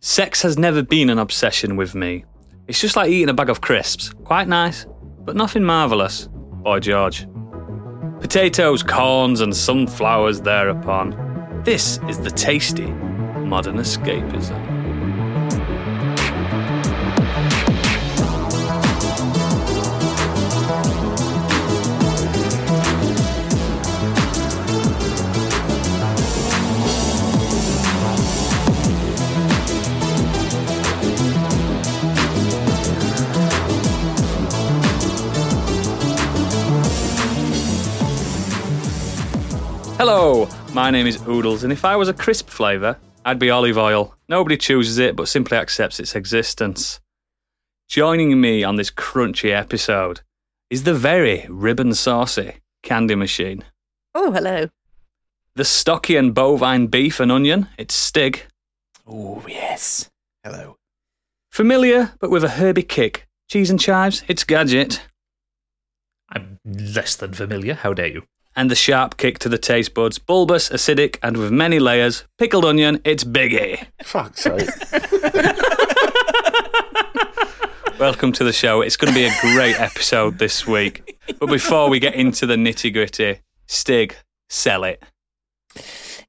Sex has never been an obsession with me. It's just like eating a bag of crisps. Quite nice, but nothing marvellous. By George. Potatoes, corns, and sunflowers thereupon. This is the tasty modern escapism. Hello, my name is Oodles, and if I was a crisp flavour, I'd be olive oil. Nobody chooses it but simply accepts its existence. Joining me on this crunchy episode is the very ribbon saucy candy machine. Oh, hello. The stocky and bovine beef and onion, it's Stig. Oh, yes. Hello. Familiar, but with a herby kick. Cheese and chives, it's Gadget. I'm less than familiar. How dare you? And the sharp kick to the taste buds, bulbous, acidic, and with many layers. Pickled onion, it's Biggie. Fuck's sake. Welcome to the show. It's going to be a great episode this week. But before we get into the nitty gritty, Stig, sell it.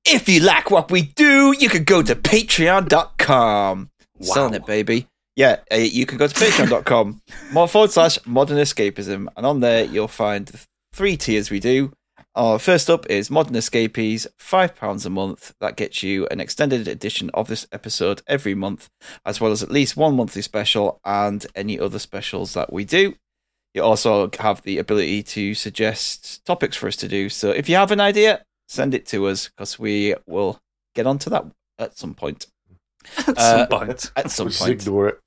If you like what we do, you can go to patreon.com. Wow. Selling it, baby. Yeah, uh, you can go to patreon.com more forward slash modern escapism. And on there, you'll find the three tiers we do. Our first up is Modern Escapees, £5 a month. That gets you an extended edition of this episode every month, as well as at least one monthly special and any other specials that we do. You also have the ability to suggest topics for us to do. So if you have an idea, send it to us because we will get onto that at some point. At some Uh, point. At some Just point. ignore it.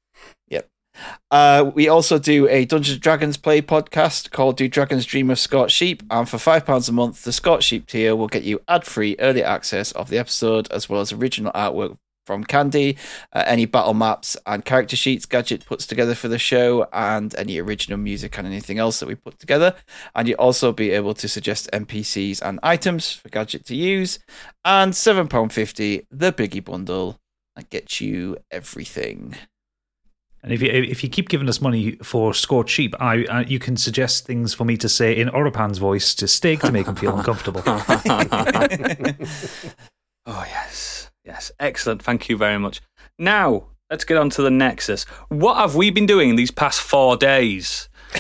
Uh, we also do a Dungeons and Dragons play podcast called Do Dragons Dream of Scott Sheep? And for £5 a month, the Scott Sheep tier will get you ad free early access of the episode, as well as original artwork from Candy, uh, any battle maps and character sheets Gadget puts together for the show, and any original music and anything else that we put together. And you'll also be able to suggest NPCs and items for Gadget to use. And £7.50, the Biggie Bundle, that gets you everything. And if you if you keep giving us money for scored sheep, I uh, you can suggest things for me to say in Oropan's voice to Stig to make him feel uncomfortable. Oh, yes. Yes. Excellent. Thank you very much. Now, let's get on to the Nexus. What have we been doing these past four days?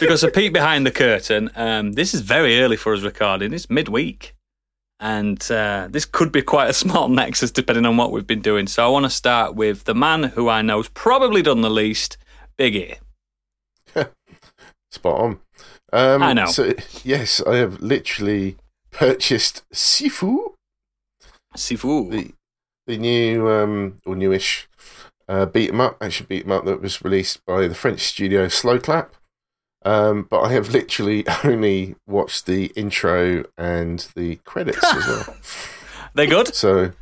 because a peek behind the curtain, um, this is very early for us recording. It's midweek. And uh, this could be quite a small Nexus depending on what we've been doing. So I want to start with the man who I know's probably done the least, Biggie. Spot on. Um, I know. So, yes, I have literally purchased Sifu, Sifu. the the new um, or newish uh, beat 'em up, action beat 'em up that was released by the French studio Slow Clap. Um, but I have literally only watched the intro and the credits as well. They good? So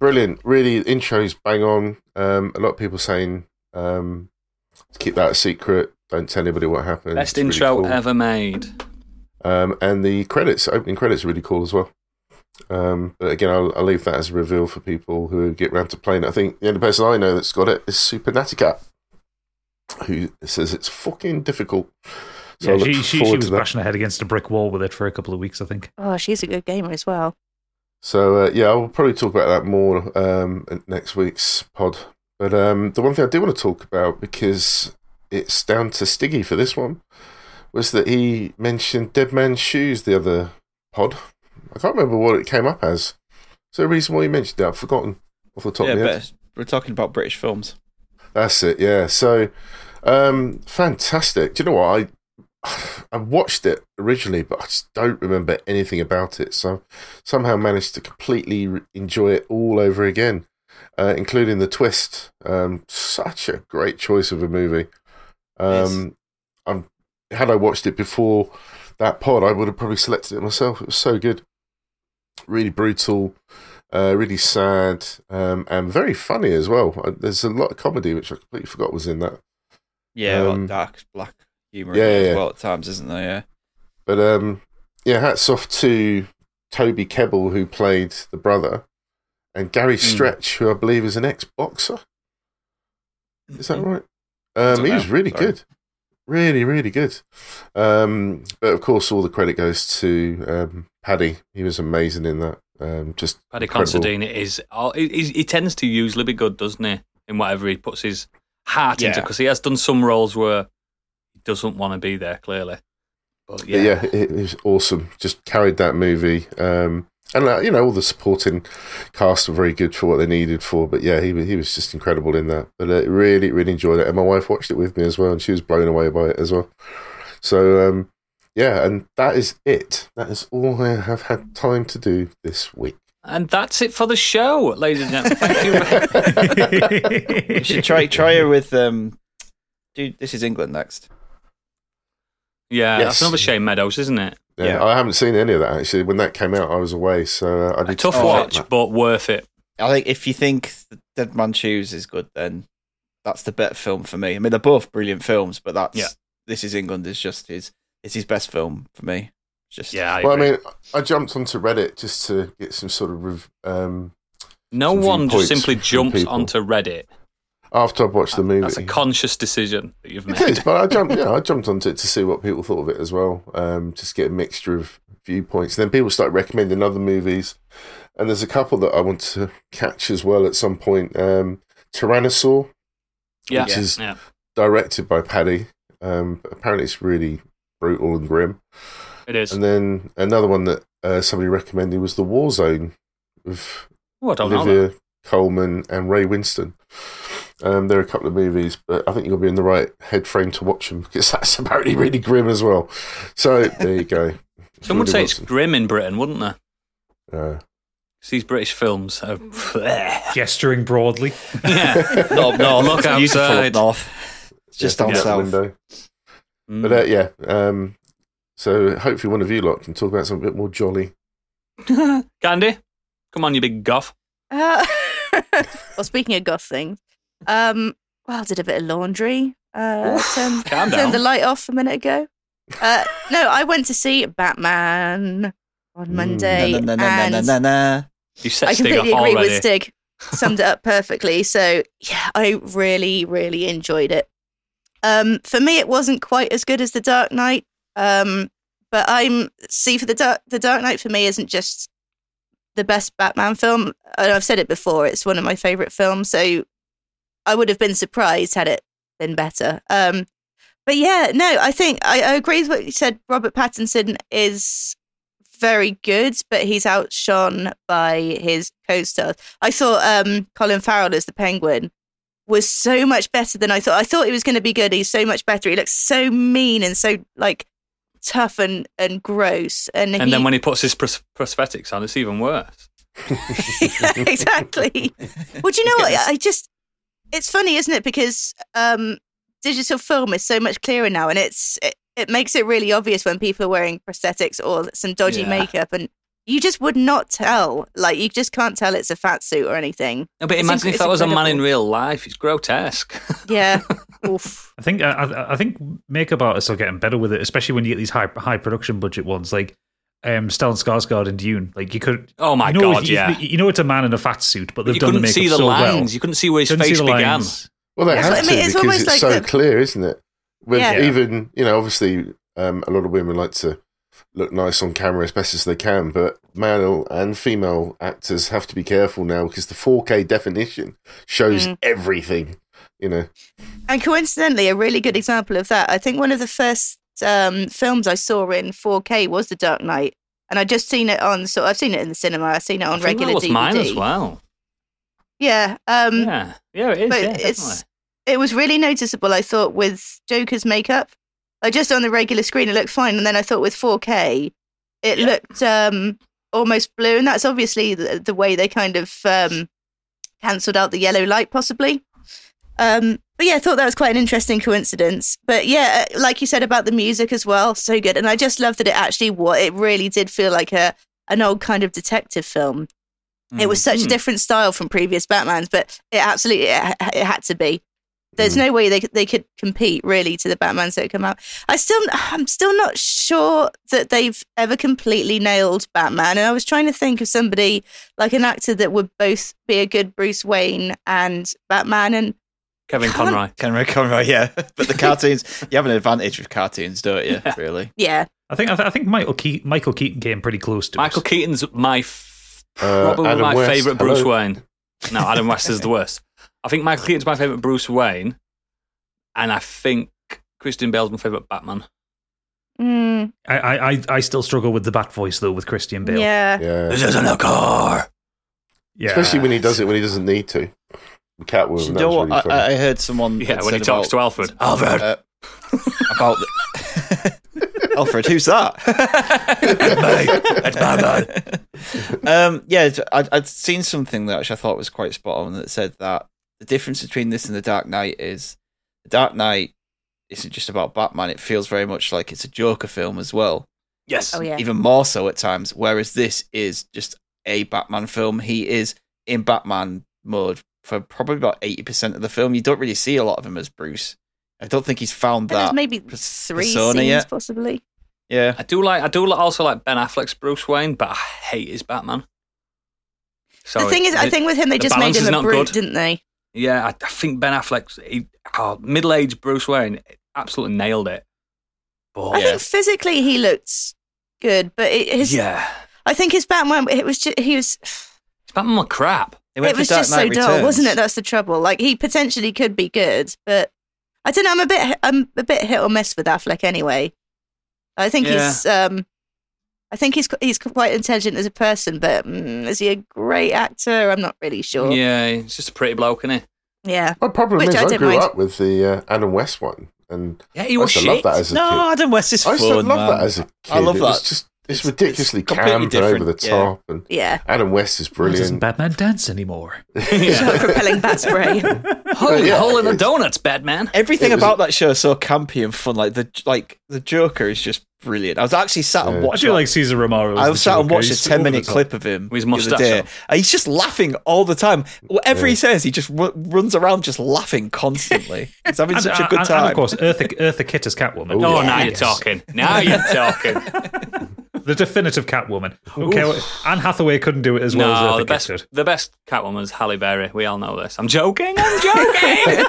brilliant, really. the Intro's bang on. Um, a lot of people saying um, keep that a secret. Don't tell anybody what happened. Best It's really intro cool. ever made. Um, and the credits, opening credits, are really cool as well. Um, but again, I'll, I'll leave that as a reveal for people who get round to playing it. I think the only person I know that's got it is Super Naticat, who says it's fucking difficult. So I yeah, look she, she, she forward was to that. bashing her head against a brick wall with it for a couple of weeks, I think. Oh, she's a good gamer as well. So uh, yeah, I will probably talk about that more um, at next week's pod. But um, the one thing I do want to talk about because it's down to Stiggy for this one was that he mentioned Dead Man's Shoes the other pod. I can't remember what it came up as. Is there a reason why you mentioned it? I've forgotten off the top yeah, of my head. but we're talking about British films. That's it. Yeah. So, um, fantastic. Do you know what I? I watched it originally, but I just don't remember anything about it. So, somehow managed to completely re- enjoy it all over again, uh, including the twist. Um, such a great choice of a movie. Um, I'm had I watched it before that pod, I would have probably selected it myself. It was so good, really brutal uh, really sad um, and very funny as well. Uh, There's a lot of comedy which I completely forgot was in that. Yeah, Um, like dark black humor yeah, yeah, yeah, yeah. as well at times, isn't there? Yeah. But um, yeah, hats off to Toby Kebbell who played the brother, and Gary Hmm. Stretch, who I believe is an ex boxer. Is that right? Um, don't he was know. really Sorry. good, really, really good. Um, but of course, all the credit goes to um, Paddy. He was amazing in that. Um, just Paddy incredible. Considine is oh, he, he he tends to usually be good, doesn't he? In whatever he puts his heart into, Yeah. because he has done some roles where he doesn't want to be there. Clearly, but yeah, But yeah, it, it was awesome. Just carried that movie, um, and uh, you know all the supporting cast were very good for what they needed for. But yeah, he wa- he was just incredible in that. But uh, really, really enjoyed it, and my wife watched it with me as well, and she was blown away by it as well. So um, yeah, and that is it. That is all I have had time to do this week. and that's it for the show, ladies and gentlemen. Thank you. You should try try her with um. Dude, this is England next. Yeah, Yes. that's another Shane Meadows, isn't it? Yeah, Yeah. I haven't seen any of that actually. When that came out, I was away, so uh, I A did tough Oh, watch, That. but worth it. I think if you think Dead Man Shoes is good, then that's the better film for me. I mean, they're both brilliant films, but that's Yeah. This is England is just his. It's his best film for me. It's just Yeah, I Well, I agree. mean, I jumped onto Reddit just to get some sort of rev- um, no some one just viewpoints simply from jumps people. onto Reddit. after I watched the movie. That's a conscious decision that you've It is, made. but I jumped. Yeah, I jumped onto it to see what people thought of it as well. Um, just get a mixture of viewpoints. then people start recommending other movies, and there's a couple that I want to catch as well at some point. Um, Tyrannosaur, yeah, which is- yeah. directed by Paddy. Um, but apparently, it's really brutal and grim. it is. And then another one that uh, somebody recommended was The War Zone with Oh, I don't know. that. Olivia Coleman and Ray Winston. Um, there are a couple of movies, but I think you'll be in the right head frame to watch them because that's apparently really grim as well. So there you go. Some would Jordan say it's Wilson. grim in Britain, wouldn't they? Uh, 'Cause These British films are. Gesturing broadly. yeah. No, no, look beautiful up outside. uh, north. It's just yeah, down out the south. window. Mm. But uh, yeah, um, so hopefully one of you lot can talk about something a bit more jolly. Candy, come on, you big guff. Uh, well, speaking of goth things, um, well, I did a bit of laundry. Uh, turned, calm down. turned the light off a minute ago. Uh, no, I went to see Batman on Monday, Mm, Na, na, na, na, na, and na, na. You set I Stig completely off agree already. with Stig. Summed it up perfectly. So yeah, I really, really enjoyed it. Um, for me, it wasn't quite as good as The Dark Knight. Um, but I'm see for the Dark The Dark Knight for me isn't just the best Batman film. And I've said it before; it's one of my favorite films. So I would have been surprised had it been better. Um, but yeah, no, I think I, I agree with what you said. Robert Pattinson is very good, but he's outshone by his co-stars. I thought um, Colin Farrell as the Penguin was so much better than I thought. I thought he was going to be good. He's so much better. He looks so mean and so like tough and and gross. And, And he, then when he puts his pros- prosthetics on, it's even worse. yeah, exactly. Well, do you know what? I just, it's funny, isn't it? Because um, digital film is so much clearer now, and it's it, it makes it really obvious when people are wearing prosthetics or some dodgy Yeah. makeup, and you just would not tell. Like, you just can't tell it's a fat suit or anything. No, but It's imagine inc- if it's that was a man in incredible. real life. It's grotesque. Yeah. Oof. I think I, I- I think makeup artists are getting better with it, especially when you get these high high production budget ones like um, Stellan Skarsgård in Dune. Like you could, Oh my you know, God, you, yeah. you know it's a man in a fat suit, but they've you done the couldn't makeup see the so lines. well. You couldn't see where his Couldn't see face the began. lines. Well, they That's have what I to mean, it's because almost it's like the- so clear, isn't it? With Yeah. even you know, obviously, um, a lot of women like to look nice on camera as best as they can, but male and female actors have to be careful now because the 4K definition shows Mm. everything. You know, And coincidentally, a really good example of that, I think one of the first um, films I saw in 4K was The Dark Knight. And I just seen it on, so I've seen it in the cinema. I've seen it on I think regular that was DVD. mine as well. Yeah, um, Yeah, yeah, it is. but yeah, it's definitely. it was really noticeable. I thought with Joker's makeup, like just on the regular screen, it looked fine, and then I thought with 4K, it Yeah. looked um, almost blue, and that's obviously the, the way they kind of um, cancelled out the yellow light, possibly. Um, but yeah, I thought that was quite an interesting coincidence. But yeah, uh, like you said about the music as well, so good, and I just love that it actually what it really did feel like a an old kind of detective film. It was such a Mhm. different style from previous Batmans, but it absolutely it, ha- it had to be. There's Hmm. no way they could- they could compete really to the Batman's that come out. I still I'm still not sure that they've ever completely nailed Batman. And I was trying to think of somebody like an actor that would both be a good Bruce Wayne and Batman. And Hmm. Kevin Can't- Conroy. Conroy, Conroy, yeah. But the cartoons, you have an advantage with cartoons, don't you? Really? yeah, I think I, th- I think Michael Keaton, Michael Keaton came pretty close to Michael us. Keaton's my f- Uh, probably Adam my West, favorite Bruce hello. Wayne. No, Adam West is the worst. I think Michael Keaton's my favorite Bruce Wayne, and I think Christian Bale's my favorite Batman. Mm, I, I I- I still struggle with the bat voice though with Christian Bale. yeah. Yeah. isn't a car. Yeah. Especially when he does it when he doesn't need to. Catwoman, you that know was what? really I, funny. I heard someone. Yeah, had when he said talks about, to Alfred. Alfred. Uh, about the- Alfred, who's that? It's Batman. um, yeah, I'd, I'd seen something that actually I thought was quite spot on that said that the difference between this and the Dark Knight is the Dark Knight isn't just about Batman. It feels very much like it's a Joker film as well. Yes. Oh yeah. even more so at times. Whereas this is just a Batman film. He is in Batman mode for probably about eighty percent of the film. You don't really see a lot of him as Bruce. I don't think he's found And there's that. maybe pers- three persona scenes yet. possibly. yeah, I do like. I do li- also like Ben Affleck's Bruce Wayne, but I hate his Batman. So the thing is, I it- think with him they the just made balance is him a not brute, good. didn't they? Yeah, I, I think Ben Affleck's he, oh, middle-aged Bruce Wayne absolutely nailed it. But I think physically he looked good, but it, his yeah, I think his Batman it was just, he was it's Batman were crap. He went it for was Dark just so Knight dull, wasn't Returns. it? That's the trouble. Like he potentially could be good, but I don't know. I'm a bit I'm a bit hit or miss with Affleck anyway. I think he's um, I think he's qu- he's quite intelligent as a person, but mm, is he a great actor? I'm not really sure. Yeah, he's just a pretty bloke, isn't he? Yeah. My problem Which is I I, didn't grew mind. up with the uh, Adam West one, and Yeah, he I was used shit. to love that as a no, kid. Adam West is I fun. used to love man. that as a kid. I love It that. was just it's, It's- ridiculously it's completely camp and over different, the yeah. top, and Yeah, Adam West is Why doesn't brilliant. Batman dance anymore? yeah. Like repelling bat spray. Holy Yeah, hole in the it's- donuts, Batman. Everything It was- about that show is so campy and fun. Like the like the Joker is just brilliant. I was actually sat and Yeah. I watched. do that- like Cesar Romero. as I the was sat and Joker. watched a He's ten over the minute top. clip of him With his the other moustache day. on. And He's just laughing all the time. Whatever he says, he just ru- runs around just laughing constantly. He's having And, uh, such a and- good and- time. And of course, Eartha, Eartha Kitt as Catwoman. Oh, Oh, Yeah. now you're talking. Now you're talking. The definitive Catwoman. Okay, well, Anne Hathaway couldn't do it as well no, as the Eartha Kitt best, could. the best Catwoman's Halle Berry. We all know this. I'm joking. I'm joking.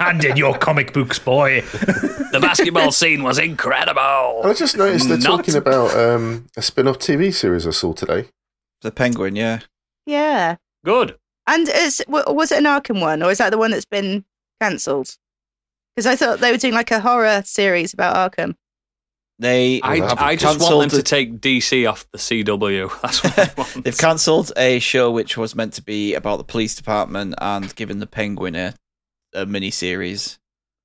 And in your comic books, boy. the basketball scene was incredible. And I just noticed they're Not- talking about um, a spin-off TV series I saw today. The Penguin, yeah. yeah, Good. and is wa- was it an Arkham one, or is that the one that's been cancelled? Because I thought they were doing like a horror series about Arkham. They I, Well, have I just want them cancelled to the- take DC off the CW. That's what I want. They've cancelled a show which was meant to be about the police department and given the Penguin a, a mini series.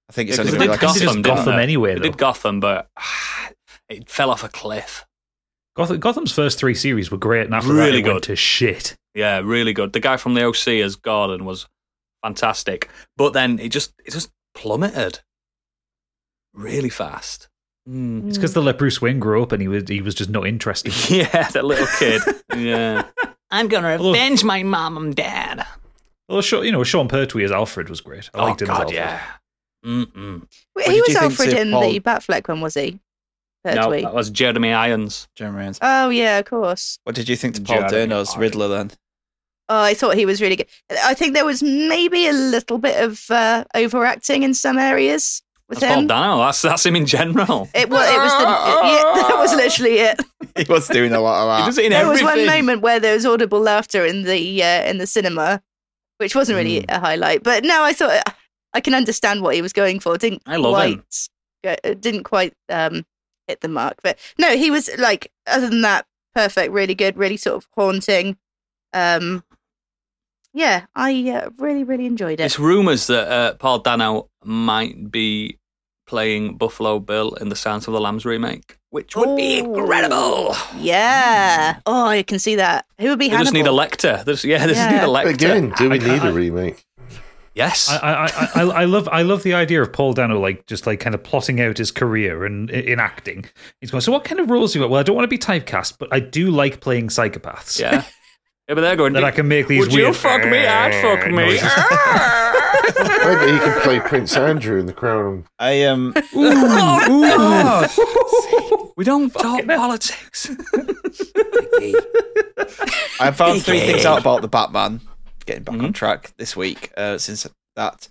I think it's Yeah, only 'cause going to be they like did a Gotham, Gotham, six-part. didn't Gotham they? anyway, They though. did Gotham, but ah, it fell off a cliff. Gotham, Gotham's first three series were great, and after that, Really it went good. to shit. Yeah, really good. The guy from the OC as Gordon was fantastic, but then it just it just plummeted really fast. Mm. It's because they let Bruce Wayne grow up, and he was he was just not interested. Yeah, that little kid. yeah, I'm gonna Although- revenge my mom and dad. well, Sha- you know, Sean Pertwee as Alfred was great. I liked oh him as God, Alfred. yeah. Mm-mm. Wait, What he was did you think, Alfred Sir in Paul? the Batfleck one, was he? No, Pertwee. that was Jeremy Irons. Jeremy Irons. Oh yeah, of course. What did you think to Paul Jeremy Dano's Irons. Riddler then? Oh, I thought he was really good. I think there was maybe a little bit of uh, overacting in some areas with That's Paul him. Dano. That's that's him in general. It was. It was the. yeah, that was literally it. He was doing a lot of that. He does it in There was everything. one moment where there was audible laughter in the uh, in the cinema, which wasn't really Mm. a highlight. But no, I thought I can understand what he was going for. Didn't I love quite, him. go- uh, didn't quite um, hit the mark. But no, he was like other than that, perfect, really good, really sort of haunting. Um, yeah, I uh, really really enjoyed it. It's rumours that uh, Paul Dano might be playing Buffalo Bill in the Silence of the Lambs remake, which would be Ooh. incredible. Yeah. Oh, I can see that. Who would be They just need a Hannibal? lector. There's, yeah, they just Yeah. need a lector. uh, Again, do we need I- a remake? Yes. I, I, I, I, I love I love the idea of Paul Dano like just like kind of plotting out his career and in acting. He's going, so what kind of roles do you want? Well, I don't want to be typecast, but I do like playing psychopaths. yeah. Yeah, but they're going. That I can make these Eh, Would you weird- fuck me? I'd fuck me. noises. Maybe he can play Prince Andrew in The Crown. I um, We don't talk politics. I found three things out about the Batman. Getting back on track this week. Uh, since that,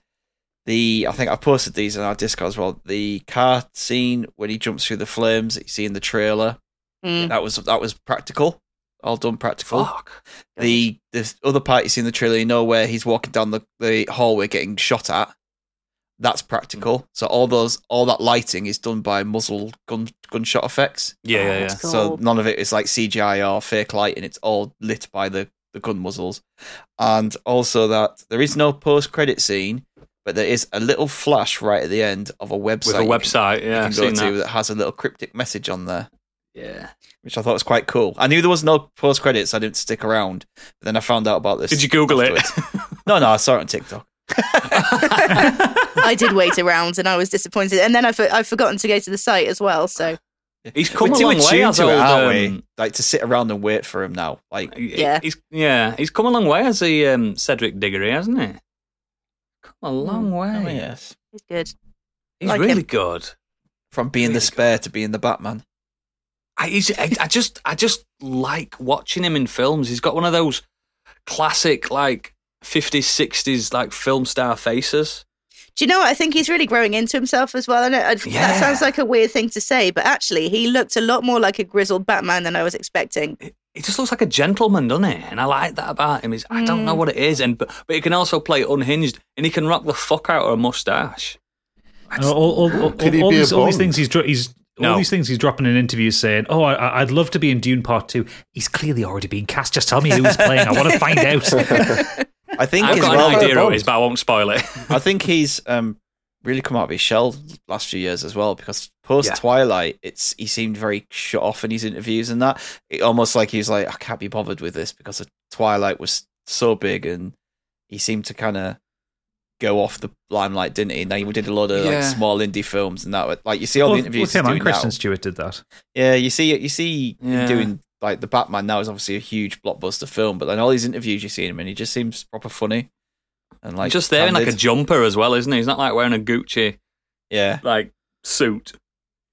the I think I posted these in our Discord as well. The car scene when he jumps through the flames that you see in the trailer. Mm. That was that was practical. All done Oh. practical. Fuck. The the other part you see in the trailer, you know where he's walking down the, the hallway getting shot at. That's practical. So all those all that lighting is done by muzzle gun gunshot effects. Yeah, yeah, yeah. That's So cool. none of it is like CGI or fake light, and it's all lit by the, the gun muzzles. And also that there is no post credit scene, but there is a little flash right at the end of a website. With a you can- website, you yeah, I've can go seen to that. that has a little cryptic message on there Yeah. which I thought was quite cool. I knew there was no post credits, I didn't stick around. But then I found out about this. Did you Google it? afterwards. no, no, I saw it on TikTok. I did wait around and I was disappointed. And then I for- I've forgotten to go to the site as well. So He's come We're a too long way attuned as to it, old, aren't we? um, Like to sit around and wait for him now. Like Yeah. He's, yeah, he's come a long way as the um, Cedric Diggory, hasn't he? Come a long oh, way. yes, it's good. He's Like really him. good. from being the spare to being the Batman. I, he's, I, I just I just like watching him in films. He's got one of those classic like 50s 60s like film star faces. Do you know what? I think he's really growing into himself as well. I know I, Yeah. that sounds like a weird thing to say, but actually, he looked a lot more like a grizzled Batman than I was expecting. He just looks like a gentleman, doesn't he? And I like that about him. Is I don't Hmm. know what it is, and but, but he can also play unhinged, and he can rock the fuck out of a mustache. And all, Oh, all, all, Could he all be a these, all these Bond? things he's dro- he's No. all these things he's dropping in interviews saying, "Oh, I- I, I'd love to be in Dune Part 2. He's clearly already been cast. Just tell me who's playing. I want to find out. I think I've as got well, an idea what it Bond. is, but I won't spoil it. I think he's um, really come out of his shell last few years as well because post Twilight, it's he seemed very shut off in his interviews and that. It almost like he was like, I can't be bothered with this because the Twilight was so big and he seemed to kind of go off the limelight, didn't he? And then he did a lot of like Yeah. small indie films and that. Like you see all Well, the interviews with him he's and doing now. Kristen Stewart did that. Yeah, you see, you see Yeah. him doing like the Batman now is obviously a huge blockbuster film, but then all these interviews you see him in, he just seems proper funny. And like just there in like a candid. jumper as well, isn't he? He's not like wearing a Gucci yeah, like suit.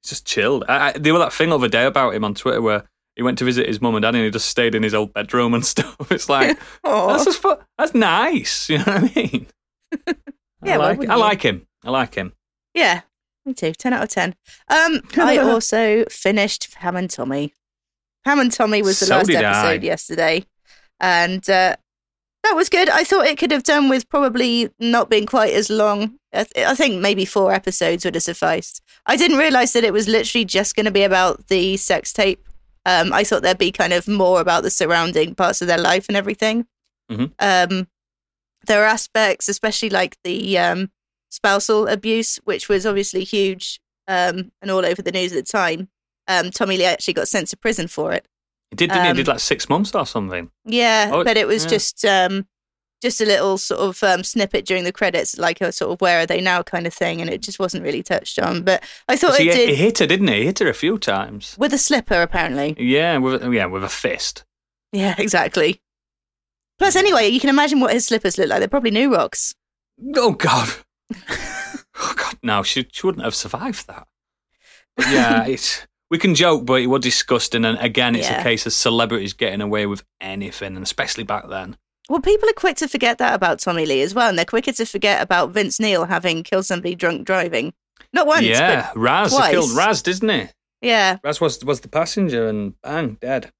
He's just chilled. I, I, there was that thing over day about him on Twitter where he went to visit his mum and dad, and he just stayed in his old bedroom and stuff. It's like Oh, that's just fu- that's nice. You know what I mean? Yeah, I why like, I wouldn't you? like him. I like him. yeah. Me too. 10 out of 10. Um, I also finished Pam and Tommy. Pam and Tommy was the So last did I. episode yesterday. And uh, that was good. I thought it could have done with probably not being quite as long. I, th- I think maybe four episodes would have sufficed. I didn't realize that it was literally just going to be about the sex tape. Um, I thought there'd be kind of more about the surrounding parts of their life and everything. Mhm. Um, there are aspects, especially like the um, spousal abuse, which was obviously huge um, and all over the news at the time. Um, Tommy Lee actually got sent to prison for it. He did, didn't he? he? Um, Did like six months or something. Yeah, Oh, but it was yeah. just um, just a little sort of um, snippet during the credits, like a sort of "Where are they now?" kind of thing, and it just wasn't really touched on. But I thought So it he, did he hit her, didn't he? He hit her a few times. with a slipper, apparently. Yeah, with yeah, with a fist. Yeah, exactly. Plus, anyway, you can imagine what his slippers look like. They're probably new rocks. Oh God. oh God. No, she she wouldn't have survived that. But yeah, it's we can joke, but it was disgusting. And again, it's Yeah. a case of celebrities getting away with anything, and especially back then. Well, people are quick to forget that about Tommy Lee as well, and they're quicker to forget about Vince Neil having killed somebody drunk driving. Not once, yeah, but Raz he twice. killed Raz, didn't he? yeah, Raz was was the passenger, and bang, dead.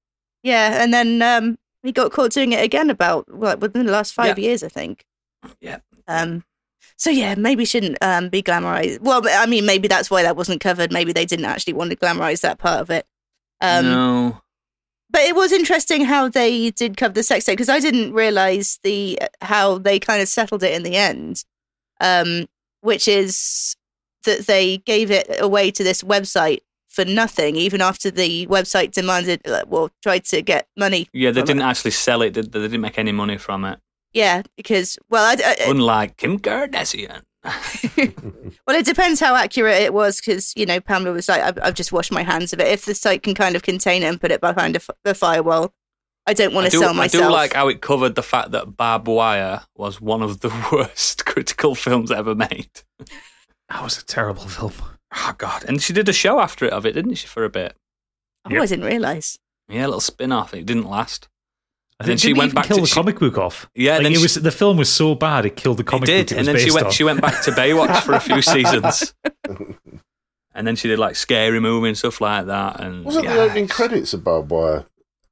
yeah. And then um, he got caught doing it again about well, within the last five years, I think. Yeah. Um, so yeah, maybe shouldn't um, be glamorized. Well, I mean, maybe that's why that wasn't covered. Maybe they didn't actually want to glamorize that part of it. Um, no. but it was interesting how they did cover the sex tape because I didn't realize the how they kind of settled it in the end, um, which is that they gave it away to this website for nothing, even after the website demanded, uh, well, tried to get money. Yeah, they from it. didn't actually sell it. They, they didn't make any money from it. Yeah, because well, I, I- Unlike Kim Kardashian. Well, it depends how accurate it was because, you know, Pamela was like, I've, I've just washed my hands of it. If the site can kind of contain it and put it behind a, f- a firewall, I don't want I to do, sell I myself. do like how it covered the fact that Barb Wire was one of the worst critical films ever made. That was a terrible film. Oh God! And she did a show after it of it, didn't she, for a bit? oh, I didn't realise. Yeah, a little spin-off. It didn't last. I And then think she she went went back kill to- the she- comic book off. Yeah, like, then it she- was the film was so bad it killed the It comic did, book. and It was then she based went. on. She went back to Baywatch for a few seasons, and then she did like scary movie and stuff like that. And Wasn't yeah, the opening it's- credits of Barbed Wire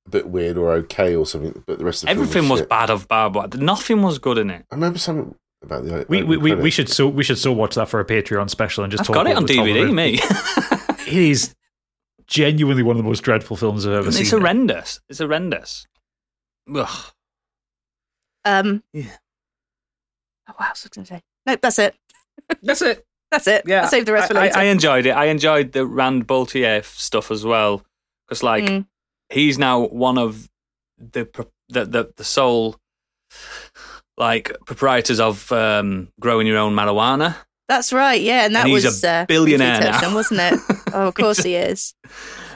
a bit weird or okay or something? But the rest of the film Everything was shit? bad of Barb Wire. Nothing was good in it. I remember something about the. We, we, opening we, we credits. should so we should so watch that for a Patreon special and just I've talk got it over on the top of DVD, it. me. It is genuinely one of the most dreadful films I've ever seen. it's horrendous. It's horrendous. Ugh. Um, Yeah. Oh, what else was I going to say? Nope, that's it. That's it. That's it. Yeah, I'll save the rest for I- I- later. I, enjoyed it. I enjoyed the Rand Boltier stuff as well because, like, Mm. he's now one of the pro- the the, the sole like proprietors of um, growing your own marijuana. That's right. Yeah, and that And he's was a uh, billionaire briefly touched now. on, wasn't it? Oh, of course he is.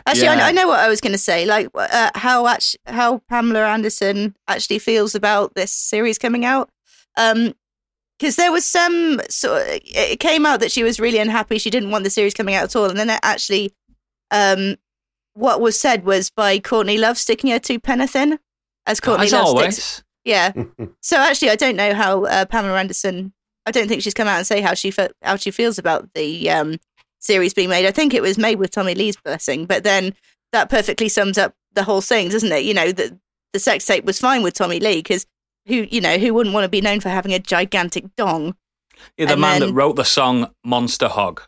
Actually, Yeah. I, I know what I was going to say. Like uh, how act- how Pamela Anderson actually feels about this series coming out. Um, because there was some sort. Of, it came out that she was really unhappy. She didn't want the series coming out at all, and then it actually, um, what was said was by Courtney Love sticking her two penneth in, as Courtney As Love always, sticks. Yeah. So actually, I don't know how uh, Pamela Anderson. I don't think she's come out and say how she fe- how she feels about the um, series being made. I think it was made with Tommy Lee's blessing, but then that perfectly sums up the whole thing, doesn't it? You know, the the sex tape was fine with Tommy Lee because who you know who wouldn't want to be known for having a gigantic dong? yeah, the And man that then- wrote the song "Monster Hog."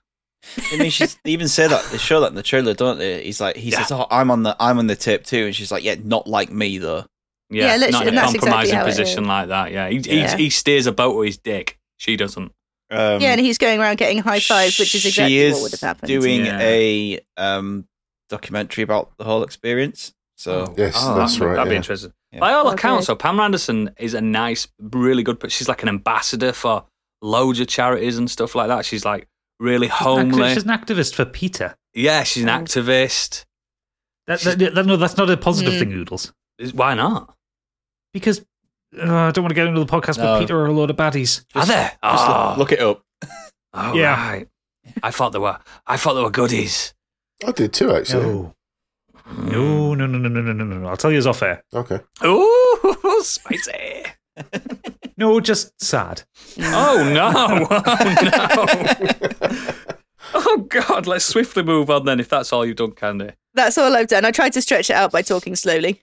I mean, she's, they even say that they show that in the trailer, don't they? He's like, he Yeah. says, "Oh, I'm on the, I'm on the tip too," and she's like, "Yeah, not like me though." Yeah, Yeah, literally, not in and a that's exactly compromising how it position like that. Yeah, he, Yeah. He, he steers a boat with his dick. She doesn't. Um, yeah, and he's going around getting high fives, which is she exactly is what would have happened. Doing Yeah. a um, documentary about the whole experience. So yes, that's Oh, that'd be- right, That'd be yeah. interesting. Yeah. By all Okay. accounts, though, Pam Anderson is a nice, really good. But she's like an ambassador for loads of charities and stuff like that. She's like really homely. She's an activist for Peter. yeah, she's an activist. That, that, that- no, that's not a positive thing, Noodles. Is- Why not? Because uh, I don't want to get into the podcast, but No. Peter are a load of baddies. Are there? just oh, look, look it up. oh, Yeah. right. I thought there were. I thought there were goodies. I did too, actually. No. Hmm. No, no, no, no, no, no, no, no, no. I'll tell you it's off air. Okay. Ooh, spicy. No, just sad. oh no! Oh no! oh god! Let's swiftly move on then. If that's all you've done, Candy. That's all I've done. I tried to stretch it out by talking slowly.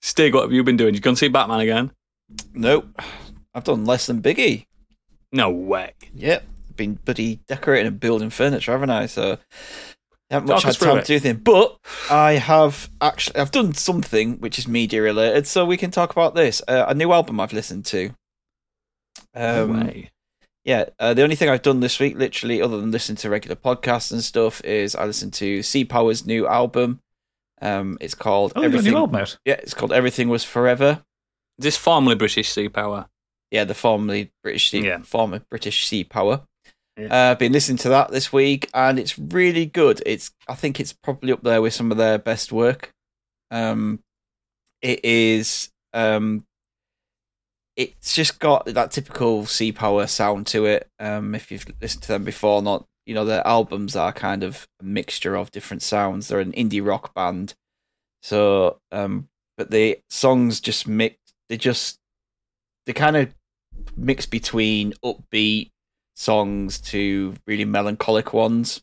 Stig, what have you been doing? You gone to see Batman again? Nope, I've done less than Biggie. No way. Yep, I've been bloody decorating and building furniture, haven't I? So I haven't much Talk us had through time it. to do anything. But I have actually I've done something which is media related, so we can talk about this. Uh, a new album I've listened to. No Um, way. yeah, uh, the only thing I've done this week, literally, other than listening to regular podcasts and stuff, is I listened to Sea Power's new album. Um, it's called Oh, you've got a Everything. new album out. Yeah, it's called Everything Was Forever. This formerly British Sea Power. yeah, the formerly British sea, Yeah. former British sea power. Yeah. Uh, been listening to that this week, and it's really good. It's I think it's probably up there with some of their best work. Um, it is. Um, it's just got that typical sea power sound to it. Um, if you've listened to them before, not you know their albums are kind of a mixture of different sounds. They're an indie rock band, so um, but the songs just mix. They just they kind of mix between upbeat songs to really melancholic ones.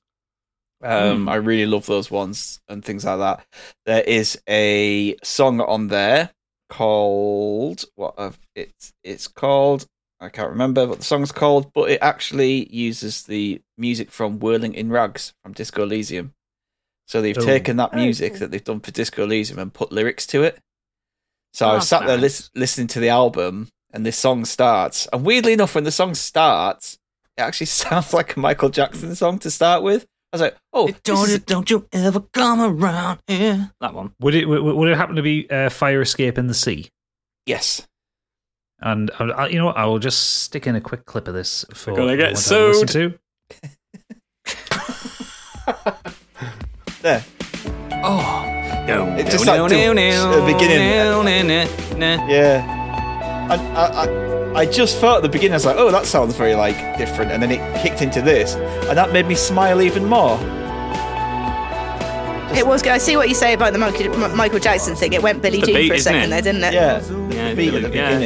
Um, I really love those ones and things like that. There is a song on there called what? Have, it's it's called I can't remember what the song's called, but it actually uses the music from Whirling in Rags from Disco Elysium. So they've Oh. taken that Oh, music cool. that they've done for Disco Elysium and put lyrics to it. So I Oh, was sat there nice. lis- listening to the album, and this song starts. And weirdly enough, when the song starts, it actually sounds like a Michael Jackson song to start with. I was like, "Oh, Don't, this is- don't you ever come around here. That one. Would it, would would it happen to be uh, Fire Escape in the Sea? yes, And I, I, you know what? I will just stick in a quick clip of this for gonna get everyone to have a listen to. there." Oh, No, It's just like doing at the beginning. Yeah. I, I, I, I just felt at the beginning, I was like, oh, that sounds very, like, different. And then it kicked into this, and that made me smile even more. It was good. I see what you say about the Monkey, M- Michael Jackson thing. It went Billy The Jean beat, for a isn't second it? there, didn't it? Yeah. Yeah, beat at the yeah.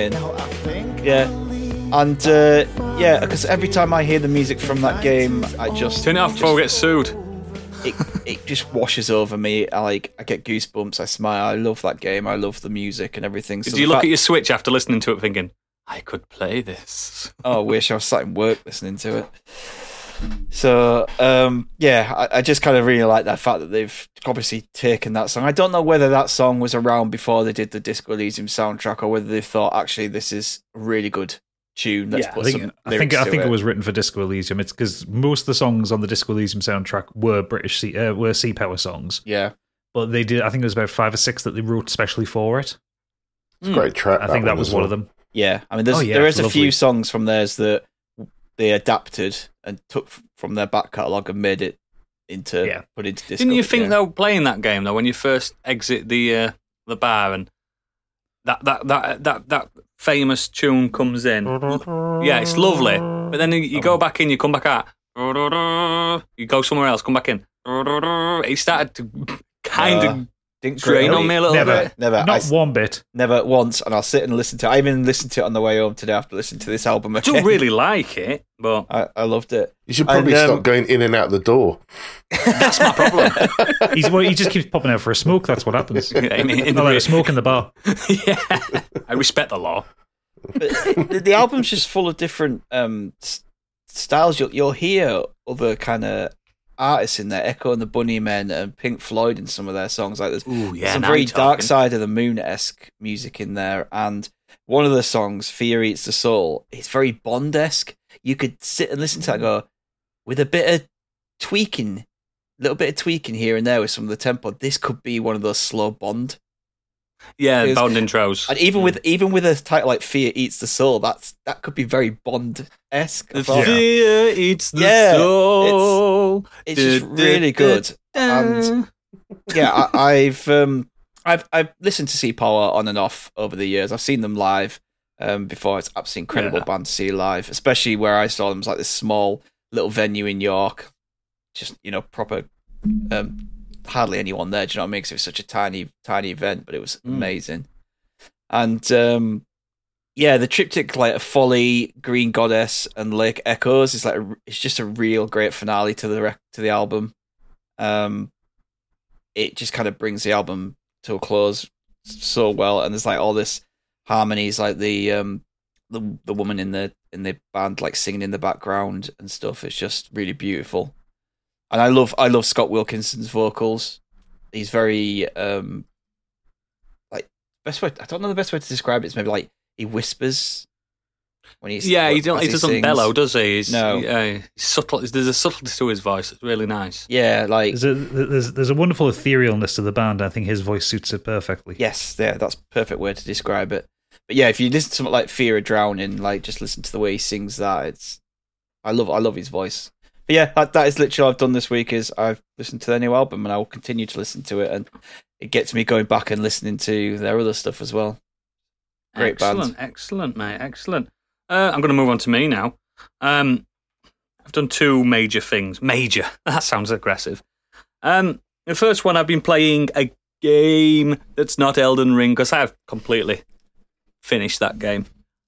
beginning. Yeah. And, uh, yeah, because every time I hear the music from that game, I just. Turn it off just- before we get sued. it, it just washes over me. I like I get goosebumps. I smile. I love that game. I love the music and everything. So Did you the look fact- at your Switch after listening to it thinking, I could play this? Oh, I wish I was sat in work listening to it. So um, yeah, I, I just kind of really like that fact that they've obviously taken that song. I don't know whether that song was around before they did the Disco Elysium soundtrack, or whether they thought actually this is a really good tune. Let's I put think, some I think, lyrics I to think it was written for Disco Elysium. It's because most of the songs on the Disco Elysium soundtrack were British sea, uh, were Sea Power songs, yeah. but they did. I think it was about five or six that they wrote specially for it. Great track. Hmm. I think that was as one well. of them. Yeah, I mean, there's, Oh, yeah, there it's is a lovely. few songs from theirs that they adapted and took f- from their back catalogue and made it into Yeah. put into disco. Didn't you think yeah. though, playing that game though, when you first exit the uh, the bar and that that that that that famous tune comes in? Yeah, it's lovely. But then you, you go back in, you come back out. You go somewhere else, come back in. It started to kind Uh, of Didn't drain really- on me a little Never. bit. Never, I Not s- one bit. never once, and I'll sit and listen to. it. I even listened to it on the way home today after listening to this album. I Again. don't really like it, but I, I loved it. You should probably And, um, stop going in and out the door. that's my problem. He's, well, he just keeps popping out for a smoke. That's what happens. Yeah, I mean, in the Not out re- of smoke in the bar. yeah, I respect the law. But it- the, the album's just full of different um, s- styles. You'll, you'll hear other kind of artists in there, Echo and the Bunnymen and Pink Floyd in some of their songs. Like there's Ooh, yeah, some now very you're dark talking. side of the moon esque music in there, and one of the songs, "Fear Eats the Soul," it's very Bond esque. You could sit and listen to that, and Mm. go with a bit of tweaking, a little bit of tweaking here and there with some of the tempo. This could be one of those slow Bond, Yeah, is- bound intros. and even with even with a title like "Fear Eats the Soul," that's that could be very Bond esque. The fear eats the Yeah, it's- soul. It's just Du- du- really du- good. and- yeah, I, I've um, I've I've listened to Sea Power on and off over the years. I've seen them live um, before. It's absolutely incredible Yeah. band to see live, especially where I saw them. It's like this small little venue in York, just you know proper. Um, hardly anyone there. Do you know what I mean? 'Cause it was such a tiny, tiny event, but it was Mm. amazing. And um, yeah, the triptych like Folly, Green Goddess, and Lake Echoes is like a, it's just a real great finale to the rec- to the album. Um, it just kind of brings the album to a close so well, and there's like all this harmonies, like the um the the woman in the in the band like singing in the background and stuff. It's just really beautiful, and I love I love Scott Wilkinson's vocals. He's very um like best way I don't know the best way to describe it. It's maybe like he whispers when he's yeah, he, don't, as he doesn't sings. bellow, does he? He's, No. Uh, he's subtle. There's a subtlety to his voice that's really nice. Yeah, like There's a, there's, there's a wonderful etherealness to the band. I think his voice suits it perfectly. Yes, yeah, that's a perfect word to describe it. But yeah, if you listen to something like Fear of Drowning, like just listen to the way he sings that. It's I love I love his voice. But yeah, that, that is literally all I've done this week is I've listened to their new album and I will continue to listen to it and it gets me going back and listening to their other stuff as well. Great band. excellent, excellent, mate, excellent. Uh, I'm going to move on to me now. Um, I've done two major things. Major. That sounds aggressive. Um, the first one, I've been playing a game that's not Elden Ring because I've completely finished that game.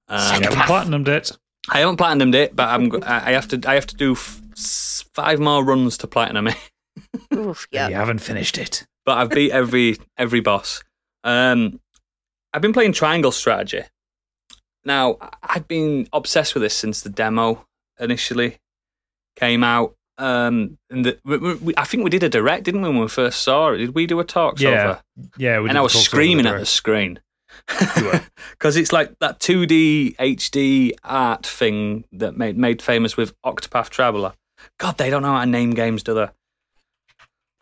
Um, Haven't platinumed it. I haven't platinumed it, but I'm. go- I I have to. I have to do f- s- five more runs to platinum it. Oof, yeah. You haven't finished it. But I've beat every every boss. Um, I've been playing Triangle Strategy. Now I- I've been obsessed with this since the demo initially came out. Um, and the, we, we, we- I think we did a direct, didn't we, when we first saw it? Did we do a talk Yeah, yeah. we did and I the was talk show screaming over at the there. screen You were. because it's like that 2D HD art thing that made made famous with Octopath Traveler. God, they don't know how to name games, do they?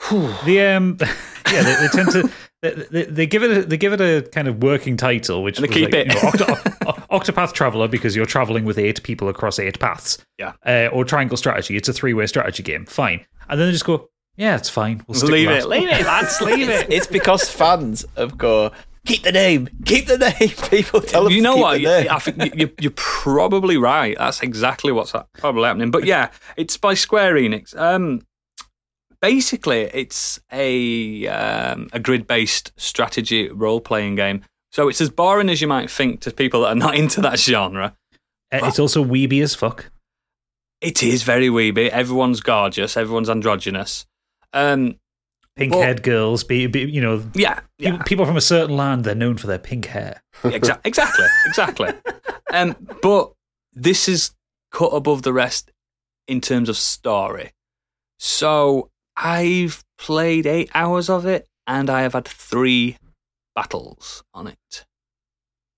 The um, yeah, they, they tend to they, they, they give it a, they give it a kind of working title, which And they was keep like, it. you know, Octo- O- Octopath Traveler because you're traveling with eight people across eight paths. Yeah. uh, or Triangle Strategy. It's a three way strategy game. Fine, and then they just go. Yeah, it's fine. We'll stick leave with it. that. Leave it, lads. Leave it. It's because fans have go keep the name, keep the name. People tell them you know to keep what? the You- name. I think you- you, you're probably right. That's exactly what's ha- probably happening. But yeah, it's by Square Enix. Um, basically, it's a um, a grid based strategy role playing game. So it's as boring as you might think to people that are not into that genre. Uh, It's also weeby as fuck. It is very weeby. Everyone's gorgeous. Everyone's androgynous. Um, Pink Well- haired girls, be, be, you know, yeah, yeah. people, people from a certain land, they're known for their pink hair. Exa- exactly, exactly. um, but this is cut above the rest in terms of story. So I've played eight hours of it, and I have had three battles on it.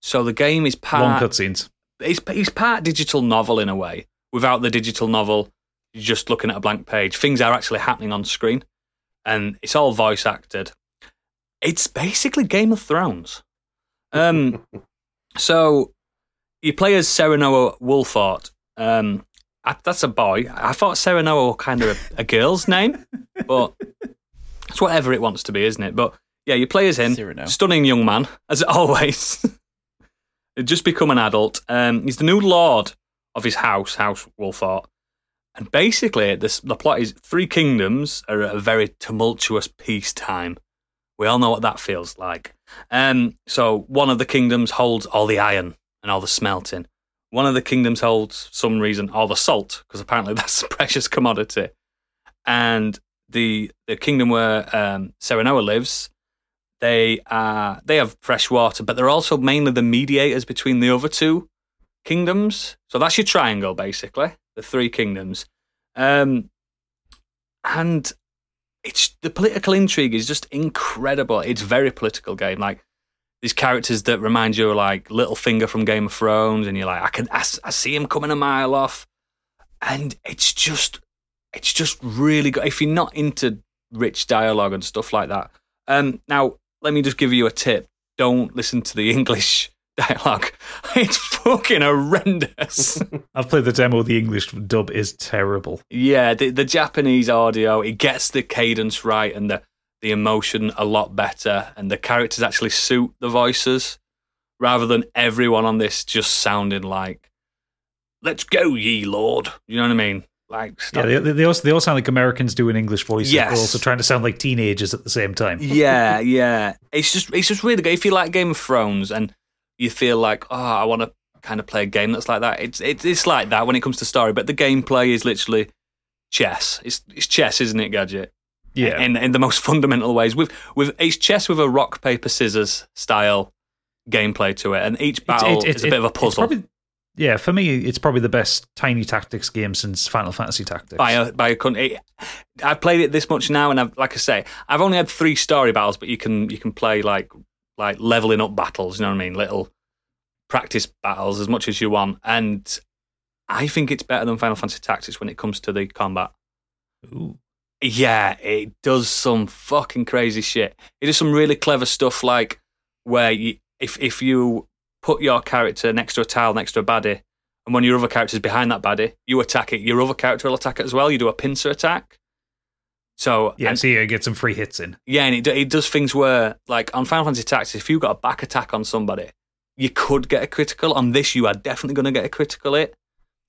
So the game is Long part cutscenes. it's, it's part digital novel in a way. Without the digital novel, you're just looking at a blank page. Things are actually happening on screen, and it's all voice acted. It's basically Game of Thrones. Um, so you play as Serenoa Wolfart. Um, I, that's a boy. I thought Serenoa was kind of a, a girl's name, but it's whatever it wants to be, isn't it? But yeah, you play as him. Cyrano. Stunning young man, as always. He'd just become an adult. Um, he's the new lord of his house, House Wolfart. And basically, this, the plot is three kingdoms are at a very tumultuous peacetime. We all know what that feels like. Um, so, one of the kingdoms holds all the iron and all the smelting. One of the kingdoms holds, for some reason, all the salt, because apparently that's a precious commodity. And the the kingdom where um, Serenoa lives, they are they have fresh water, but they're also mainly the mediators between the other two kingdoms. So that's your triangle, basically, the three kingdoms. Um, and it's the political intrigue is just incredible. It's a very political game. Like these characters that remind you of like Littlefinger from Game of Thrones, and you're like, I can I, s- I see him coming a mile off, and it's just it's just really good. If you're not into rich dialogue and stuff like that, um, now, let me just give you a tip. Don't listen to the English dialogue. It's fucking horrendous. I've played the demo. The English dub is terrible. yeah, the, the Japanese audio, it gets the cadence right and the, the emotion a lot better. And the characters actually suit the voices rather than everyone on this just sounding like, let's go, ye lord. You know what I mean? Like, Yeah, stop. they, they, they also, they all sound like Americans doing English voices. Oh. Yes. They're also trying to sound like teenagers at the same time. yeah, yeah. It's just it's just really good. If you like Game of Thrones and you feel like, oh, I want to kind of play a game that's like that. It's it's it's like that when it comes to story, but the gameplay is literally chess. It's it's chess, isn't it, Gadget? Yeah. In in the most fundamental ways. With with it's chess with a rock paper scissors style gameplay to it, and each It's- battle it- it- is a it- bit of a it's puzzle probably- yeah, for me, it's probably the best Tiny Tactics game since Final Fantasy Tactics. by a by a country. I've played it this much now, and I've like I say, I've only had three story battles, but you can you can play like like leveling up battles. You know what I mean? Little practice battles as much as you want, and I think it's better than Final Fantasy Tactics when it comes to the combat. Ooh. Yeah, it does some fucking crazy shit. It does some really clever stuff, like where you, if if you put your character next to a tile, next to a baddie, and one of your other characters behind that baddie, you attack it. Your other character will attack it as well. You do a pincer attack. So Yeah, and- so you get some free hits in. yeah, and it, do- it does things where, like on Final Fantasy Tactics, if you got a back attack on somebody, you could get a critical. On this, you are definitely going to get a critical hit.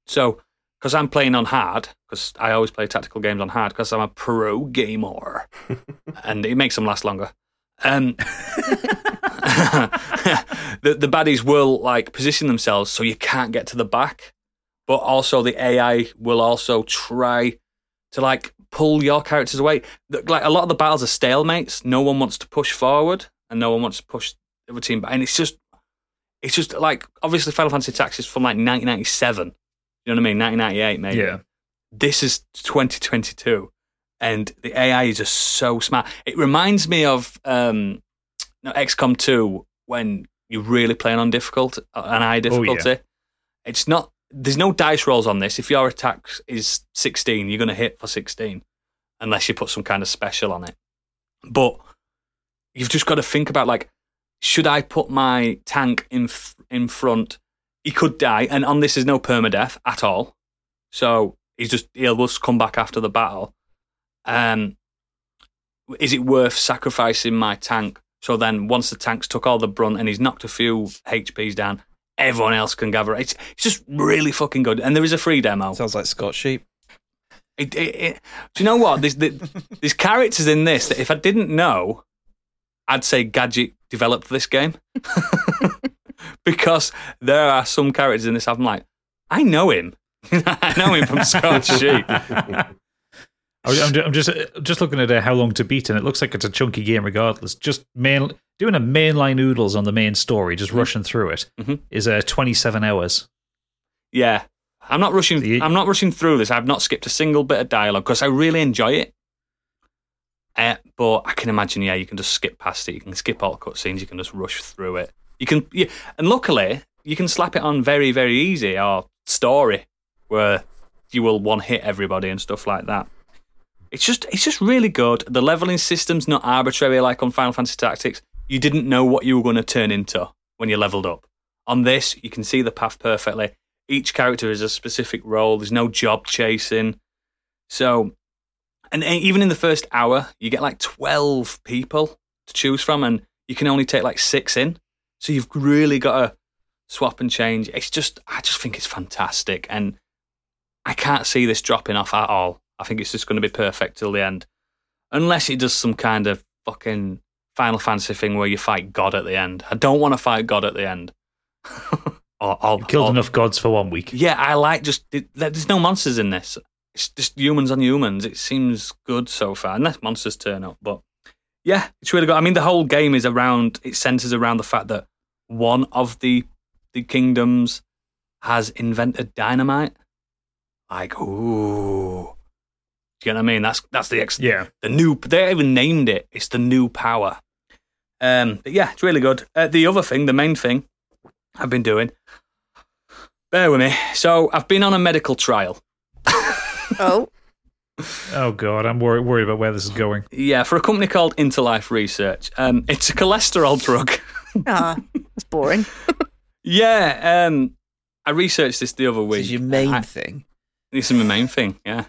So, because I'm playing on hard, because I always play tactical games on hard, because I'm a pro gamer, and it makes them last longer. Um, the, the baddies will like position themselves so you can't get to the back, but also the AI will also try to like pull your characters away. Th- Like a lot of the battles are stalemates. No one wants to push forward, and no one wants to push the other team. back. And it's just, it's just like obviously Final Fantasy Tactics is from like 1997. You know what I mean? 1998 maybe Yeah. this is 2022 and the AI is just so smart. It reminds me of um, no, XCOM 2 when you're really playing on difficult, uh, an eye Oh, yeah. difficulty. It's not, there's no dice rolls on this. If your attack is 16, you're going to hit for 16 unless you put some kind of special on it. But you've just got to think about like, should I put my tank in, f- in front? He could die. And on this, is no permadeath at all. So he's just he'll just come back after the battle. Um, is it worth sacrificing my tank? So then, once the tank's took all the brunt and he's knocked a few HPs down, everyone else can gather. It's, it's just really fucking good. And there is a free demo. Sounds like Scott Sheep. It, it, it, do you know what? There's, there- there's characters in this that if I didn't know, I'd say Gadget developed this game. because there are some characters in this I'm like, I know him. I know him from Scotch Sheep. I was- I'm, ju- I'm just uh, just looking at uh, how long to beat, and it looks like it's a chunky game regardless. Just main doing a mainline noodles on the main story, just Mm-hmm. rushing through it, is Mhm. uh, 27 hours. Yeah. I'm not rushing The- I'm not rushing through this. I've not skipped a single bit of dialogue because I really enjoy it. Uh, but I can imagine, yeah, you can just skip past it. You can skip all cutscenes. You can just rush through it. You can, yeah, and luckily, you can slap it on very, very easy or story, where you will one hit everybody and stuff like that. It's just, it's just really good. The leveling system's not arbitrary like on Final Fantasy Tactics. You didn't know what you were going to turn into when you leveled up. On this, you can see the path perfectly. Each character is a specific role. There's no job chasing. So, and and even in the first hour, you get like 12 people to choose from, and you can only take like six in. So you've really got to swap and change. It's just, I just think it's fantastic. And I can't see this dropping off at all. I think it's just going to be perfect till the end. Unless it does some kind of fucking Final Fantasy thing where you fight God at the end. I don't want to fight God at the end. or, or, You killed or- enough gods for one week. yeah, I like just th- there's no monsters in this. It's just humans on humans. It seems good so far, unless monsters turn up. But yeah, it's really good. I mean, the whole game is around. It centers around the fact that one of the the kingdoms has invented dynamite. Like, ooh, do you know what I mean? That's that's the ex- Yeah, the new they even named it it's the new power um but yeah it's really good uh, the other thing the main thing i've been doing bear with me so i've been on a medical trial Oh, Oh god, I'm worried worried about where this is going. yeah for a company called interlife research um it's a cholesterol drug ah, that's boring. yeah um i researched this the other Which week is your main I- thing. this is my main thing yeah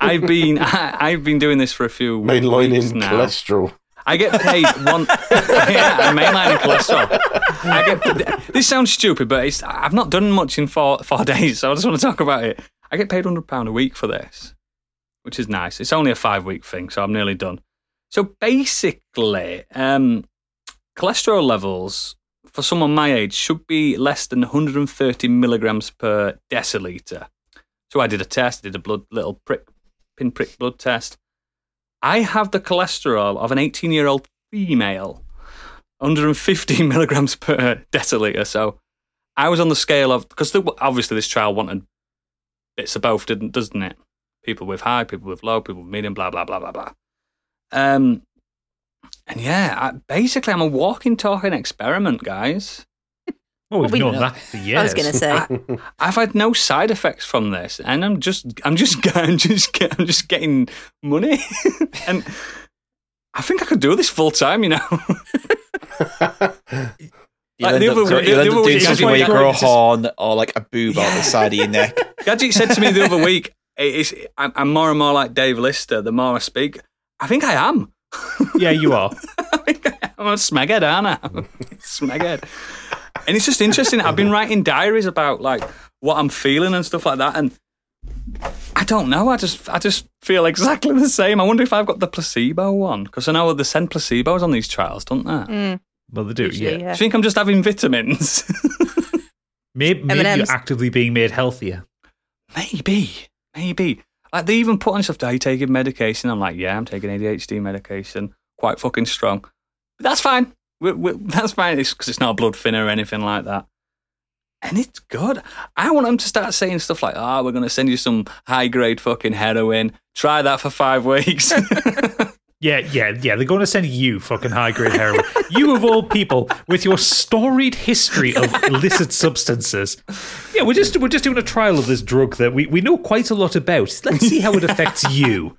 i've been I, i've been doing this for a few weeks Mainlining now. cholesterol. I get paid one. yeah, mainline and cholesterol. I get, this sounds stupid, but it's, I've not done much in four four days, so I just want to talk about it. I get paid hundred pound a week for this, which is nice. It's only a five week thing, so I'm nearly done. So basically, um, cholesterol levels for someone my age should be less than 130 milligrams per deciliter. So I did a test, did a blood little prick, pinprick blood test. I have the cholesterol of an 18 year old female, 150 milligrams per deciliter. So I was on the scale of, because obviously this trial wanted bits of both, didn't, doesn't it? People with high, people with low, people with medium, blah, blah, blah, blah, blah. Um, and yeah, I, basically I'm a walking, talking experiment, guys. Well, we've Well, we known know- Oh, that for years. I was going to say. I've had no side effects from this, and I'm just, I'm just, I'm just, get- I'm just getting money, and I think I could do this full time. You know, You'll Like, end the up, other- gro- the- the you'll end other up doing way- something where you that's why grow a it's just- horn or like a boob out the side of your neck. Gadget said to me the other week, it's, I'm, I'm more and more like Dave Lister the more I speak. I think I am. yeah, you are. I think I am. I'm a smeghead, aren't I? smeghead. And it's just interesting. I've been writing diaries about like what I'm feeling and stuff like that, and I don't know. I just, I just feel exactly the same. I wonder if I've got the placebo one because I know they send placebos on these trials, don't they? Well, they do. Usually, yeah, Do you think I'm just having vitamins? maybe, maybe M&Ms. you're actively being made healthier. maybe, maybe. Like they even put on stuff. Are you taking medication? I'm like, yeah, I'm taking ADHD medication, quite fucking strong. But that's fine. we we that's fine. It's because it's not a blood thinner or anything like that. And it's good. I want them to start saying stuff like, "Ah, we're going to send you some high grade fucking heroin. Try that for five weeks." Yeah, yeah, yeah. They're going to send you fucking high grade heroin. you of all people, with your storied history of illicit substances. Yeah, we're just we're just doing a trial of this drug that we, we know quite a lot about. Let's see how it affects you.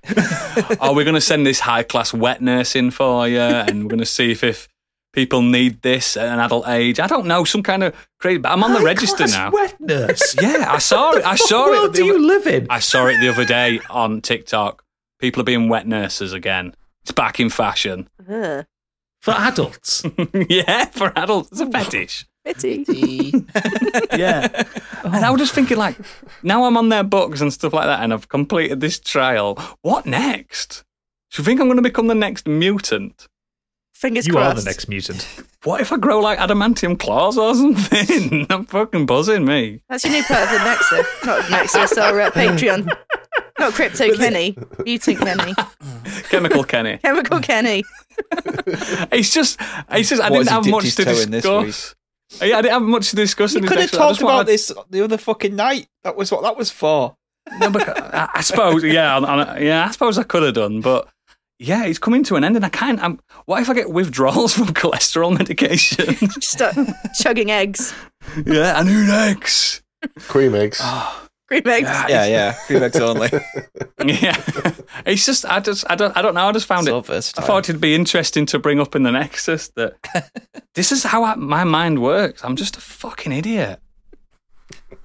oh, we're going to send this high class wet nurse in for you, and we're going to see if, if people need this at an adult age. I don't know, some kind of crazy. But I'm on the register High-class now. Wet nurse. Yeah, I saw it. I saw what world it. the do other- you live in? I saw it the other day on TikTok. People are being wet nurses again. It's back in fashion. Ugh. for adults. yeah, for adults. It's a fetish. Pity. yeah. And I was just thinking, like, now I'm on their books and stuff like that, and I've completed this trial. What next? Do you think I'm going to become the next mutant? Fingers you crossed. are the next mutant. What if I grow like adamantium claws or something? I'm fucking buzzing me. That's your new part of the Nexus. Not Nexus, or uh, Patreon. Not Crypto Kenny. Mutant Kenny. Chemical Kenny. Chemical Kenny. It's just, it's just. I What, didn't has he have dipped much his to toe in this discuss. Yeah, I didn't have much to discuss. You in this could have episode. I talked just wanted- about this the other fucking night. That was what that was for. No, but uh, I, I suppose, yeah, on- on- yeah. I suppose I could have done, but yeah, it's coming to an end, and I can't. I'm, what if I get withdrawals from cholesterol medication? Just start chugging eggs. yeah, and who next? Cream eggs. Ah. Green eggs. Oh, Yeah, yeah. Free legs only. Yeah, it's just I just I don't I don't know. I just found So it. I versatile. thought it'd be interesting to bring up in the Nexus that this is how I, my mind works. I'm just a fucking idiot.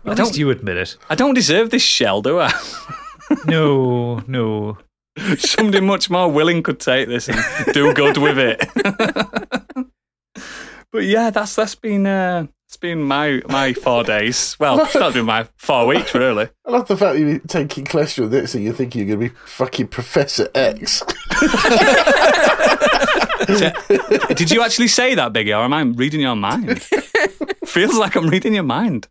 At don't- least you admit it. I don't deserve this shell, do I? No, no. Somebody much more willing could take this and do good with it. but yeah, that's that's been uh, it's been my my four days. Well, it's not been my four weeks really. I love the fact you're taking cholesterol next and you're thinking you're going to be fucking Professor X. Did you actually say that, Biggie, or am I reading your mind? Feels like I'm reading your mind.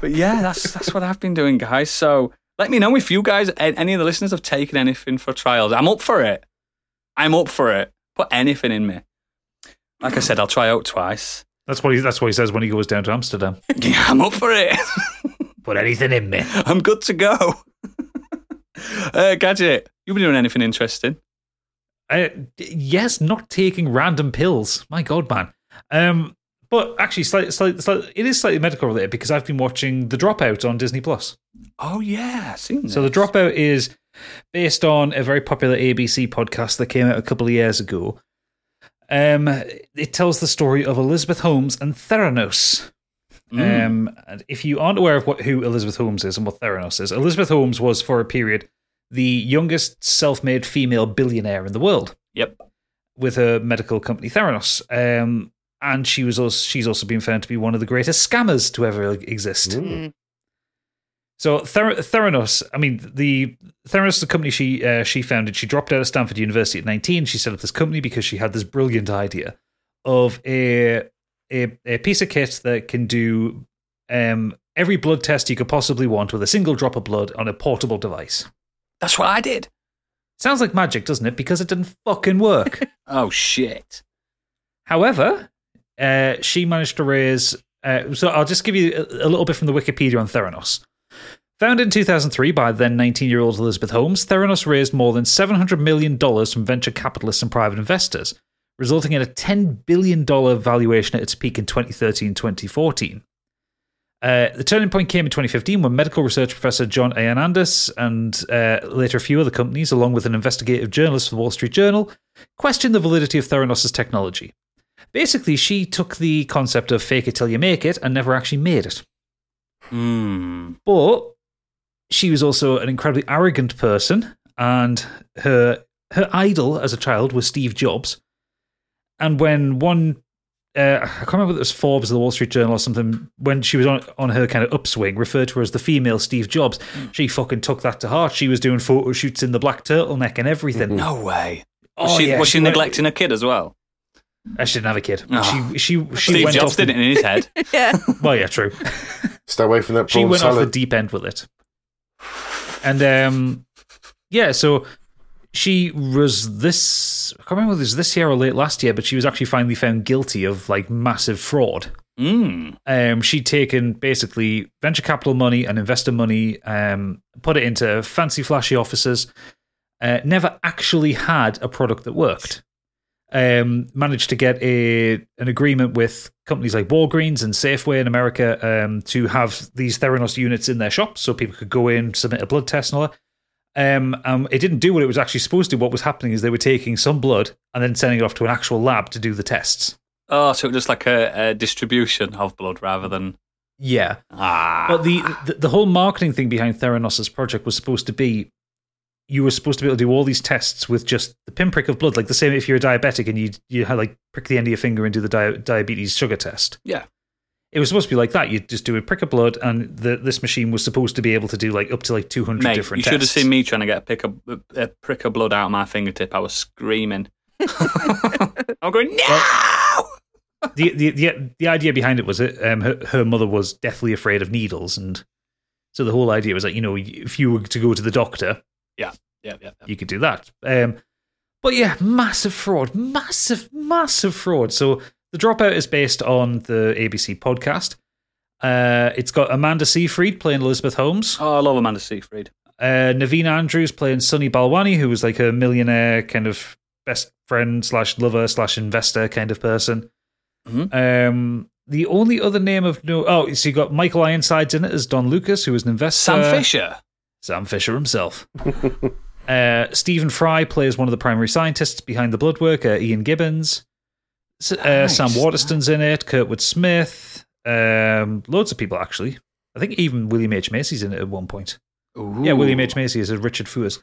But yeah, that's that's what I've been doing, guys. So let me know if you guys, a- any of the listeners, have taken anything for trials. I'm up for it. I'm up for it. Put anything in me. Like I said, I'll try out twice. That's what he. That's what he says when he goes down to Amsterdam. Yeah, I'm up for it. Put anything in me. I'm good to go. uh, Gadget, you been doing anything interesting? Uh, d- yes, not taking random pills. My God, man. Um, but actually, slight, slight, slight, it is slightly medical related because I've been watching The Dropout on Disney Plus. Oh yeah, seen So The Dropout is based on a very popular ABC podcast that came out a couple of years ago. Um, it tells the story of Elizabeth Holmes and Theranos. Um, and if you aren't aware of what who Elizabeth Holmes is and what Theranos is, Elizabeth Holmes was for a period the youngest self-made female billionaire in the world Yep. with her medical company Theranos. Um, and she was also she's also been found to be one of the greatest scammers to ever e-, exist. Hmm. Mm. So Ther- Theranos, I mean the Theranos, the company she uh, she founded, she dropped out of Stanford University at nineteen. She set up this company because she had this brilliant idea of a a, a piece of kit that can do um, every blood test you could possibly want with a single drop of blood on a portable device. That's what I did. Sounds like magic, doesn't it? Because it didn't fucking work. Oh shit. However, uh, she managed to raise. Uh, so I'll just give you a, a little bit from the Wikipedia on Theranos. Founded in 2003 by then 19 year old Elizabeth Holmes, Theranos raised more than $700 million from venture capitalists and private investors, resulting in a $10 billion valuation at its peak in 2013 2014. Uh, the turning point came in 2015 when medical research professor John Ioannidis and uh, later a few other companies, along with an investigative journalist for the Wall Street Journal, questioned the validity of Theranos' technology. Basically, she took the concept of fake it till you make it and never actually made it. Hmm. But she was also an incredibly arrogant person, and her her idol as a child was Steve Jobs. And when one, uh, I can't remember if it was Forbes or the Wall Street Journal or something, when she was on on her kind of upswing, referred to her as the female Steve Jobs, Mm. she fucking took that to heart. She was doing photo shoots in the black turtleneck and everything. No way. Oh, Mm-hmm. was she, yeah, was she, went- neglecting a kid as well? Uh, She didn't have a kid. Oh. She she she Steve went Jobs off the- did it in his head. Yeah. Well, yeah, true. Stay away from that she prawn went off the salad. deep end with it. And um, yeah, so she was this. I can't remember whether it was this year or late last year, but she was actually finally found guilty of like massive fraud. Mm. Um, she'd taken basically venture capital money and investor money, um, put it into fancy, flashy offices, uh, never actually had a product that worked. Um, managed to get a an agreement with companies like Walgreens and Safeway in America um, to have these Theranos units in their shops so people could go in, submit a blood test and all that. Um, um, it didn't do what it was actually supposed to. What was happening is they were taking some blood and then sending it off to an actual lab to do the tests. Oh, so it was just like a, a distribution of blood rather than Yeah. ah. But the, the the whole marketing thing behind Theranos' project was supposed to be you were supposed to be able to do all these tests with just the pinprick of blood, like the same if you're a diabetic and you you had like prick the end of your finger and do the dia- diabetes sugar test. Yeah. It was supposed to be like that. You just do a prick of blood, and the, this machine was supposed to be able to do like up to like 200 Mate, you different should have tests. seen me trying to get a, pick of, a prick of blood out of my fingertip. I was screaming. I'm going, no! the, the the the idea behind it was that um, her, her mother was deathly afraid of needles, and so the whole idea was like you know if you were to go to the doctor, Yeah, yeah, yeah. you could do that. Um, but yeah, massive fraud, massive, massive fraud. So the dropout is based on the ABC podcast. Uh, it's got Amanda Seyfried playing Elizabeth Holmes. Oh, I love Amanda Seyfried. Uh, Naveen Andrews playing Sonny Balwani, who was like a millionaire kind of best friend slash lover slash investor kind of person. Mhm. Um, the only other name of no, oh, so you got Michael Ironsides in it as Don Lucas, who was an investor. Sam Fisher. Sam Fisher himself. uh, Stephen Fry plays one of the primary scientists behind the blood work, uh, Ian Gibbons. S- uh, Nice, Sam Waterston's in it, Kurtwood Smith, um, loads of people actually. I think even William H. Macy's in it at one point. Yeah, William H. Macy is a Richard Fuas.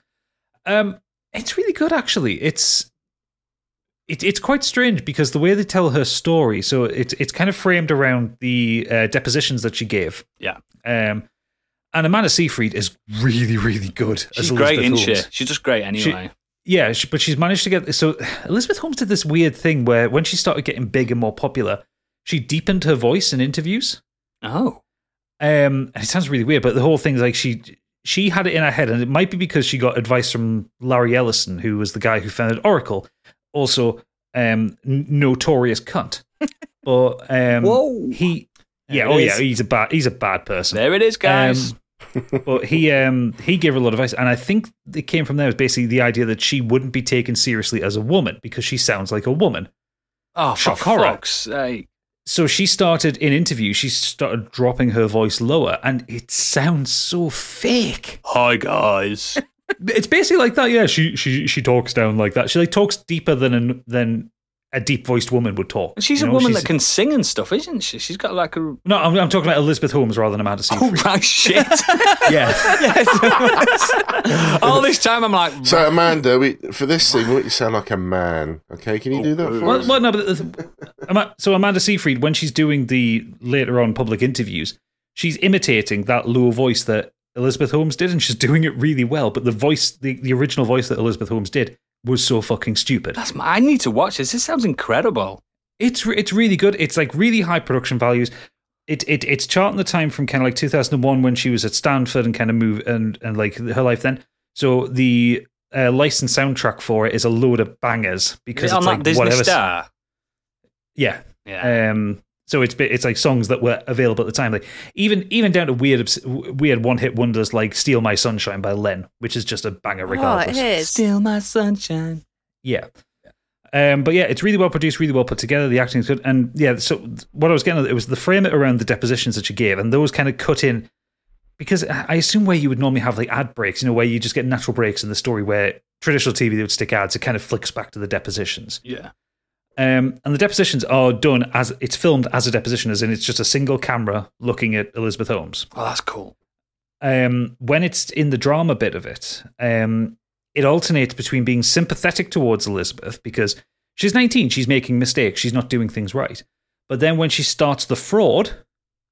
Um, it's really good, actually. It's it, it's quite strange because the way they tell her story, so it's it's kind of framed around the uh, depositions that she gave. Yeah. Um, and Amanda Seyfried is really, really good. She's as great, isn't Elizabeth she? Holmes. She's just great anyway. Yeah, she, but she's managed to get so Elizabeth Holmes did this weird thing where when she started getting big and more popular, she deepened her voice in interviews. oh. Um, and it sounds really weird, but the whole thing's like she she had it in her head, and it might be because she got advice from Larry Ellison, who was the guy who founded Oracle, also um, n- notorious cunt. But um, Whoa. he, There yeah, it oh is. yeah, he's a bad he's a bad person. There it is, guys. Um, but he um he gave her a lot of advice, and I think it came from there was basically the idea that she wouldn't be taken seriously as a woman because she sounds like a woman. oh, for shock horror. fuck's sake. So she started in interviews, she started dropping her voice lower, and it sounds so fake. Hi, guys. It's basically like that. Yeah, she she she talks down like that. She like talks deeper than an, than a deep voiced woman would talk. And she's You a know, woman she's- that can sing and stuff, isn't she? She's got like a. No, I'm, I'm talking about Elizabeth Holmes rather than Amanda Oh, Seyfried. my shit. yeah, All this time I'm like, So Amanda, we, for this thing, what you sound like a man? Okay, can you do that for Well, us? well, no, but the, the- Ama- so Amanda Seyfried, when she's doing the later on public interviews, she's imitating that low voice that Elizabeth Holmes did, and she's doing it really well. But the voice, the, the original voice that Elizabeth Holmes did, was so fucking stupid. that's my, I need to watch this. This sounds incredible. It's re- it's really good. It's like really high production values. It, it it's charting the time from kind of like 2001 when she was at Stanford and kind of move and and like her life then. So the uh, licensed soundtrack for it is a load of bangers because Is it on it's that like Disney whatever. Star. Yeah, Yeah. Um, so it's bi- it's like songs that were available at the time, like even even down to weird obs- weird one hit wonders like "Steal My Sunshine" by Len, which is just a banger Oh, it regardless. is. Still my sunshine. yeah. Um, but yeah, it's really well produced, really well put together. The acting's good, and yeah. So th- what I was getting at, it was the frame it around the depositions that you gave, and those kind of cut in because I I assume where you would normally have like ad breaks, you know, where you just get natural breaks in the story, where traditional TV they would stick ads, it kind of flicks back to the depositions. Yeah. Um, and the depositions are done as it's filmed as a deposition, as in it's just a single camera looking at Elizabeth Holmes. Oh, that's cool. Um, when it's in the drama bit of it, um, it alternates between being sympathetic towards Elizabeth because she's 19, she's making mistakes, she's not doing things right. But then when she starts the fraud,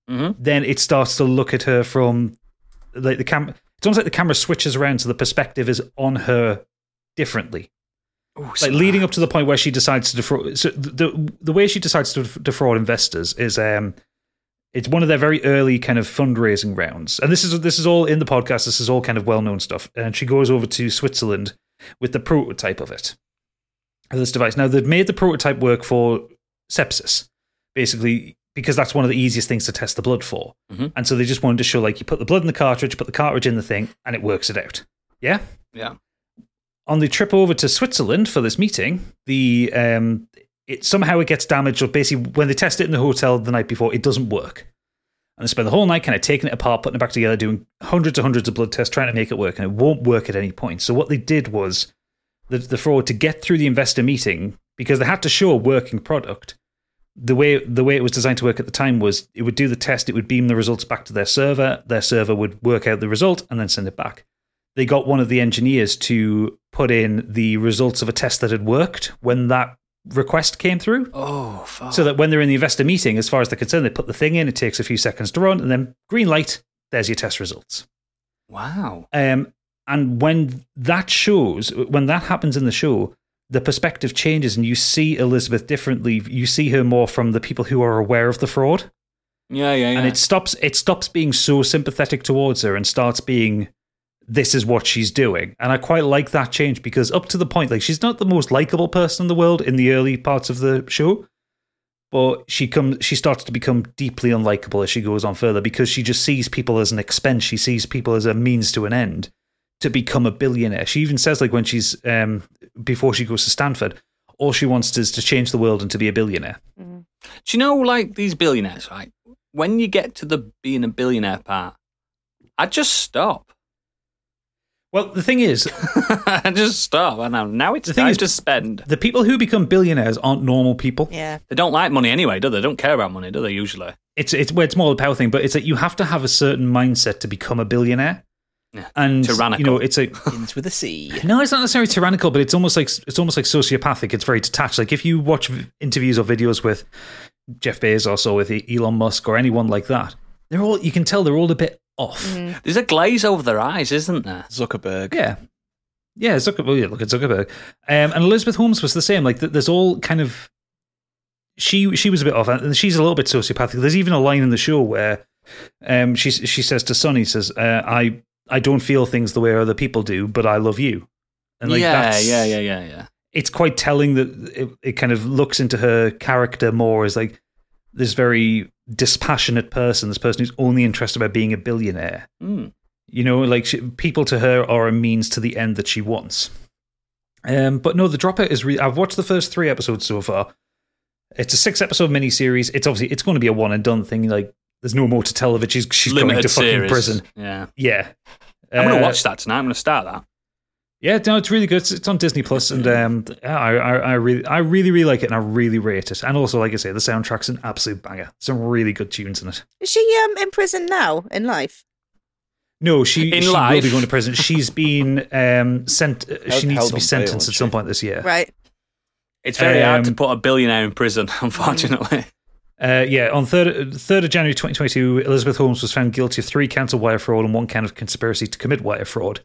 Mhm. then it starts to look at her from like the camera. It's almost like the camera switches around, so the perspective is on her differently Ooh, like leading up to the point where she decides to defraud. So the the way she decides to def- defraud investors is um, it's one of their very early kind of fundraising rounds, and this is this is all in the podcast. This is all kind of well known stuff, and she goes over to Switzerland with the prototype of it, of this device. Now they've made the prototype work for sepsis, basically. Because that's one of the easiest things to test the blood for, Mhm. and so they just wanted to show like you put the blood in the cartridge, put the cartridge in the thing, and it works it out. Yeah Yeah. on the trip over to Switzerland for this meeting, the um, it somehow it gets damaged, or basically when they test it in the hotel the night before, it doesn't work. And they spend the whole night kind of taking it apart, putting it back together, doing hundreds and hundreds of blood tests, trying to make it work, and it won't work at any point. So what they did was the, the fraud to get through the investor meeting because they had to show a working product. The way the way it was designed to work at the time was it would do the test, it would beam the results back to their server, their server would work out the result, and then send it back they got one of the engineers to put in the results of a test that had worked when that request came through. Oh, fuck. So that when they're in the investor meeting, as far as they're concerned, they put the thing in, it takes a few seconds to run, and then green light, there's your test results. wow. Um, and when that shows, when that happens in the show, the perspective changes and you see Elizabeth differently. You see her more from the people who are aware of the fraud. Yeah, yeah, yeah. And it stops it stops being so sympathetic towards her and starts being this is what she's doing. And I quite like that change because up to the point, like she's not the most likable person in the world in the early parts of the show. But she comes she starts to become deeply unlikable as she goes on further because she just sees people as an expense. She sees people as a means to an end to become a billionaire. She even says like when she's um before she goes to Stanford, all she wants is to change the world and to be a billionaire. Do you know, like these billionaires, right? When you get to the being a billionaire part, I just stop. Well, the thing is, I just stop. And now, now it's The thing time is- to spend. the people who become billionaires aren't normal people. Yeah. They don't like money anyway, do they? They don't care about money, do they, usually? It's it's well, it's more the power thing, but it's that you have to have a certain mindset to become a billionaire. Yeah. And you Tyrannical. know, it's a Begins with a C. no, it's not necessarily tyrannical, but it's almost like it's almost like sociopathic. It's very detached. Like if you watch v- interviews or videos with Jeff Bezos or with E- Elon Musk or anyone like that, they're all you can tell they're all a bit off. There's a glaze over their eyes, isn't there? Zuckerberg. Yeah. Yeah, Zucker- well, yeah, look at Zuckerberg. Um, and Elizabeth Holmes was the same. Like, th- there's all kind of. She she was a bit off, and she's a little bit sociopathic. There's even a line in the show where um, she she says to Sonny, says, uh, "I I don't feel things the way other people do, but I love you." And like yeah, that's, yeah, yeah, yeah, yeah. It's quite telling that it, it kind of looks into her character more as like this very dispassionate person, this person who's only interested about being a billionaire. Mm. You know, like she, people to her are a means to the end that she wants. Um, but no, the dropout is. Re- I've watched the first three episodes so far. It's a six-episode miniseries. It's obviously it's going to be a one-and-done thing. Like, there's no more to tell of it. She's she's going to fucking series. prison. Yeah. Yeah, I'm going Uh, to watch that tonight. I'm going to start that. Yeah, no, it's really good. It's, it's on Disney Plus, and um, yeah, I, I I really I really really like it, and I really rate it. And also, like I say, the soundtrack's an absolute banger. Some really good tunes in it. Is she um in prison now in life? No, she, In she will life. be going to prison. She's been um, sent. she needs held to on bail, be sentenced isn't at some she? point this year. Right. It's very hard to um, put a billionaire in prison, unfortunately. Uh, yeah, on third third of January 2022, Elizabeth Holmes was found guilty of three counts of wire fraud and one count of conspiracy to commit wire fraud.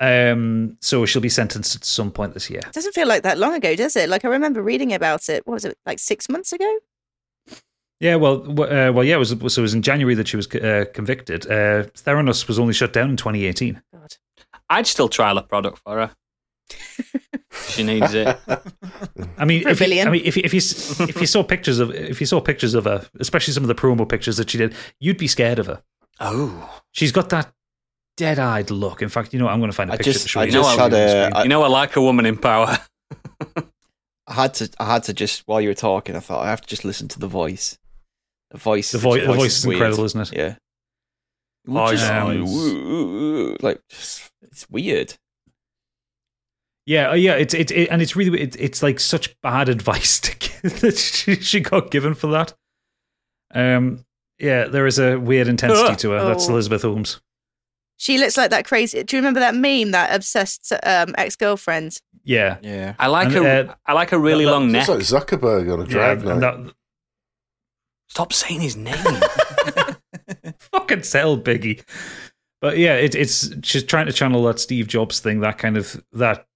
Um, so she'll be sentenced at some point this year. Doesn't feel like that long ago, does it? Like I remember reading about it. What was it? Like six months ago? Yeah, well, w- uh, well, yeah, it was so it was in January that she was uh, convicted. Uh, Theranos was only shut down in 2018. God. I'd still trial a product for her. she needs it. I mean, For a if you- billion. I mean, if you- if you s- if you saw pictures of if you saw pictures of her, especially some of the promo pictures that she did, you'd be scared of her. Oh. She's got that dead eyed look. In fact, you know, what? I'm going to find a I picture just- to show I you. just had a- I- I, you know, I like a woman in power. I had to. I had to just while you were talking. I thought I have to just listen to the voice. The voice. the, vo- the voice, is weird. incredible, isn't it? Yeah. Oh, Just- yeah. ooh, ooh, ooh, like just, it's weird. Yeah, uh, yeah. It's it, it and it's really it, it's like such bad advice to give, that she, she got given for that. Um. Yeah, there is a weird intensity Ugh. to her. That's Oh. Elizabeth Holmes. She looks like that crazy. Do you remember that meme, that obsessed um, ex girlfriend? Yeah. Yeah. I like And, a, uh, I like a really long neck. It's like Zuckerberg on a yeah drag and night. that Stop saying his name. fucking sell, Biggie. But yeah, it, it's she's trying to channel that Steve Jobs thing, that kind of that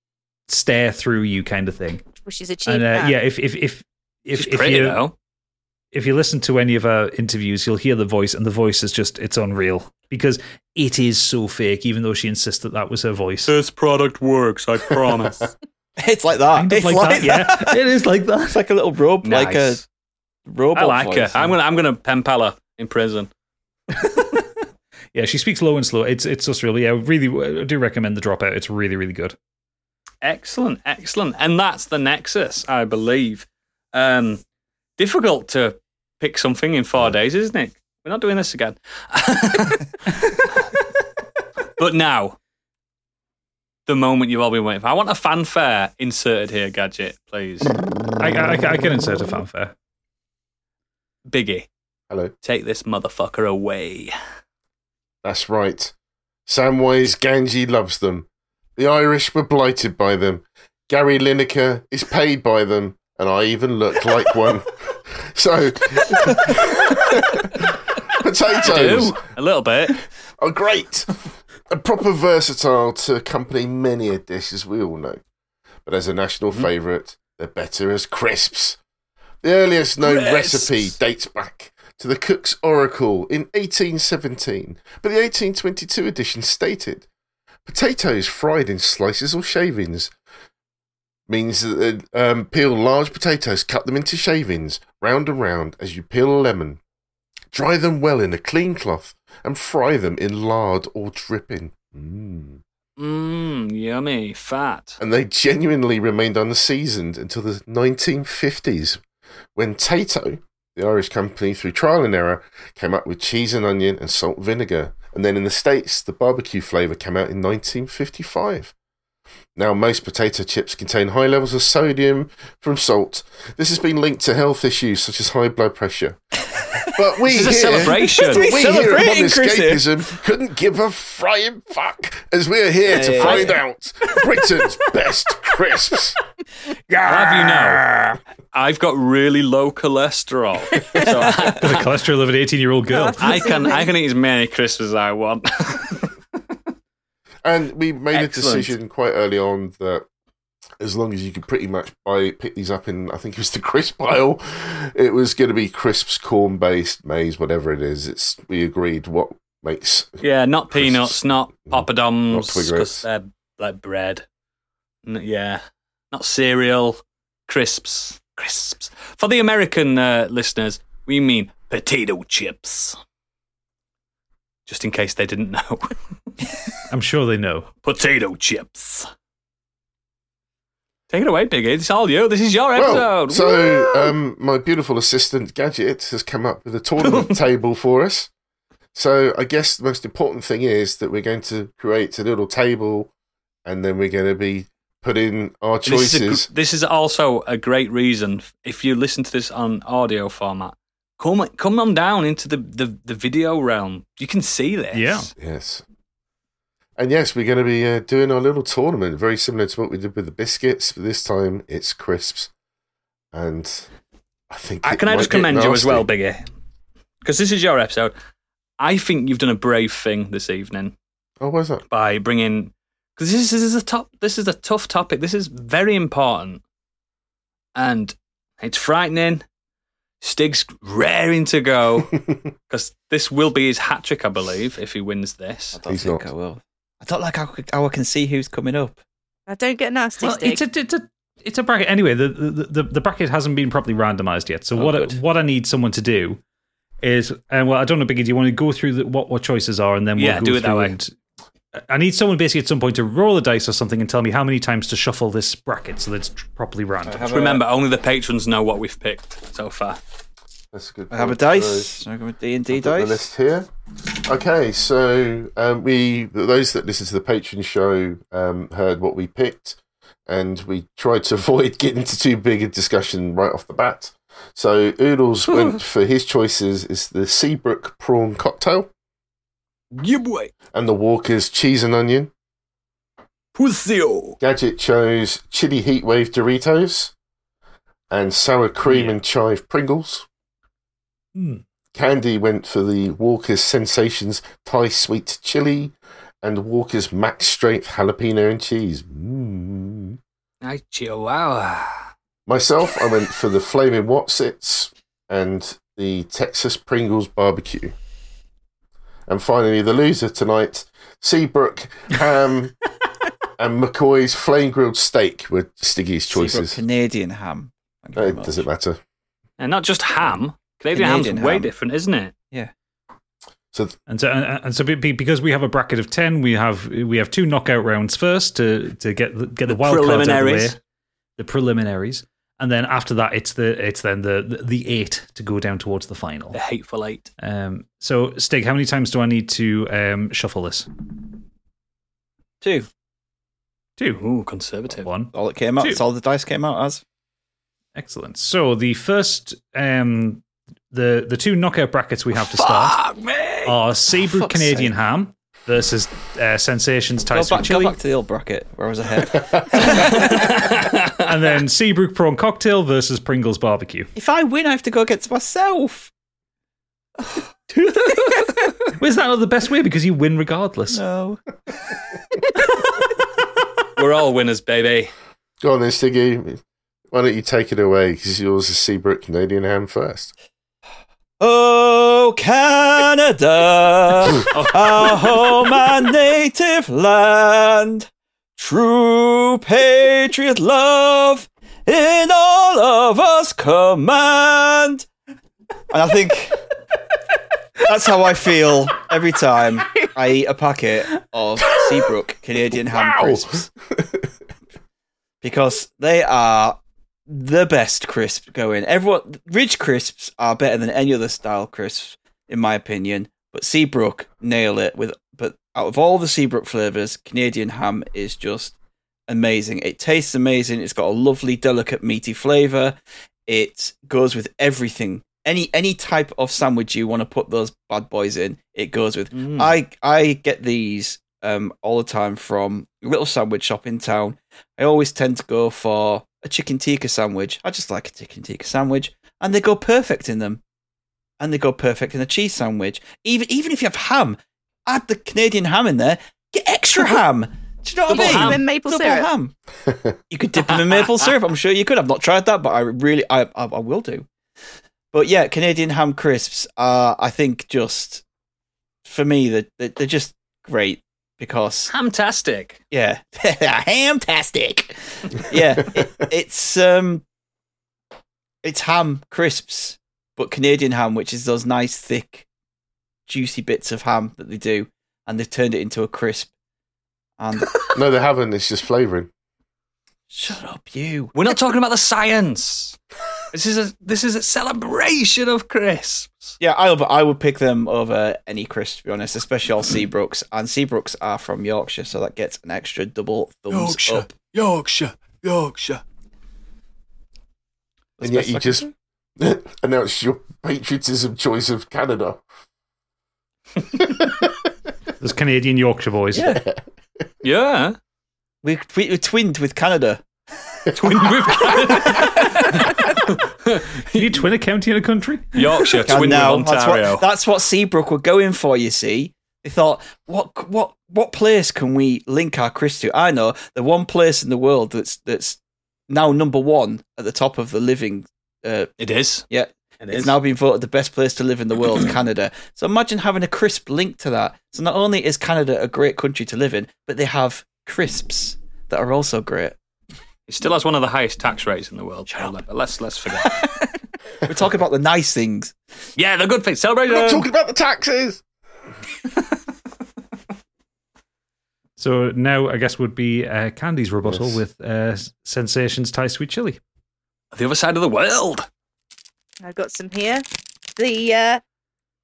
stare through you kind of thing. Well, she's a cheap And uh, man. yeah, if if if if, She's if pretty, you though. if you listen to any of our interviews, you'll hear the voice, and the voice is just it's unreal because it is so fake. Even though she insists that that was her voice, Uh, This product works, I promise. It's like that. Kind of it's like, that. yeah, it is like that. It's like a little rope, like uh, a nice. robot. I like voice. her. I'm gonna I'm gonna pen pal her in prison. Yeah, she speaks low and slow. It's it's just really yeah, really I do recommend the dropout. It's really really good. Excellent, excellent. And that's the Nexus, I believe. Um, difficult to pick something in four days, isn't it? We're not doing this again. but now, the moment you've all been waiting for. I want a fanfare inserted here, Gadget, please. I I, I can insert a fanfare. Biggie, Hello. take this motherfucker away. That's right. Samwise Ganji loves them. The Irish were blighted by them. Gary Lineker is paid by them, and I even look like one. So, potatoes do a little bit. are Oh, great and proper versatile to accompany many a dish, as we all know. But as a national favourite, they're better as crisps. The earliest known Crisps. recipe dates back to the Cook's Oracle in 1817, but the 1822 edition stated potatoes fried in slices or shavings. Means that uh, um, peel large potatoes, cut them into shavings, round and round, as you peel a lemon. Dry them well in a clean cloth and fry them in lard or dripping. Mm. Mmm, yummy, fat. And they genuinely remained unseasoned until the 1950s when Tato, the Irish company, through trial and error, came up with cheese and onion and salt vinegar. And then in the States, the barbecue flavour came out in 1955. Now, most potato chips contain high levels of sodium from salt. This has been linked to health issues such as high blood pressure. But we This is a here- celebration. It's we here at celebrating, Modern Chrissy. Escapism couldn't give a frying fuck as we're here to Hey. find out Britain's best crisps. Have you Ah. know? I've got really low cholesterol, so I, The cholesterol of an 18 year old girl. I can I can eat as many crisps as I want. And we made Excellent. a decision quite early on that as long as you could pretty much buy pick these up in I think it was the crisp aisle, it was going to be crisps, corn based, maize, whatever it is. It's we agreed what makes Yeah, not peanuts, not poppadoms, Not Twix. because they're like bread. N- yeah, not cereal, crisps, crisps. For the American uh, listeners, we mean potato chips. Just in case they didn't know, I'm sure they know. potato chips. Take it away, Biggie. It's all you. This is your episode. Well, so um, my beautiful assistant Gadget has come up with a tournament table for us. So I guess the most important thing is that we're going to create a little table, and then we're going to be putting our This is, a gr- choices. this is also a great reason f- if you listen to this on audio format. Come, come on down into the, the, the video realm. You can see this. Yeah. yes, and yes, we're going to be uh, doing our little tournament, very similar to what we did with the biscuits, but this time it's crisps, and I think. I, it Uh, can I might just get commend you as well, nasty. Biggie? Because this is your episode. I think you've done a brave thing this evening Oh, why's that? by bringing. Because this, this is a top. This is a tough topic. This is very important, and it's frightening. Stig's raring to go because this will be his hat trick, I believe, if he wins this. I don't He's think not. I will. I don't like how, how I can see who's coming up. I don't get nasty. Well, stick. it's a, it's a it's a bracket anyway. The the, the, the bracket hasn't been properly randomised yet. So Oh, what I, good. what I need someone to do is, and well, I don't know, Biggie. Do you want to go through the, what what choices are, and then we'll Yeah, go do it that through way. And, uh, I need someone basically at some point to roll a dice or something and tell me how many times to shuffle this bracket so that it's tr- properly random. have Remember, only the patrons know what we've picked so far. That's a good. I have a point. So- dice. I'm going with D and D I've got dice. The list here. Okay, so um, we those that listened to the Patreon show um, heard what we picked, and we tried to avoid getting into too big a discussion right off the bat. So Oodles went for his choices is the Seabrook prawn cocktail Yeah, boy. and the Walker's cheese and onion. Pussio. Gadget chose chili heatwave Doritos and sour cream and chive Pringles. Hmm. Candy went for the Walker's Sensations Thai Sweet Chili and Walker's Max Strength Jalapeno and Cheese. Mm. Nice chihuahua. Myself, I went for the Flaming Watsits and the Texas Pringles Barbecue. And finally, the loser tonight, Seabrook Ham and McCoy's Flame Grilled Steak were Stiggy's So you've got choices. Canadian ham. Thank you Uh, very It much. doesn't matter. And not just ham. Canadian, Canadian ham's way ham. different, isn't it? Yeah. So th- And so, and and so, be- be- because we have a bracket of ten, we have we have two knockout rounds first to to get the, get The the, wild cards out of the way, preliminaries. the preliminaries, and then after that, it's the it's then the the, the eight to go down towards the final. The hateful eight. Um, so, Stig, how many times do I need to um, shuffle this? Two. Two, Ooh, conservative. one. All it came out. Two. It's all the dice came out as. Excellent. So the first, um, the the two knockout brackets we have to start Fuck me! are Seabrook fuck's Canadian sake. ham versus uh, Sensations Go Tyson back, go Chili, back to the old bracket where I was ahead. and then Seabrook Prawn Cocktail versus Pringles Barbecue. if I win, I have to go against myself. Well, is that not the best way? Because you win regardless. No. We're all winners, baby. Go on then, Stiggy. Why don't you take it away? Because yours is Seabrook Canadian ham first. Oh, Canada, our home and native land, true patriot love in all of us command. And I think that's how I feel every time I eat a packet of Seabrook Canadian ham crisps because they are the best crisp going. Everyone, Ridge crisps are better than any other style crisps, in my opinion. But Seabrook nail it with. But out of all the Seabrook flavors, Canadian ham is just amazing. It tastes amazing. It's got a lovely, delicate, meaty flavor. It goes with everything. Any any type of sandwich you want to put those bad boys in, it goes with. I I get these um all the time from a little sandwich shop in town. I always tend to go for a chicken tikka sandwich. I just like a chicken tikka sandwich, and they go perfect in them. And they go perfect in a cheese sandwich. Even even if you have ham, add the Canadian ham in there. Get extra ham. Do you know what I Double mean? ham. And maple Double syrup. ham. you could dip them in maple syrup. I'm sure you could. I've not tried that, but I really, I, I, I will do. But yeah, Canadian ham crisps are, I think, just for me, they're, they're they're just great because Hamtastic. yeah, hamtastic. Yeah, it, it's um, it's ham crisps, but Canadian ham, which is those nice thick, juicy bits of ham that they do, and they've turned it into a crisp. And No, they haven't. It's just flavouring. shut up, you. We're not talking about the science. This is a this is a celebration of crisps. Yeah, I would, I would pick them over any crisp, to be honest, especially all Seabrooks. And Seabrooks are from Yorkshire, so that gets an extra double thumbs up. Yorkshire, Yorkshire. and yet you just announced your patriotism choice of Canada. Those Canadian Yorkshire boys. Yeah. Yeah. We, we, we're twinned with Canada. Twin with Canada. Can you twin a county and a country? Yorkshire, And twin now with that's Ontario. what, that's what Seabrook were going for, you see. They thought, what what what place can we link our crisp to? I know the one place in the world that's that's now number one at the top of the living. Uh, it is. yeah, It It's now been voted the best place to live in the world, Canada. So imagine having a crisp link to that. So not only is Canada a great country to live in, but they have crisps that are also great. It still has one of the highest tax rates in the world. But let's let's forget. We're talking about the nice things. yeah, the good thing. We're not Um, Celebration. talking about the taxes. So now I guess would be uh, Candy's rebuttal Yes. with uh, Sensations Thai Sweet Chili. the other side of the world. I've got some here. The uh,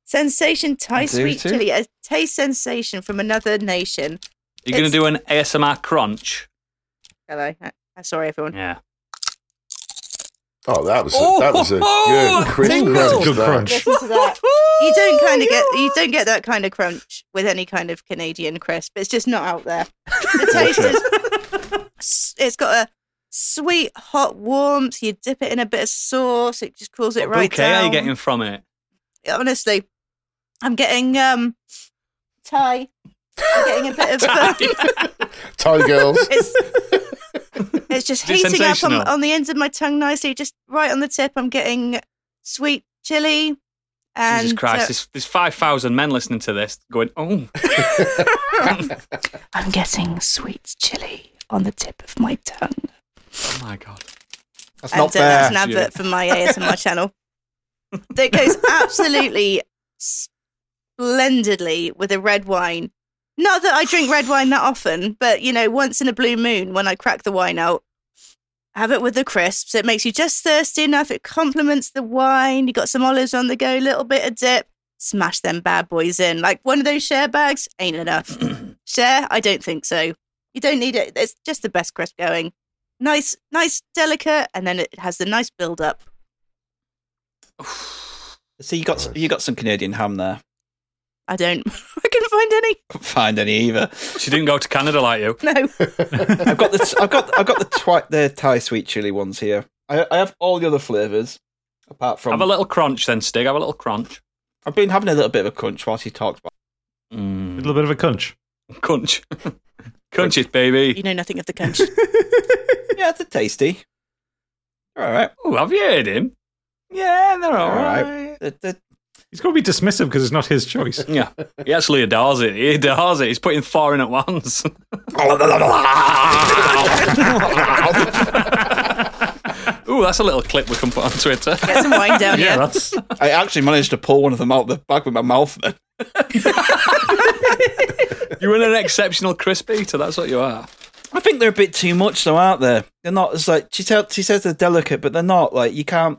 sensation Thai I do sweet too. chili, a taste sensation from another nation. You're going to It's- do an ASMR crunch. Hello, I- I'm sorry, everyone. Yeah. Oh, that was a, Oh, that was a oh, good crisp tingle. crunch. Good that. crunch. Listen to that. You don't Oh, kind of get you don't get that kind of crunch with any kind of Canadian crisp. It's just not out there. The taste is s- it's got a sweet, hot warmth. You dip it in a bit of sauce. It just cools it What right bouquet down. are you getting from it? Honestly, I'm getting um Thai. I'm getting a bit of. Uh, Thai girls. it's it's just It's heating up on, sensational. on the ends of my tongue nicely, just right on the tip. I'm getting sweet chili. And Jesus Christ, uh, there's, there's 5,000 men listening to this going, oh, I'm getting sweet chili on the tip of my tongue. oh my God. That's And uh, not that's fair. an advert for my ASMR channel that goes absolutely splendidly with a red wine. Not that I drink red wine that often, but you know, once in a blue moon when I crack the wine out, have it with the crisps. It makes you just thirsty enough. It complements the wine. You got some olives on the go, little bit of dip. Smash them bad boys in. Like one of those share bags ain't enough. share? I don't think so. You don't need it. It's just the best crisp going nice, nice, delicate, and then it has the nice build up. So you got you got some Canadian ham there. I don't, I couldn't find any. Couldn't find any either. She didn't go to Canada like you. No. I've got the t- I've got I've got the twi- the Thai sweet chili ones here. I, I have all the other flavors apart from. Have a little crunch then, Stig. Have a little crunch. I've been having a little bit of a crunch whilst he talks. About- A Mm. little bit of a cunch. Crunch. Crunch it, baby. You know nothing of the coach. yeah, they're tasty. All right, Oh, have you heard him? Yeah, they're all All right. right. They're- they're- He's got to be dismissive because it's not his choice. Yeah, he actually adores it. He adores it. He's putting four in at once. Ooh, that's a little clip we can put on Twitter. Get some wine down Yeah, here. that's I actually managed to pull one of them out the bag with my mouth. Then You win an exceptional crisp eater. That's what you are. I think they're a bit too much, though, aren't they? They're not. It's like she tell, she says they're delicate, but they're not. Like you can't.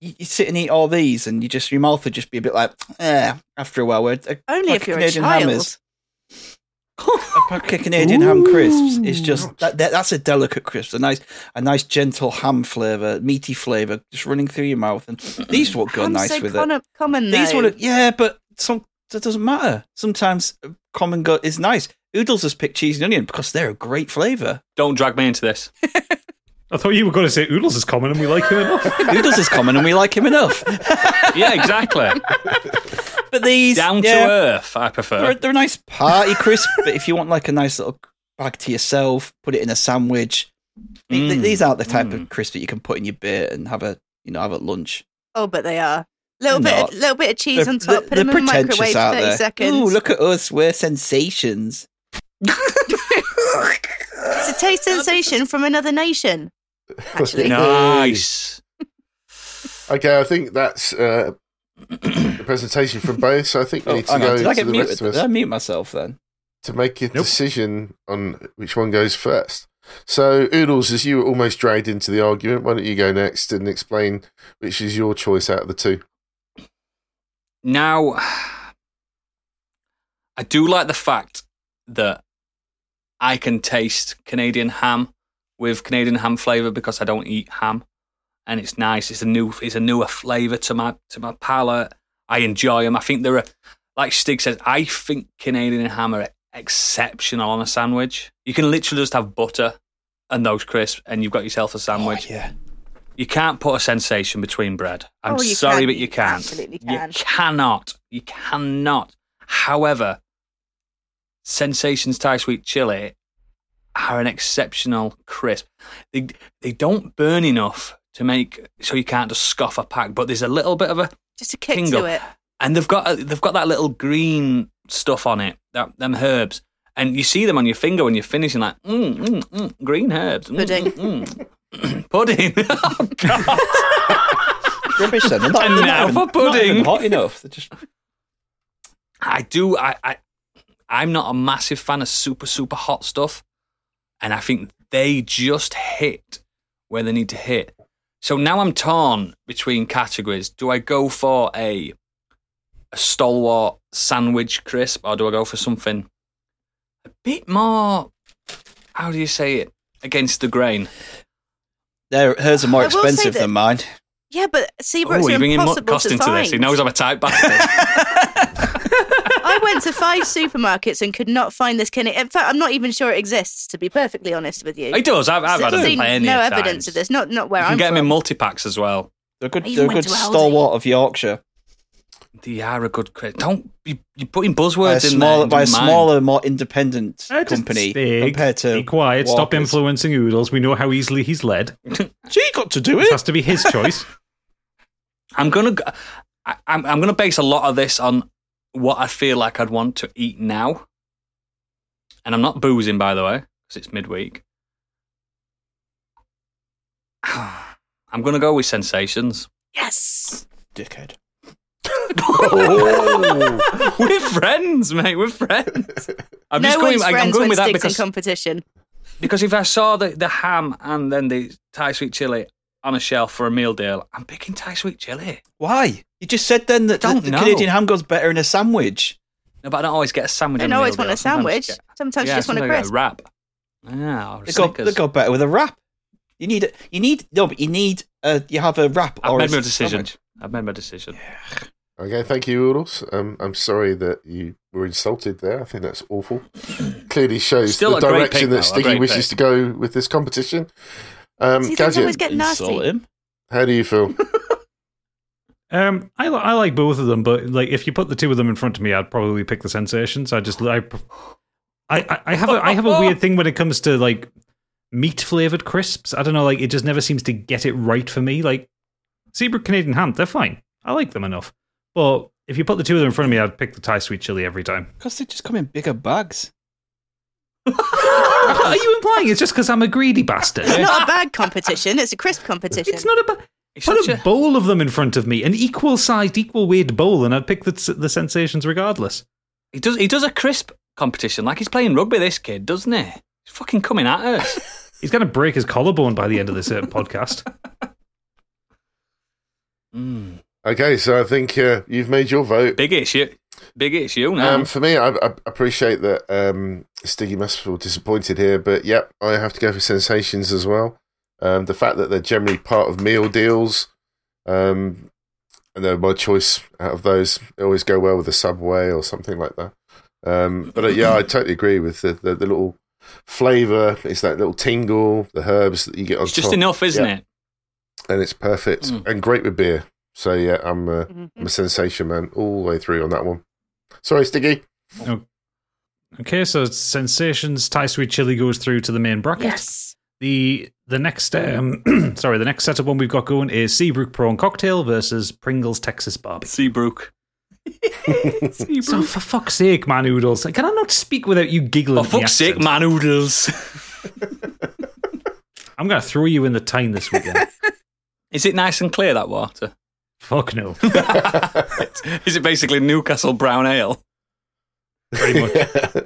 You, you sit and eat all these, and you just your mouth would just be a bit like, eh. After a while, we're a Only Like if you're Canadian a child. hammers. pack of Canadian ham crisps is just that, that- That's a delicate crisp. A nice, a nice gentle ham flavor, meaty flavor, just running through your mouth. And these would go Ham's nice so with it. con- common These though. would, yeah, but some that doesn't matter. Sometimes uh, common go is nice. Oodles has picked cheese and onion because they're a great flavor. Don't drag me into this. I thought you were going to say Oodles is common and we like him enough. Oodles is common and we like him enough. Yeah, exactly. But these Down to yeah, earth, I prefer. They're, they're a nice party crisp, but if you want like a nice little bag to yourself, put it in a sandwich. Th- th- Mm. These aren't the type Mm. of crisp that you can put in your beer and have a you know have at lunch. Oh, but they are. Little They're bit, not. little bit of cheese They're- on top. they're- Put them they're in the pretentious, microwave for aren't thirty they? seconds. Ooh, look at us, we're sensations. It's a taste sensation from another nation. Actually, Nice. Okay, I think that's uh, the presentation from both. So I think we Oh, need to hang go on. Did I to get the muted? rest of Did us I mute myself then? to make a Nope. decision on which one goes first. So Oodles, as you were almost dragged into the argument, why don't you go next and explain which is your choice out of the two? Now, I do like the fact that I can taste Canadian ham with Canadian ham flavour because I don't eat ham, and it's nice. It's a new, it's a newer flavour to my to my palate. I enjoy them. I think they're a, like Stig says. I think Canadian ham are exceptional on a sandwich. You can literally just have butter and those crisps, and you've got yourself a Oh, sandwich. yeah. You can't put a sensation between bread. I'm Oh, you sorry, can. but you You can't. absolutely You can. cannot. You cannot. However, Sensations Thai sweet chili are an exceptional crisp. They they don't burn enough to make so you can't just scoff a pack. But there's a little bit of a just a kick Tingle. to it. and they've got they've got that little green stuff on it, that them herbs, and you see them on your finger when you're finishing, like mm, mm, mm, green herbs, mm, Pudding. mm, mm." pudding. oh God. Rubbish then. They're not, And they're now not even, for Not even pudding. hot enough. They're just I do. I, I I'm not a massive fan of super super hot stuff, and I think they just hit where they need to hit. So now I'm torn between categories. Do I go for a, a stalwart sandwich crisp, or do I go for something a bit more? How do you say it? Against the grain. they're, hers are more I will say expensive that- than mine. Yeah, but Seabrooks Oh, are you bringing Mutt impossible Cost to into find. this. He knows I'm a tight bastard. I went to five supermarkets and could not find this Kenny. In fact, I'm not even sure it exists. To be perfectly honest with you, he does. I've, I've So had I've him seen plenty no of evidence times. of this. Not not where You can I'm get from. them in multi packs as well. They're good. I even They're went good to Aldi. stalwart of Yorkshire. They are a good credit. Don't you, you're putting By a, buzzwords in smaller, there. by a Don't mind. smaller, more independent Uh, just company speak, compared to. be quiet. Stop Walkers. influencing Oodles. We know how easily he's led. She got to do This it. has to be his choice. I'm gonna g- I, I'm I'm gonna base a lot of this on what I feel like I'd want to eat now, and I'm not boozing by the way because it's midweek. I'm gonna go with sensations Yes. Dickhead. we're friends, mate. We're friends. I'm no just going. one's I- friends I'm going when with that sticks because in competition. Because if I saw the, the ham and then the Thai sweet chili on a shelf for a meal deal, I'm picking Thai sweet chili. Why? You just said then that I the, don't the know. Canadian ham goes better in a sandwich. No, but I don't always get a sandwich. I on don't always meal want a deal. Sometimes sandwich. get- Sometimes you yeah, just want a sometimes I get crisp. wrap. Yeah, or They go, Snickers. they go better with a wrap. You need a, you need no, but you need a, you have a wrap I've or made a my decision. sandwich. I've made my decision. Okay, thank you, Oodles. Um, I'm sorry that you were insulted there. I think that's awful. Clearly shows Still the a great direction pick, that though, a Stiggy great wishes pick. to go with this competition. Um, See, things Gadget, always get Insult nasty. him. how do you feel? Um, I, li- I like both of them, but like if you put the two of them in front of me, I'd probably pick the sensations. I just I, pref- I, I- I have a, I have a weird thing when it comes to like meat flavored crisps. I don't know, like it just never seems to get it right for me. Like zebra Canadian ham, they're fine. I like them enough, but if you put the two of them in front of me, I'd pick the Thai sweet chili every time. Because they just come in bigger bags. Are you implying it's just because I'm a greedy bastard? Yeah. It's not a bag competition. It's a crisp competition. It's not about. It's Put such a a- bowl of them in front of me, an equal sized, equal weight bowl, and I'd pick the, the sensations regardless. He does. He does a crisp competition like he's playing rugby. This kid doesn't he? He's fucking coming at us. He's going to break his collarbone by the end of this uh, podcast. mm. Okay, so I think uh, you've made your vote. Big issue. Big issue now. Um, for me, I, I appreciate that um, Stiggy must feel disappointed here, but yep, I have to go for sensations as well. Um, the fact that they're generally part of meal deals, um, and they're my choice out of those. They always go well with a Subway or something like that. Um, but uh, yeah, I totally agree with the, the, the little flavour. It's that little tingle, the herbs that you get on it's just top, enough, isn't Yeah. it? and it's perfect Mm. and great with beer. So yeah, I'm a, I'm a sensation man all the way through on that one. Sorry, Stiggy. Okay, so Sensations Thai Sweet Chili goes through to the main bracket. yes. The the next um, sorry, the next setup one we've got going is Seabrook Prawn Cocktail versus Pringles Texas Barbecue. Seabrook. Seabrook. So for fuck's sake, man, oodles! Can I not speak without you giggling? For at the fuck's sake, accent? man oodles. I'm going to throw you in the tine this weekend. Is it nice and clear that water? Fuck no, Is it basically Newcastle brown ale? pretty much.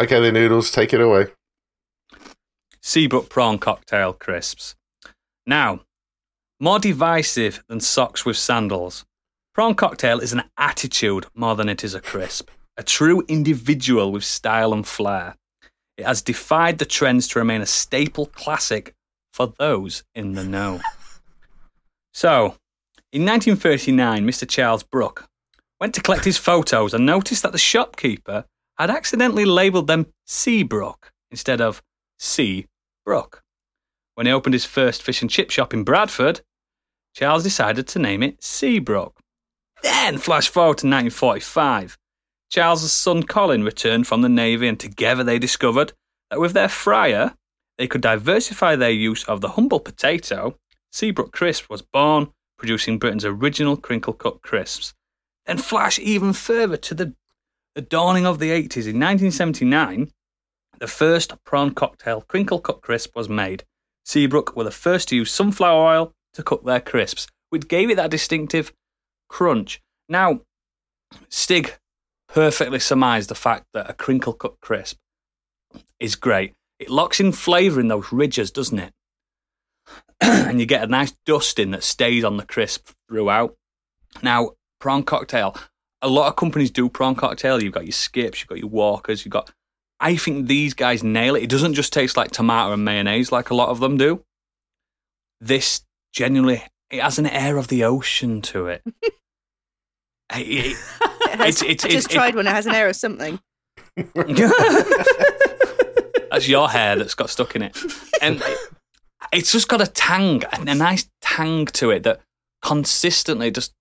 okay, the noodles, take it away. Seabrook prawn cocktail crisps. Now, more divisive than socks with sandals, prawn cocktail is an attitude more than it is a crisp. A true individual with style and flair. It has defied the trends to remain a staple classic for those in the know. so, in 1939, Mr. Charles Brooke went to collect his photos and noticed that the shopkeeper had accidentally labelled them Seabrook instead of C. Brook. When he opened his first fish and chip shop in Bradford, Charles decided to name it Seabrook. Then, flash forward to 1945. Charles's son Colin returned from the Navy, and together they discovered that with their fryer, they could diversify their use of the humble potato. Seabrook Crisp was born, producing Britain's original crinkle cut crisps. Then, flash even further to the, the dawning of the 80s. In 1979, the first prawn cocktail crinkle cut crisp was made. Seabrook were the first to use sunflower oil to cook their crisps, which gave it that distinctive crunch. Now, Stig perfectly surmised the fact that a crinkle cut crisp is great. It locks in flavour in those ridges, doesn't it? and you get a nice dusting that stays on the crisp throughout. Now, prawn cocktail. A lot of companies do prawn cocktail. You've got your skips, you've got your walkers, you've got I think these guys nail it. It doesn't just taste like tomato and mayonnaise like a lot of them do. This genuinely, it has an air of the ocean to it. It- it- It It's- has- it's- I it's- just tried one. It has an air of something. that's your hair that's got stuck in it. And it's just got a tang, a a nice tang to it that consistently just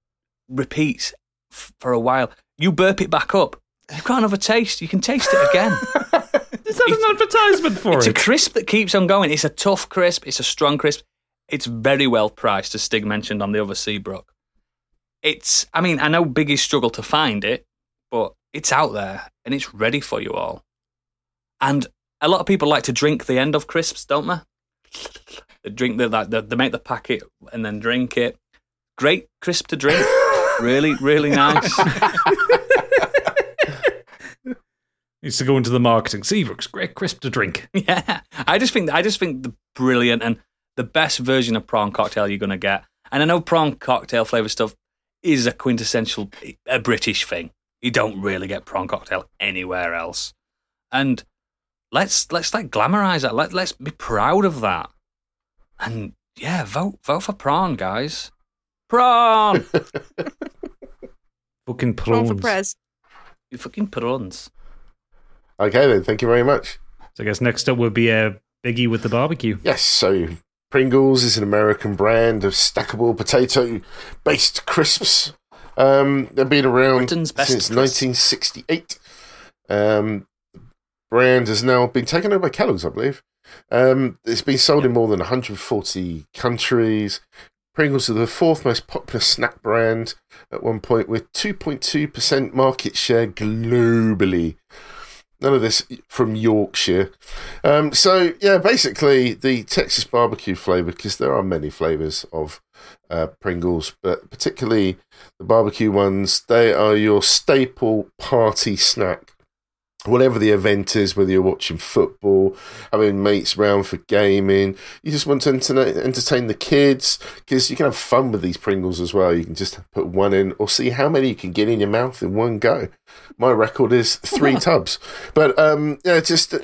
repeats f- for a while. You burp it back up. You've got another taste. You can taste it again. Is that an advertisement for It's it? a crisp that keeps on going. It's a tough crisp. It's a strong crisp. It's very well priced, as Stig mentioned on the other Seabrook. It's, I mean, I know Biggie's struggle to find it, but it's out there and it's ready for you all. And a lot of people like to drink the end of crisps, don't they? They drink the, like, the, they make the packet and then drink it. Great crisp to drink. really, really nice. Needs to go into the marketing. Seabrook's great crisp to drink. Yeah, I just think I just think the brilliant and the best version of prawn cocktail you're gonna get. And I know prawn cocktail flavor stuff is a quintessential a British thing. You don't really get prawn cocktail anywhere else. And let's let's like glamorize that. Let let's be proud of that. And Oh. yeah, vote vote for prawn, guys. Prawn. Fucking Prawn for prawns. prez. You fucking prawns. Okay, then. Thank you very much. So I guess next up would be uh, Biggie with the barbecue. Yes, so Pringles is an American brand of stackable potato based crisps. Um, they've been around Britain's best since crisp. 1968. Um, brand has now been taken over by Kellogg's, I believe. Um, it's been sold in more than 140 countries. Pringles are the fourth most popular snack brand at one point with 2.2% market share globally. None of this from Yorkshire. Um, so, yeah, basically the Texas barbecue flavour, because there are many flavours of uh, Pringles, but particularly the barbecue ones, they are your staple party snack. Whatever the event is, whether you're watching football, having mates round for gaming, you just want to entertain, entertain the kids because you can have fun with these Pringles as well. You can just put one in or see how many you can get in your mouth in one go. My record is three tubs, but um, yeah, just Don't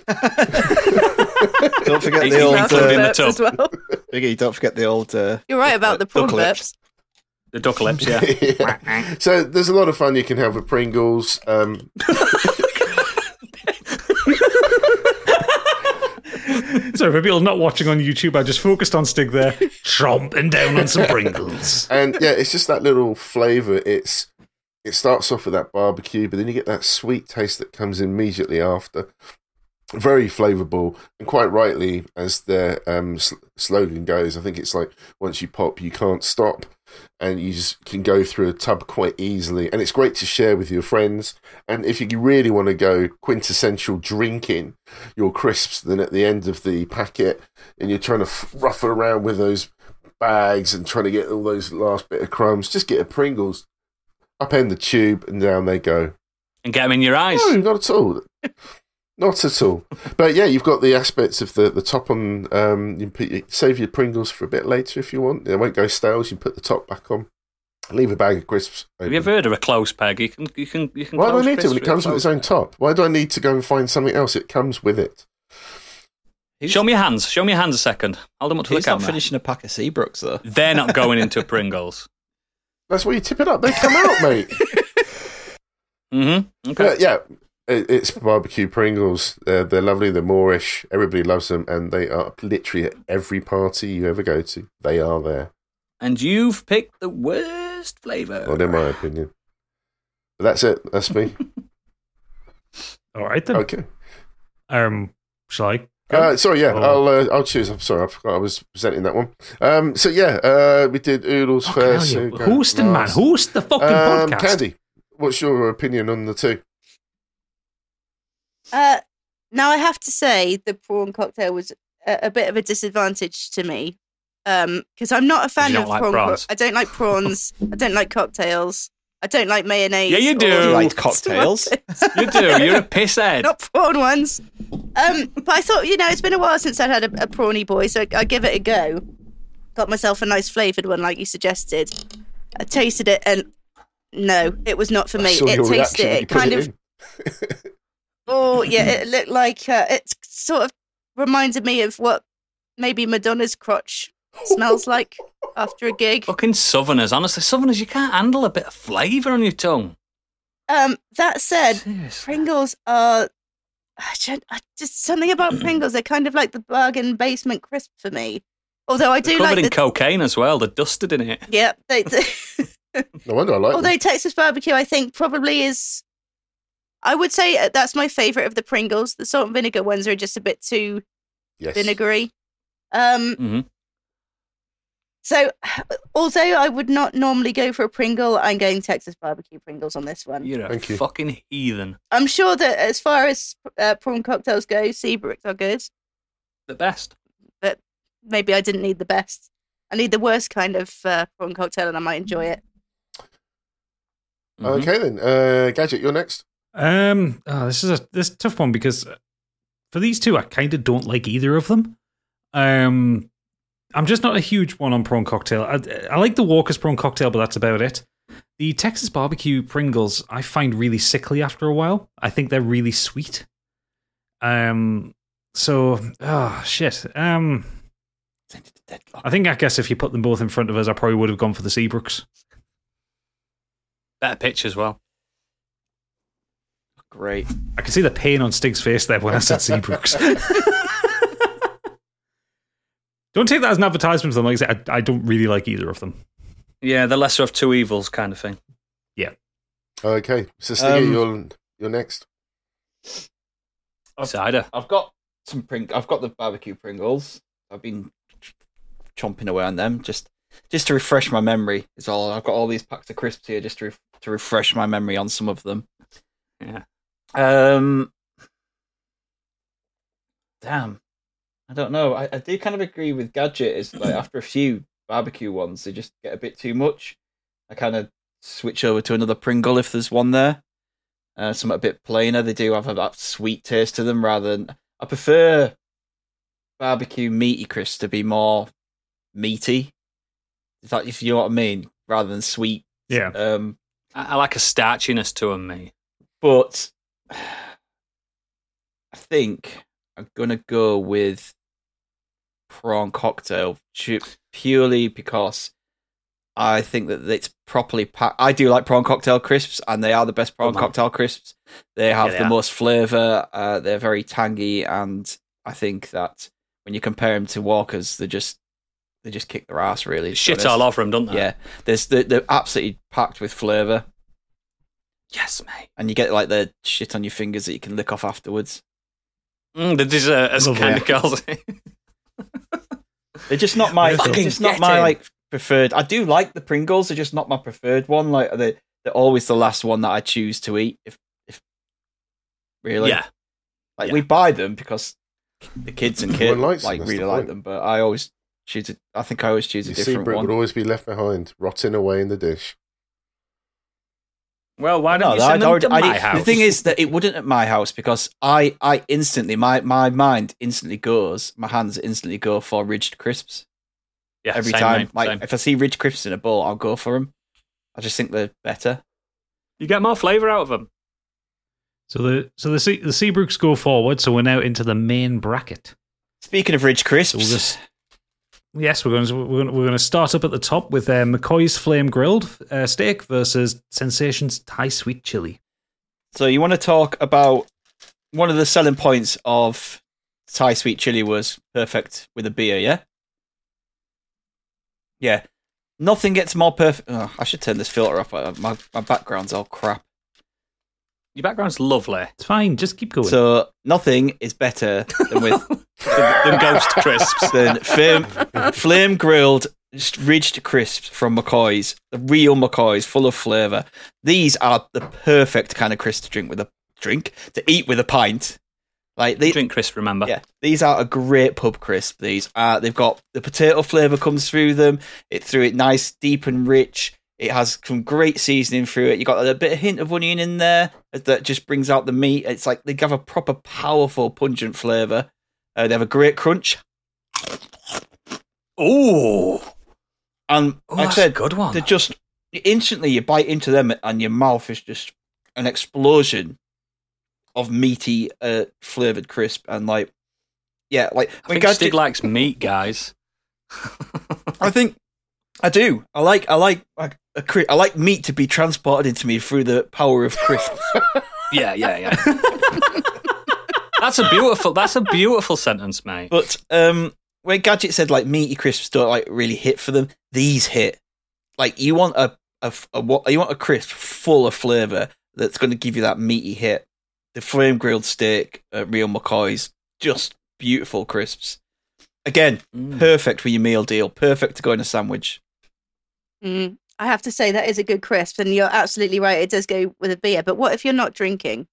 forget Easy the old mouth prawn in uh, the burps as well. Biggie. Don't forget the old. Uh, You're right about the prawn Duck lips. burps. The duck lips, yeah. Yeah. So there's a lot of fun you can have with Pringles. Um, So for people not watching on YouTube, I just focused on Stig there, chomping down on some Pringles. and yeah, it's just that little flavour. It's it starts off with that barbecue, but then you get that sweet taste that comes immediately after. Very flavourable, and quite rightly, as their um, sl- slogan goes, I think it's like once you pop, you can't stop, and you just can go through a tub quite easily. And it's great to share with your friends. And if you really want to go quintessential drinking your crisps, then at the end of the packet, and you're trying to f- ruffle around with those bags and trying to get all those last bit of crumbs, just get a Pringles, upend the tube, and down they go. And get them in your eyes. No, not at all. not at all. But yeah, you've got the aspects of the, the top on. Um, you put, you save your Pringles for a bit later if you want. They won't go stale. so You put the top back on. Leave a bag of crisps. Have you open. ever heard of a close peg? You can, you can, you can. Why do I close need to crisps when it comes a with its close- own top? Why do I need to go and find something else? It comes with it. Who's, Show me your hands. Show me your hands a second. Hold them up to the who's not camera. finishing a pack of Seabrooks though? They're not going into Pringles. That's why you tip it up. They come out, mate. Mm-hmm. Okay. But yeah, it, it's barbecue Pringles. They're, they're lovely. They're Moorish. Everybody loves them, and they are literally at every party you ever go to. They are there. And you've picked the worst flavour. Not in my opinion. But that's it. That's me. All right then. okay. Um, shall I? go? Uh, sorry, yeah, Oh. I'll uh, I'll choose. I'm sorry, I forgot I was presenting that one. Um, so yeah, uh, we did oodles Fucking first. hell, so you go hosting man, last. host the fucking Um, podcast. Candy, what's your opinion on the two? Uh, now I have to say the prawn cocktail was a, a bit of a disadvantage to me because I'm not a fan don't of like prawn. co- prawns. I don't like prawns. I don't like cocktails. I don't like mayonnaise. Yeah, you or do. You like tomato- cocktails? You do. You're a pisshead. Not prawn ones. Um, but I thought you know it's been a while since I'd had a, a prawny boy, so I, I give it a go. Got myself a nice flavored one, like you suggested. I tasted it and. No, it was not for me. I saw It your tasted reaction when it you put kind of in. Oh yeah, it looked like uh, it sort of reminded me of what maybe Madonna's crotch smells like after a gig. Fucking southerners. Honestly, southerners, you can't handle a bit of flavour on your tongue. Um, that said, Seriously. Pringles are I don't- I- just something about Pringles. They're kind of like the bargain basement crisp for me. Although I They're do covered like in the cocaine as well. They're dusted in it. yeah, they, No wonder I like. them. although Texas barbecue, I think probably is. I would say uh, that's my favorite of the Pringles. The salt and vinegar ones are just a bit too yes. vinegary. Um, hmm So, although I would not normally go for a Pringle, I'm going Texas barbecue Pringles on this one. You're a Thank you. fucking heathen. I'm sure that as far as uh, prawn cocktails go, Seabrooks are good. The best. Maybe I didn't need the best. I need the worst kind of uh, prawn cocktail, and I might enjoy it. Mhm. Okay then, uh, gadget, you're next. Um, oh, this is a this is a tough one because for these two, I kind of don't like either of them. Um, I'm just not a huge one on prawn cocktail. I, I like the Walker's prawn cocktail, but that's about it. The Texas barbecue Pringles I find really sickly after a while. I think they're really sweet. Um, so ah shit. Um, I think I guess if you put them both in front of us, I probably would have gone for the Seabrooks. Better pitch as well. Great. I can see the pain on Stig's face there when I said Seabrooks. don't take that as an advertisement for them. Like I said, I, I don't really like either of them. Yeah, the lesser of two evils kind of thing. Okay, so Stiggy, Um, you're, you're next. Oh. Cider. I've got some pring. I've got the barbecue Pringles. I've been ch- chomping away on them just just to refresh my memory. Is all. I've got all these packs of crisps here just to ref to refresh my memory on some of them. Yeah. Um. Damn. I don't know. I, I do kind of agree with Gadget. Is like after a few barbecue ones, they just get a bit too much. I kind of switch over to another Pringle if there's one there. Uh, some a bit plainer. They do have a that sweet taste to them rather than. I prefer barbecue meaty crisps to be more meaty. Is that if you know what I mean? Rather than sweet. Yeah. Um, I, I like a starchiness to 'em, me. but I think I'm gonna go with prawn cocktail ju- purely because I think that it's properly packed. I do like prawn cocktail crisps, and they are the best prawn man. cocktail crisps. They have they the are. most flavor. Uh, they're very tangy, and I think that when you compare them to Walkers, they just they just kick their ass really. to be Shit honest. all over 'em, don't they? Yeah, there's they're, they're absolutely packed with flavor Yes, mate. and you get like the shit on your fingers that you can lick off afterwards. Mm, the dessert as Lovely. kind of calls it. They're just not my, Fucking they're just not get my in. like preferred. I do like the Pringles, they're just not my preferred one. Like they, they're always the last one that I choose to eat. If, if really, Yeah. like yeah. we buy them because the kids and kids Everyone likes them, like that's really the like point. them, but I always choose. A, I think I always choose a Your different Seabrook one. would always be left behind, rotting away in the dish. Well, why No, don't you I'd send them already- to I'd- my house? The thing is that it wouldn't at my house because I, I instantly, my, my mind instantly goes, my hands instantly go for ridged crisps. yeah, every same, time. mate, like same. if I see Ridge Crisps in a bowl, I'll go for them. I just think they're better. you get more flavour out of 'em. So the so the sea, the Seabrooks go forward. So we're now into the main bracket. Speaking of Ridge Crisps, So we'll just- Yes, we're going to we're going to, we're going to start up at the top with uh, McCoy's flame grilled uh, steak versus Sensations Thai sweet chili. so you want to talk about one of the selling points of Thai sweet chili was perfect with a beer, yeah, yeah. Nothing gets more perfect. Oh, I should turn this filter off. uh, My my background's all crap. Your background's lovely. It's fine. Just keep going. So nothing is better than with The ghost crisps. than flame, flame grilled just ridged crisps from McCoy's, the real McCoy's, full of flavour. These are the perfect kind of crisp to drink with a drink to eat with a pint. Like they, Drink crisp, remember? yeah, these are a great pub crisp. These are they've got the potato flavour comes through them. It through it nice, deep and rich. It has some great seasoning through it. You got a bit of hint of onion in there that just brings out the meat. It's like they have a proper powerful pungent flavour. Uh, they have a great crunch. Ooh. And Ooh, like I that's said, a good one. they're just instantly you bite into them and your mouth is just an explosion of meaty uh, flavored crisp and like yeah like I think Gadget- Stig likes meat, guys. I think I do I like I like like a cri- I like meat to be transported into me through the power of crisp Yeah, yeah, yeah. that's a beautiful. That's a beautiful sentence, mate. but um when Gadget said like meaty crisps don't like really hit for them these hit like you want a a, a what you want a crisp full of flavor that's going to give you that meaty hit. The flame grilled steak at Real McCoy's just beautiful crisps. Again, Mm. perfect for your meal deal. Perfect to go in a sandwich. Mm-hmm. Mm, I have to say that is a good crisp, and you're absolutely right. It does go with a beer, but what if you're not drinking?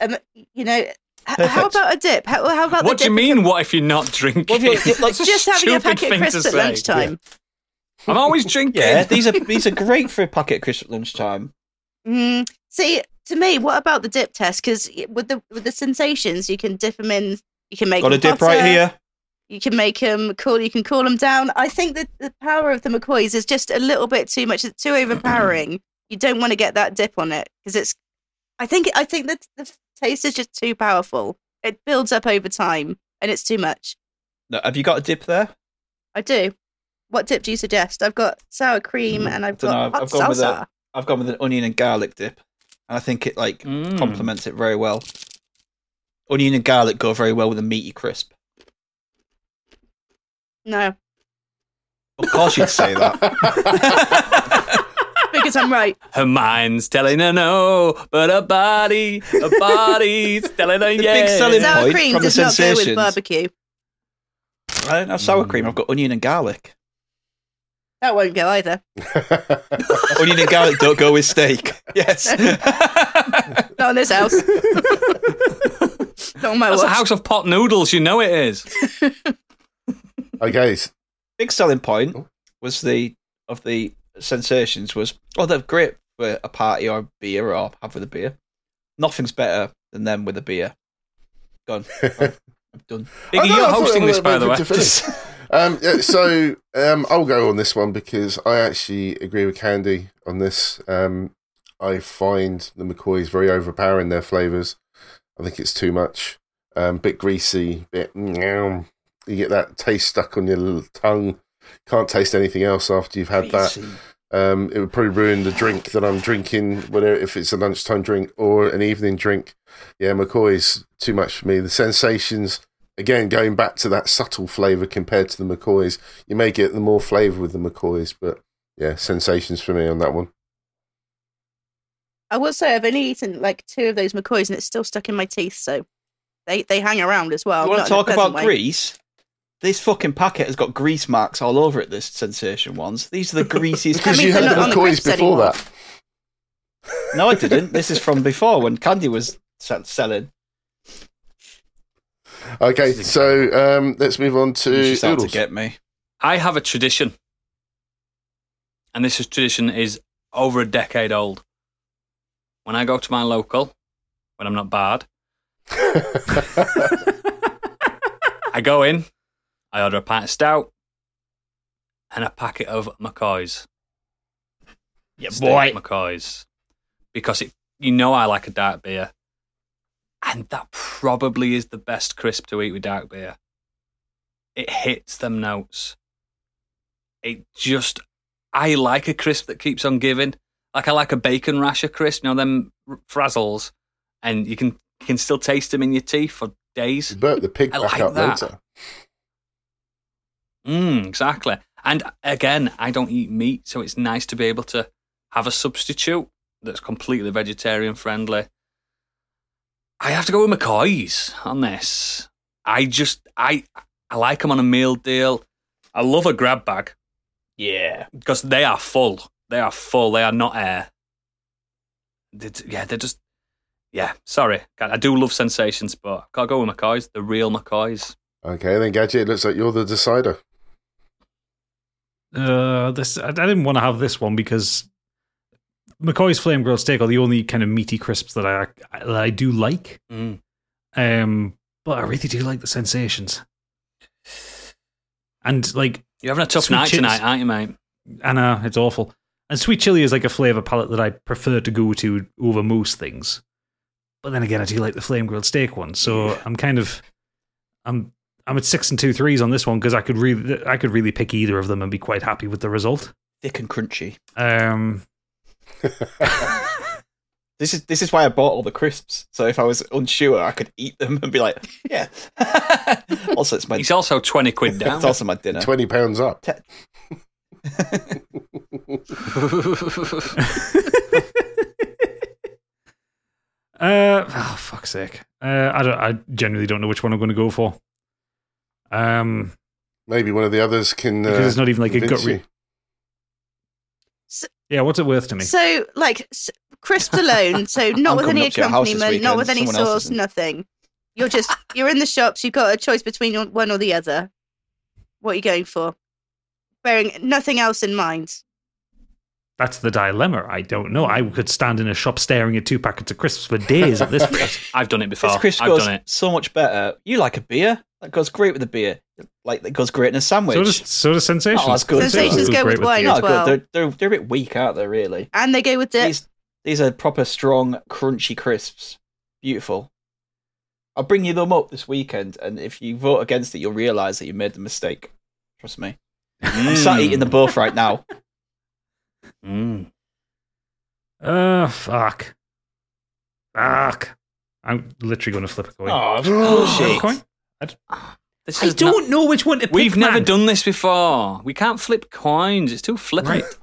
Um, you know, h- how Perfect. about a dip? How, how about What the do you dip? mean? What if you're not drinking? What if you're- like, It's a Just having a stupid packet of thing to crisps at say. lunchtime. I'm always drinking. Yeah, these are these are great for a packet crisp at lunchtime. Mm, see, to me, what about the dip test? Because with the with the sensations, you can dip them in. You can make Got a 'em dip right hotter, here. You can make them cool. You can cool them down. I think that the power of the McCoys is just a little bit too much. It's too overpowering. you don't want to get that dip on it because it's. I think I think that the taste is just too powerful. It builds up over time, and it's too much. No, have you got a dip there? I do. What dip do you suggest? I've got sour cream, and I've Mm, dunno, got hot I've- I've gone with salsa. I've gone with an onion and garlic dip, and I think it like Mm. complements it very well. Onion and garlic go very well with a meaty crisp. No, Of course, you'd say that. because I'm right. Her mind's telling her no, but her body, her body's telling her big yes. selling- Sour point cream from the does not go with sensations. barbecue. I don't have sour cream. I've got onion and garlic. That won't go either. onion and garlic don't go with steak. Yes. Not in this house. not on my That's a watch. house of pot noodles. You know it is. okay, s- Big selling point Oh. was the of the sensations was oh they're great for a party or a beer or have with a beer. Nothing's better than them with a beer. Gone. I'm done. Biggie, I know, you're I thought hosting I this, went by the way. to finish. um, yeah, so um, I'll go on this one because I actually agree with Candy on this. Um, I find the McCoys very overpowering their flavours. I think it's too much. Um, bit greasy, bit. You get that taste stuck on your little tongue. Can't taste anything else after you've had that. Greasy. Um, it would probably ruin the drink that I'm drinking, whether if it's a lunchtime drink or an evening drink. Yeah, McCoy's too much for me. The sensations, again, going back to that subtle flavour compared to the McCoy's, you may get the more flavour with the McCoy's, but yeah, sensations for me on that one. I will say I've only eaten like two of those McCoys and it's still stuck in my teeth, so they they hang around as well. you want Oh, not in to a talk pleasant about way. grease? This fucking packet has got grease marks all over it. This sensation ones. These are the greasiest. That Because means you they're had the not on the McCoy's crisps before anymore. that. no, I didn't. This is from before when Candy was se- selling. Okay, so um, let's move on to She's out to Oodles. get me. I have a tradition, and this is, tradition is over a decade old. When I go to my local, when I'm not barred, I go in, I order a pint of stout, and a packet of McCoys. Yeah, Steak McCoys. Because it, you know I like a dark beer. And that probably is the best crisp to eat with dark beer. It hits them notes. It just, I like a crisp that keeps on giving. Like I like a bacon rasher crisp, you know, them r- frazzles. And you can, you can still taste them in your teeth for days. You burnt the pig I back like up that. later. Mm, exactly. And again, I don't eat meat, so it's nice to be able to have a substitute that's completely vegetarian friendly. I have to go with McCoy's on this. I just I I like them on a meal deal. I love a grab bag Yeah. because they are full. They are full. They are not air. They're, yeah, they're just yeah. Sorry, I do love sensations, but gotta go with McCoy's, the real McCoy's. Okay, then Gadget, it looks like you're the decider. Uh, this I, I didn't want to have this one because McCoy's flame grilled steak are the only kind of meaty crisps that I that I do like. Mm. Um, but I really do like the sensations. And like You're having a tough Sweet night chips. tonight, aren't you, mate? Anna, it's awful. And sweet chili is like a flavour palette that I prefer to go to over most things. But then again, I do like the flame grilled steak one, so I'm kind of, I'm I'm at six and two threes on this one because I could really I could really pick either of them and be quite happy with the result. Thick and crunchy. Um, This is this is why I bought all the crisps. So if I was unsure, I could eat them and be like, yeah. also, it's my He's also 20 quid down. it's also my dinner. Twenty pounds up. uh, oh fuck's sake! Uh, I don't. I generally don't know which one I'm going to go for. Um, Maybe one of the others can. Uh, because it's not even like a convince gut. Re- you. yeah, what's it worth to me? So, like s- crisps alone, so not I'm with coming any up to your house this accompaniment, not weekend, with any someone else sauce, isn't. nothing. You're just you're in the shops. You've got a choice between your- one or the other. What are you going for? Bearing nothing else in mind. That's the dilemma. I don't know. I could stand in a shop staring at two packets of crisps for days at this rate. I've done it before. This crisp I've goes done it. so much better. You like a beer? That goes great with a beer. Like that goes great in a sandwich. so does so does sensations. Oh, that's good. Sensations Goes go great with wine beer. no, as well, they're, they're they're a bit weak, aren't they? Really. and they go with dip. These these are proper strong, crunchy crisps. Beautiful. I'll bring you them up this weekend, and if you vote against it, you'll realise that you made the mistake. Trust Hmm. me. I'm sat eating them both right now. Mm. Oh, fuck. Fuck. I'm literally going to flip a coin. Oh, Flip a bullshit. coin? This I is don't not- know which one to pick. we've never man. done this before. We can't flip coins. It's too flippant. Right.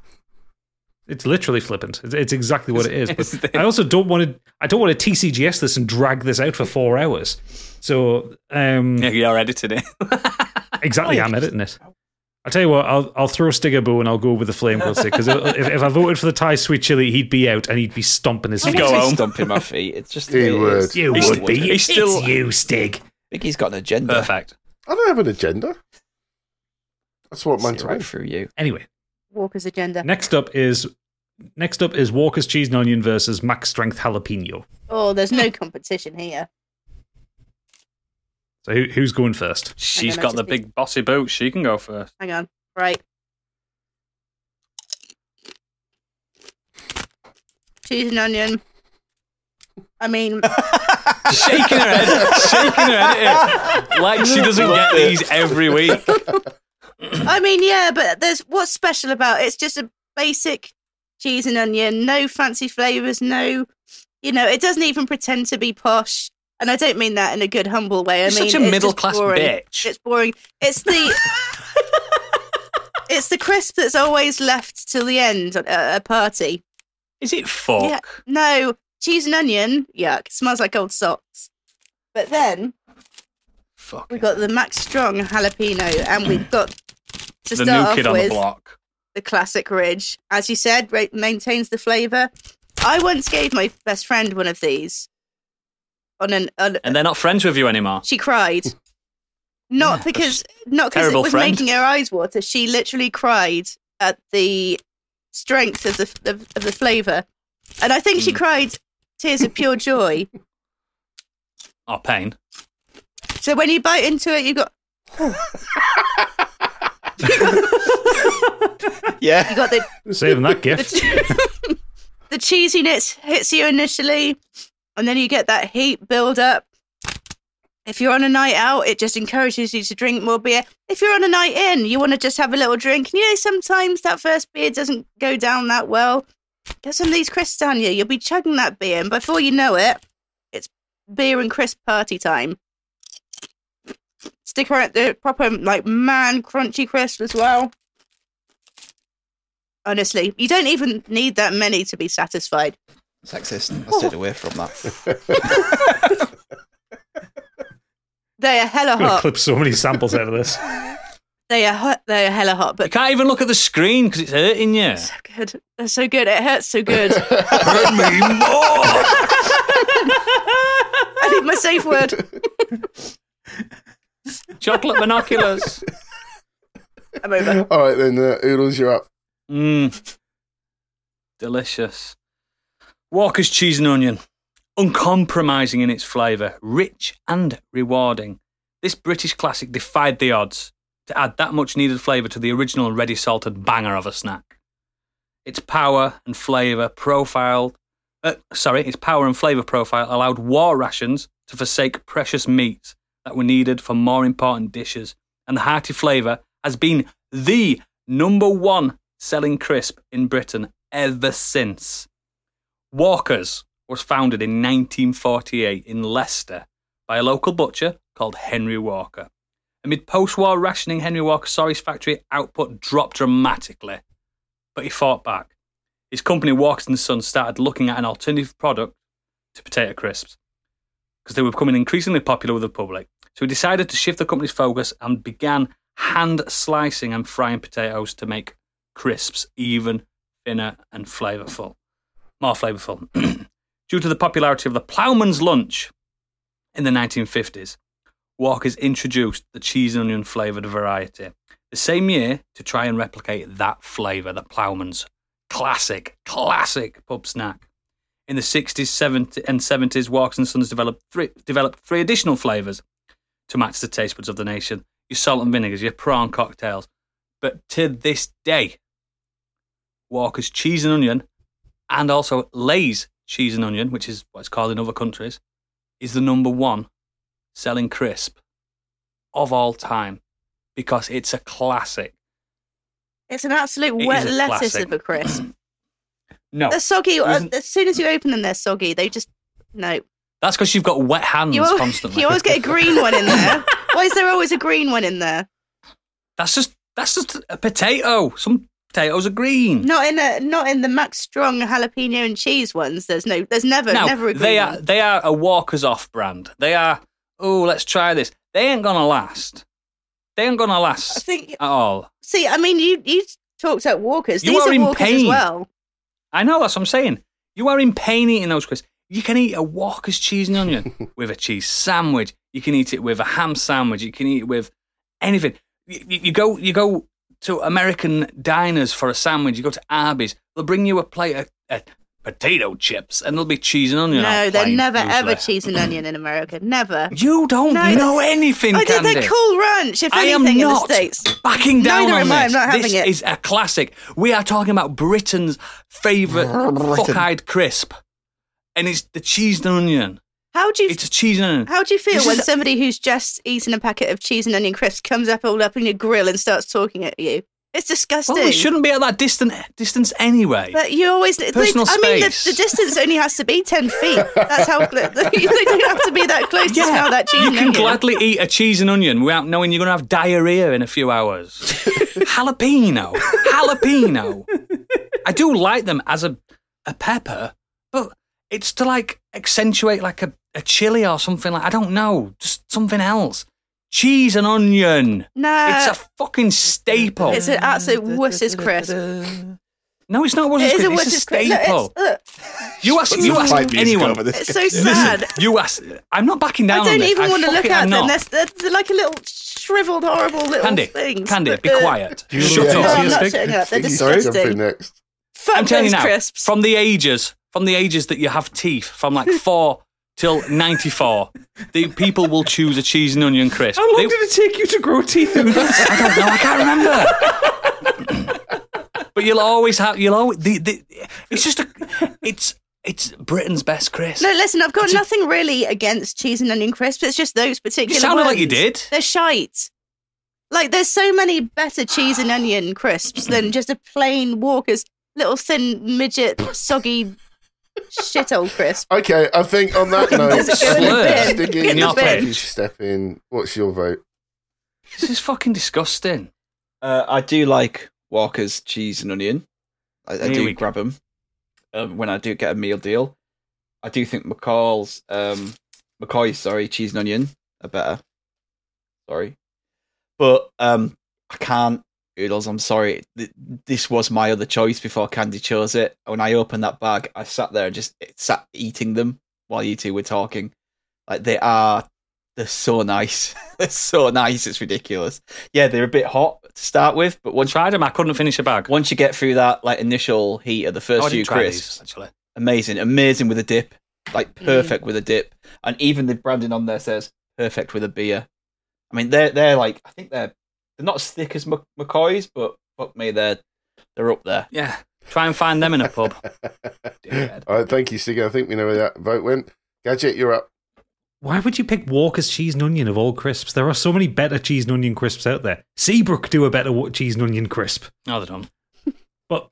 It's literally flippant. It's, it's exactly what it is. It's- But it's- I also don't want to. I don't want to TCGS this and drag this out for four hours. So um, Yeah, you're edited it. exactly, I'm editing it. I tell you what, I'll I'll throw Stigger Bow and I'll go with the flame stick because if, if I voted for the Thai sweet chili, he'd be out and he'd be stomping his I He'd feet. go wouldn't say home. Stomping my feet. It's just He the way it is. would. You I would be. I He's still- it's you, Stig. think he's got an agenda. Perfect. I don't have an agenda. That's what See mine's right right. through you. Anyway, Walker's agenda. next up is next up is Walker's cheese and onion versus Max Strength jalapeno. Oh, there's no competition here. So who, who's going first? She's know, got the just be- big bossy boots. She can go first. Hang on. Right. Cheese and onion. I mean, shaking her head, shaking her head at it. like she doesn't get these every week. I mean, yeah, but there's what's special about it? It's just a basic cheese and onion, no fancy flavors, no, you know, it doesn't even pretend to be posh. And I don't mean that in a good, humble way. I You're mean, such a it's middle just class boring. bitch. It's boring. It's the it's the crisp that's always left till the end at a party. Is it fuck? Yeah. No cheese and onion. Yuck! Smells like old socks. But then Fuck. we've got the Max Strong jalapeno, and we've got to the start new off kid with on the block. the classic ridge. As you said, ra- maintains the flavour. I once gave my best friend one of these. On an, on, And they're not friends with you anymore. she cried. Not because not because it terrible was friend. making her eyes water. She literally cried at the strength of the of, of the flavour, and I think she Mm. cried tears of pure joy. Oh, pain. So when you bite into it, you got Yeah. you got the Saving that gift. the, the cheesiness hits you initially, and then you get that heat build up. If you're on a night out, it just encourages you to drink more beer. If you're on a night in, you want to just have a little drink. And you know, sometimes that first beer doesn't go down that well. Get some of these crisps down here. You'll be chugging that beer, and before you know it, it's beer and crisp party time. Stick around the proper, like, man crunchy crisp as well. Honestly, you don't even need that many to be satisfied. Sexist. I stayed away from that. They are Oh hella I'm going to hot. clip so many samples out of this. They are hot. They are hella hot, You but can't even look at the screen because it's hurting you. so good. They're so good. It hurts so good. Hurt me more. I need my safe word. Chocolate binoculars. I'm over. All right, then, uh, Oodles, you're up. Mmm. Delicious. Walker's cheese and onion. Uncompromising in its flavour, rich and rewarding. This British classic defied the odds to add that much needed flavour to the original ready salted banger of a snack. Its power and flavour profile, uh, sorry, its power and flavour profile allowed war rations to forsake precious meats that were needed for more important dishes, and the hearty flavour has been the number one selling crisp in Britain ever since. Walker's was founded in 1948 in Leicester by a local butcher called Henry Walker. Amid post war rationing, Henry Walker's Sorry's factory output dropped dramatically, but he fought back. His company, Walker's and Sons, started looking at an alternative product to potato crisps because they were becoming increasingly popular with the public. So he decided to shift the company's focus and began hand slicing and frying potatoes to make crisps even thinner and flavourful. More flavourful. Due to the popularity of the ploughman's lunch in the 1950s, Walker's introduced the cheese and onion flavoured variety. The same year, to try and replicate that flavour, the ploughman's classic, classic pub snack. In the 60s, 70s, and 70s, Walks and Sons developed three, developed three additional flavours to match the taste buds of the nation your salt and vinegars, your prawn cocktails. But to this day, Walker's cheese and onion, and also Lay's cheese and onion, which is what it's called in other countries, is the number one selling crisp of all time because it's a classic. It's an absolute It wet is a lettuce classic. of a crisp. No. They're soggy. uh, Isn't- As soon as you open them, they're soggy. They just no. That's because you've got wet hands You al- Mm, constantly. you always get a green one in there. Why is there always a green one in there? That's just that's just a potato. Some potatoes are green. Not in a not in the Max Strong jalapeno and cheese ones. There's no. There's never now, never a green they are one. they are a Walker's off brand. They are. Oh, let's try this. They ain't gonna last. They ain't gonna I last think. at all. See, I mean, you you talked about Walkers. You These are are, in Walkers as pain. well. I know that's what I'm saying. You are in pain eating those crisps. You can eat a Walker's cheese and onion with a cheese sandwich. You can eat it with a ham sandwich. You can eat it with anything. You, you you go you go to American diners for a sandwich. You go to Arby's. They'll bring you a plate of, of potato chips and there'll be cheese and onion. no, on they're plain, never ever usually. cheese and onion in America. Never. You don't No. know anything, I did Candy. the cool ranch. If I am anything in the not states. backing down Neither on am this. I. I'm not this having it. is a classic. We are talking about Britain's favourite fuck-eyed crisp, and it's the cheese and onion. How do you It's a cheese and onion. How do you feel This when is- somebody who's just eaten a packet of cheese and onion crisps comes up all up in your grill and starts talking at you? Oh, It's disgusting. Well, we shouldn't be at that distant distance anyway. But you always. they- Personal I mean, the, space. the distance only has to be 10 feet. That's how. cl- they don't have to be that close to smell that cheese you and can onion. gladly eat a cheese and onion without knowing you're going to have diarrhea in a few hours. jalapeno, jalapeno. I do like them as a a pepper, but it's to like accentuate like a, a chili or something like I don't know, just something else. Cheese and onion. no. It's a fucking staple. It's an absolute wuss's crisp. no, it's not. Wuss's it is crisp, it's a a wuss's crisp. No, staple. it's, ugh, you ask, you ask anyone. it's so Listen, sad. you ask. I'm not backing down. I on don't this. even want to fucking am look at them. not. They're, they're, they're like a little shriveled, horrible little Candy, things. Candy, But, be uh, quiet. Do you Shut look No, up. I'm not Enthusiastic. shutting up. They're Sorry? Jump disgusting. in next. Fuck I'm telling you those now, crisps. from the ages, from the ages that you have teeth, from like four till ninety-four, the people will choose a cheese and onion crisp. How long They- did it take you to grow teeth? In I don't know. I can't remember. but you'll always have. You'll always. The, the, it's just a. It's it's Britain's best crisp. No, listen, I've got nothing really against cheese and onion crisps. It's just those particular. you sounded like you ones. did. They're shite. Like there's so many better cheese and onion crisps than just a plain Walker's little thin midget soggy shithole crisp. Okay, I think on that Just note, go in the slurs. bin. Stiggy, Get in the Your bin. page. step in. What's your vote? This is fucking disgusting. Uh, I do like Walker's cheese and onion. I, I Here do we go. grab them um, when I do get a meal deal. I do think McCall's um, McCoy, sorry, cheese and onion are better. Sorry, but um, I can't. Oodles, I'm sorry. Th- This was my other choice before Candy chose it. When I opened that bag, I sat there and just sat eating them while you two were talking. Like they are, they're so nice. they're so nice. It's ridiculous. Yeah, they're a bit hot to start with, but once Tried them. I couldn't finish a bag. once you get through that like initial heat of the Oh, first I few didn't try crisps, these, actually. amazing, amazing with a dip, like perfect with a dip, and even the branding on there says perfect with a beer. I mean, they're they're like I think they're they're not as thick as Mc- McCoy's, but fuck me, they're they're up there. Yeah. Try and find them in a pub. Dear All right, thank you, Stiggy. I think we know where that vote went. Gadget, you're up. Why would you pick Walker's cheese and onion of all crisps? There are so many better cheese and onion crisps out there. Seabrook do a better wa- cheese and onion crisp. No, they don't. But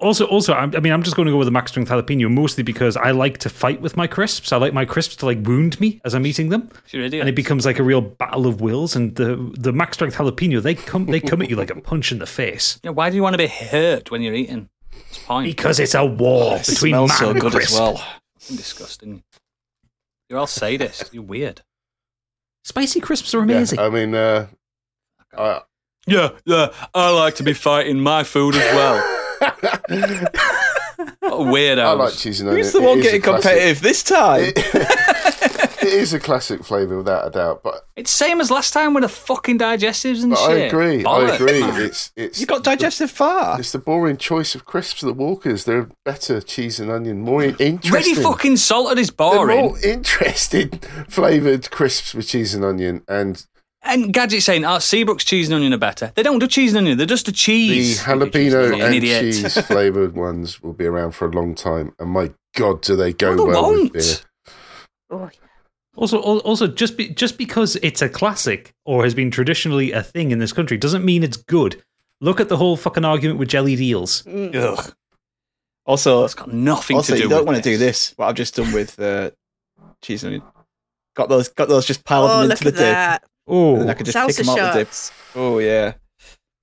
also, also, I'm- I mean, I'm just going to go with the max strength jalapeno mostly because I like to fight with my crisps. I like my crisps to like wound me as I'm eating them, You're idiots. and it becomes like a real battle of wills. And the the max strength jalapeno, they come they come at you like a punch in the face Yeah, why do you want to be hurt when you're eating? It's fine. because it's a war It between man smells so and good crisp. as well. Fucking disgusting. You're all sadists. You're weird. Spicy crisps are amazing. Yeah, I mean, uh, I, Yeah, yeah. I like to be fighting my food as well. Weirdos. I like cheese and onion. Who's the It one is a getting classic. competitive this time? It is a classic flavour, without a doubt. But, It's same as last time with the fucking digestives and but I shit. agree. I Bollocks, agree. man. It's it's You got digestive Ah. fat. it's the boring choice of crisps that Walkers. They're better cheese and onion, more in- interesting. Ready fucking salted is They're boring. more interesting flavoured crisps with cheese and onion, and And Gadget saying, oh, Seabrook's cheese and onion are better. They don't do cheese and onion, they're just a the cheese. jalapeno Fucking and idiot. cheese flavoured ones will be around for a long time. And my God, do they go No, they well won't. with beer? Oh, Also, al- also, just be, just because it's a classic or has been traditionally a thing in this country Mm. doesn't mean it's good. Look at the whole fucking argument with jelly deals. Ugh. Also, It's got nothing also to do you don't with want to do this. What I've just done with uh, cheese and onion. Got those, got those just piled Oh, them look into the at dip. that. And then I Oh, could just pick Salsa them out the dip. sharks. Oh yeah.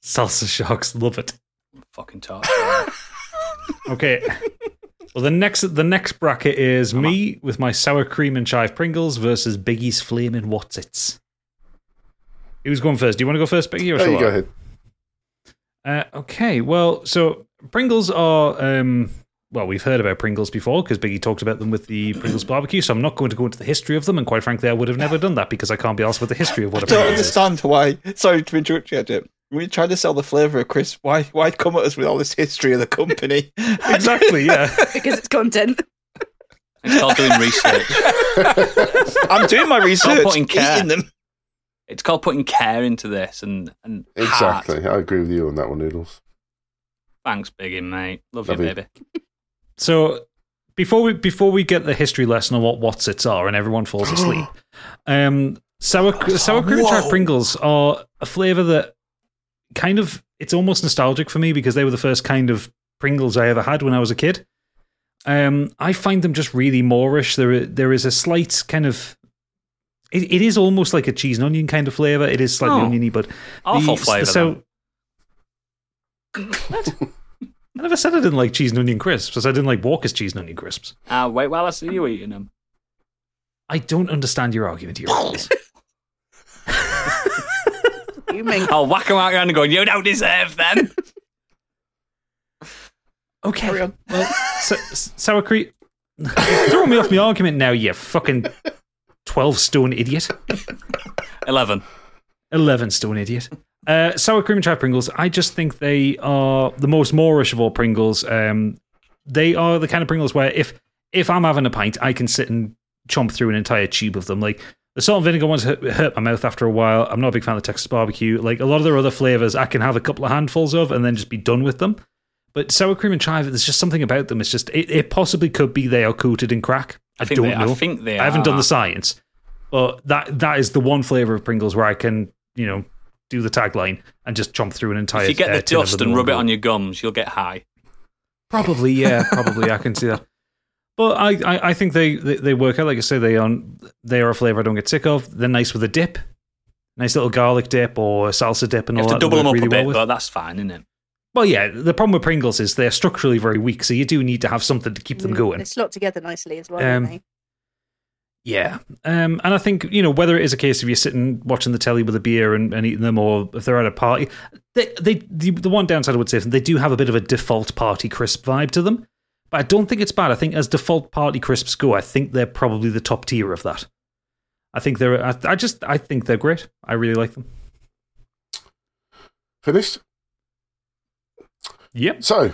salsa sharks love it. Fucking talk. Okay. Well, the next the next bracket is me with my sour cream and chive Pringles versus Biggie's flaming Watsits. Who's going first? Do you want to go first, Biggie? Or No, shall Oh, you I? go ahead. Uh, okay, well, so Pringles are. Um, well, we've heard about Pringles before because Biggie talked about them with the Pringles barbecue. So I'm not going to go into the history of them, and quite frankly, I would have never done that because I can't be asked with the history of what a Don't Pringles is. understand why. Sorry to interrupt you, Jim. When you try to sell the flavour of crisp, why why come at us with all this history of the company? Exactly, yeah. Because it's content. it's called doing research. I'm doing my research. putting care. eating them. It's called putting care into this and and heart. Exactly. I agree with you on that one, Noodles. Thanks, Biggie, mate. Love, Love you, you. baby. So before we before we get the history lesson on what Watsits are and everyone falls asleep, um, sour sour cream and chive Pringles are a flavour that kind of it's almost nostalgic for me because they were the first kind of Pringles I ever had when I was a kid. Um, I find them just really Moorish. There i- there is a slight kind of it, it is almost like a cheese and onion kind of flavour. It is slightly Oh. oniony, but Awful the- flavour. So, So, I never said I didn't like cheese and onion crisps. I said I didn't like Walker's cheese and onion crisps. ah, wait while I see you eating them. I don't understand your argument here. Rules. You mean I'll whack them out your hand and go, you don't deserve them. okay. Carry on. Well, so, s- sour cream. Throw me off my argument now, you fucking twelve stone idiot, 11. eleven stone idiot. Uh, sour cream and chive Pringles. I just think they are the most Moorish of all Pringles. Um, they are the kind of Pringles where if if I'm having a pint, I can sit and chomp through an entire tube of them. Like the salt and vinegar ones hurt, hurt my mouth after a while. I'm not a big fan of the Texas barbecue. Like a lot of their other flavors, I can have a couple of handfuls of and then just be done with them. But sour cream and chive, there's just something about them. It's just it, it possibly could be they are coated in crack. I, think don't they- I know. think they I haven't done are. the science, but that that is the one flavor of Pringles where I can you know do the tagline and just chomp through an entire. If you get uh, the tin of dust them and in rub it one go. on your gums, you'll get high. Probably, yeah, probably. I can see that. But I, I, I think they, they, they work out. Like I say, they are, they are a flavour I don't get sick of. They're nice with a dip. Nice little garlic dip or salsa dip and You all have to that. double they them work up really a bit, well with. but that's fine, isn't it? Well, yeah, the problem with Pringles is they're structurally very weak, so you do need to have something to keep them going. They slot together nicely as well. Um, don't they? Yeah. Um, and I think, you know, whether it is a case of you're sitting watching the telly with a beer and, and eating them or if they're at a party, they, they the, the one downside I would say is they do have a bit of a default party crisp vibe to them. But I don't think it's bad. I think as default party crisps go, I think they're probably the top tier of that. I think they're, I, I just, I think they're great. I really like them. Finished? Yep. So,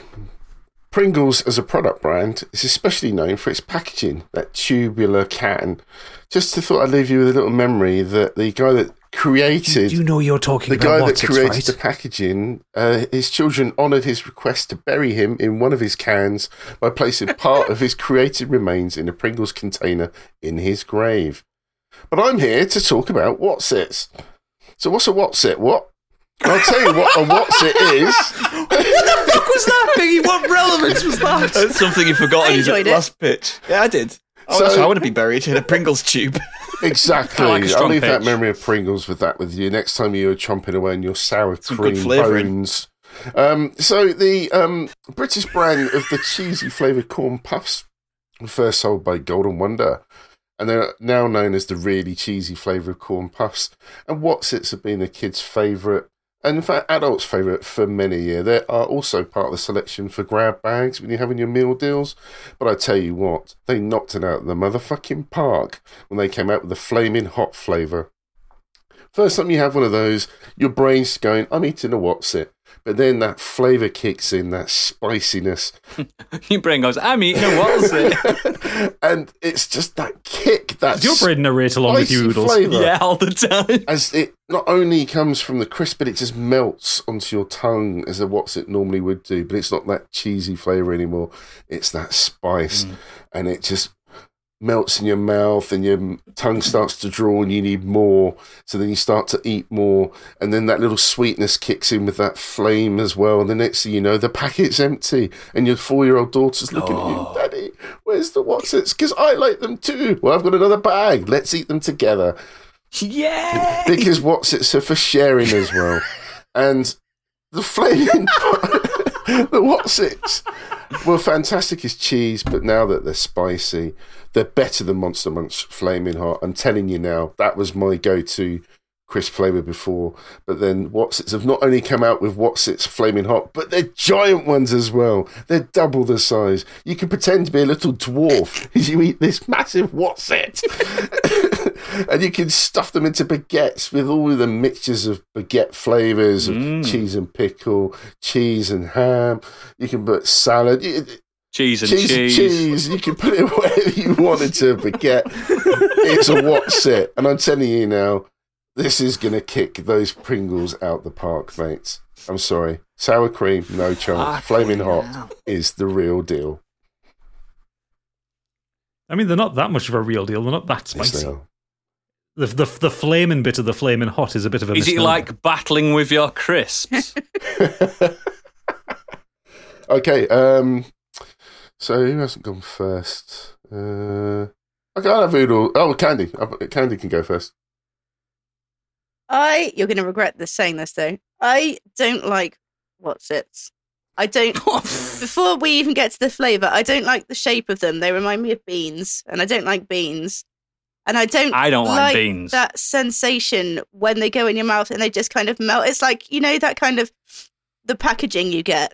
Pringles as a product brand is especially known for its packaging, that tubular can. Just to thought I'd leave you with a little memory that the guy that You, created you know you're talking the about guy that what's created right. the packaging, uh, his children honoured his request to bury him in one of his cans by placing part of his created remains in a Pringles container in his grave. But I'm here to talk about Watsits. So what's a Watsit? What? I'll tell you what a Watsit is. was that, Biggie? What relevance was that? That's something you forgot. I enjoyed it. Last pitch. Yeah, I did. Oh, So- that's how I want to be buried in a Pringles tube. Exactly. I like a I'll strong leave that pitch. memory of Pringles with that with you. Next time you're chomping away on your sour Some good cream flavouring. bones. Um, so the um, British brand of the cheesy flavoured corn puffs were first sold by Golden Wonder. And they're now known as the really cheesy flavour of corn puffs. And Watsits have been a kid's favourite, and in fact, adults' favourite for many a year. They are also part of the selection for grab bags when you're having your meal deals. But I tell you what, they knocked it out of the motherfucking park when they came out with the flaming hot flavour. First time you have one of those, your brain's going, I'm eating a what's it. But then that flavour kicks in, that spiciness, Your brain goes, I'm eating a what's it? and it's just that kick, that Does your brain narrate along with you, spicy Oodles? flavour. yeah, all the time. as it not only comes from the crisp, but it just melts onto your tongue as a what's it normally would do. But it's not that cheesy flavour anymore. It's that spice, and it just melts in your mouth and your tongue starts to draw and you need more. So then you start to eat more. And then that little sweetness kicks in with that flame as well. And the next thing you know, the packet's empty and your four year old daughter's looking Oh. at you, Daddy, where's the Watsits? Because I like them too. Well, I've got another bag. Let's eat them together Yeah. because Watsits are for sharing as well. And the flaming the Watsits were fantastic as cheese, but now that they're spicy, they're better than Monster Munch Flaming Hot. I'm telling you now, that was my go-to crisp flavour before. But then Watsits have not only come out with Watsits Flaming Hot, but they're giant ones as well. They're double the size. You can pretend to be a little dwarf as you eat this massive Watsit. and you can stuff them into baguettes with all of the mixtures of baguette flavours of Mm. cheese and pickle, cheese and ham. You can put salad. You- Cheese and cheese, cheese. cheese. You can put it wherever you wanted to, but get it's a what's it. And I'm telling you now, this is going to kick those Pringles out the park, mates. I'm sorry. Sour cream, no chance. Flaming hot is the real deal. I mean, they're not that much of a real deal. They're not that Yes, they spicy. are. The, the, the flaming bit of the flaming hot is a bit of a. Is it misnomer. like battling with your crisps? Okay. Um. So who hasn't gone first? Uh. Okay, I'll have Oodle. Oh, Candy. I- Candy can go first. I you're going to regret this saying this though. I don't like what's it. I don't. before we even get to the flavour, I don't like the shape of them. They remind me of beans, and I don't like beans. And I don't. I don't like, beans. That sensation when they go in your mouth and they just kind of melt. It's like you know that kind of the packaging you get,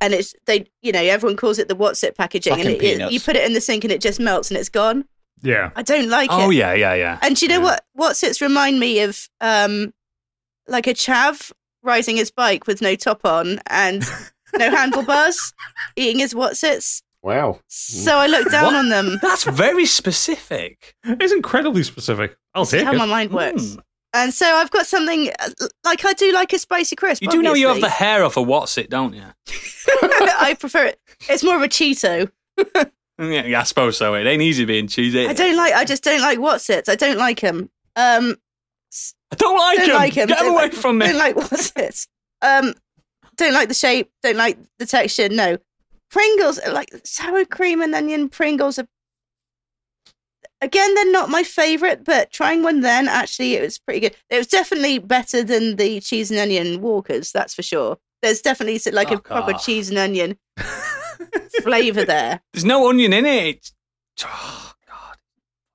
and it's they. You know, everyone calls it the what's it packaging, and Fucking it, it, peanuts. you put it in the sink and it just melts and it's gone. Yeah. I don't like it. oh yeah, yeah, yeah. And do you know Yeah. what? What's it's remind me of um, like a chav riding his bike with no top on and no handlebars, eating his what's it's. Wow. So I look down What? on them. That's very specific. It's incredibly specific. Oh, I'll That's take how it. my mind works. Mm. And so I've got something uh, like I do like a spicy crisp. You do know you have the obviously. hair off a Watsit, don't you? I prefer it. It's more of a Cheeto. Yeah, yeah, I suppose so. It ain't easy being cheesy. I don't like. I just don't like what's it. I don't like him. Um, I don't like don't him. like him. Get Don't away like- from me. Don't like what's it. Um, don't like the shape. Don't like the texture. No, Pringles like sour cream and onion Pringles are. Again, they're not my favorite, but trying one then actually it was pretty good. It was definitely better than the cheese and onion Walkers, that's for sure. There's definitely s- like a Fuck proper off. cheese and onion flavor there. There's no onion in it. It's- Oh God,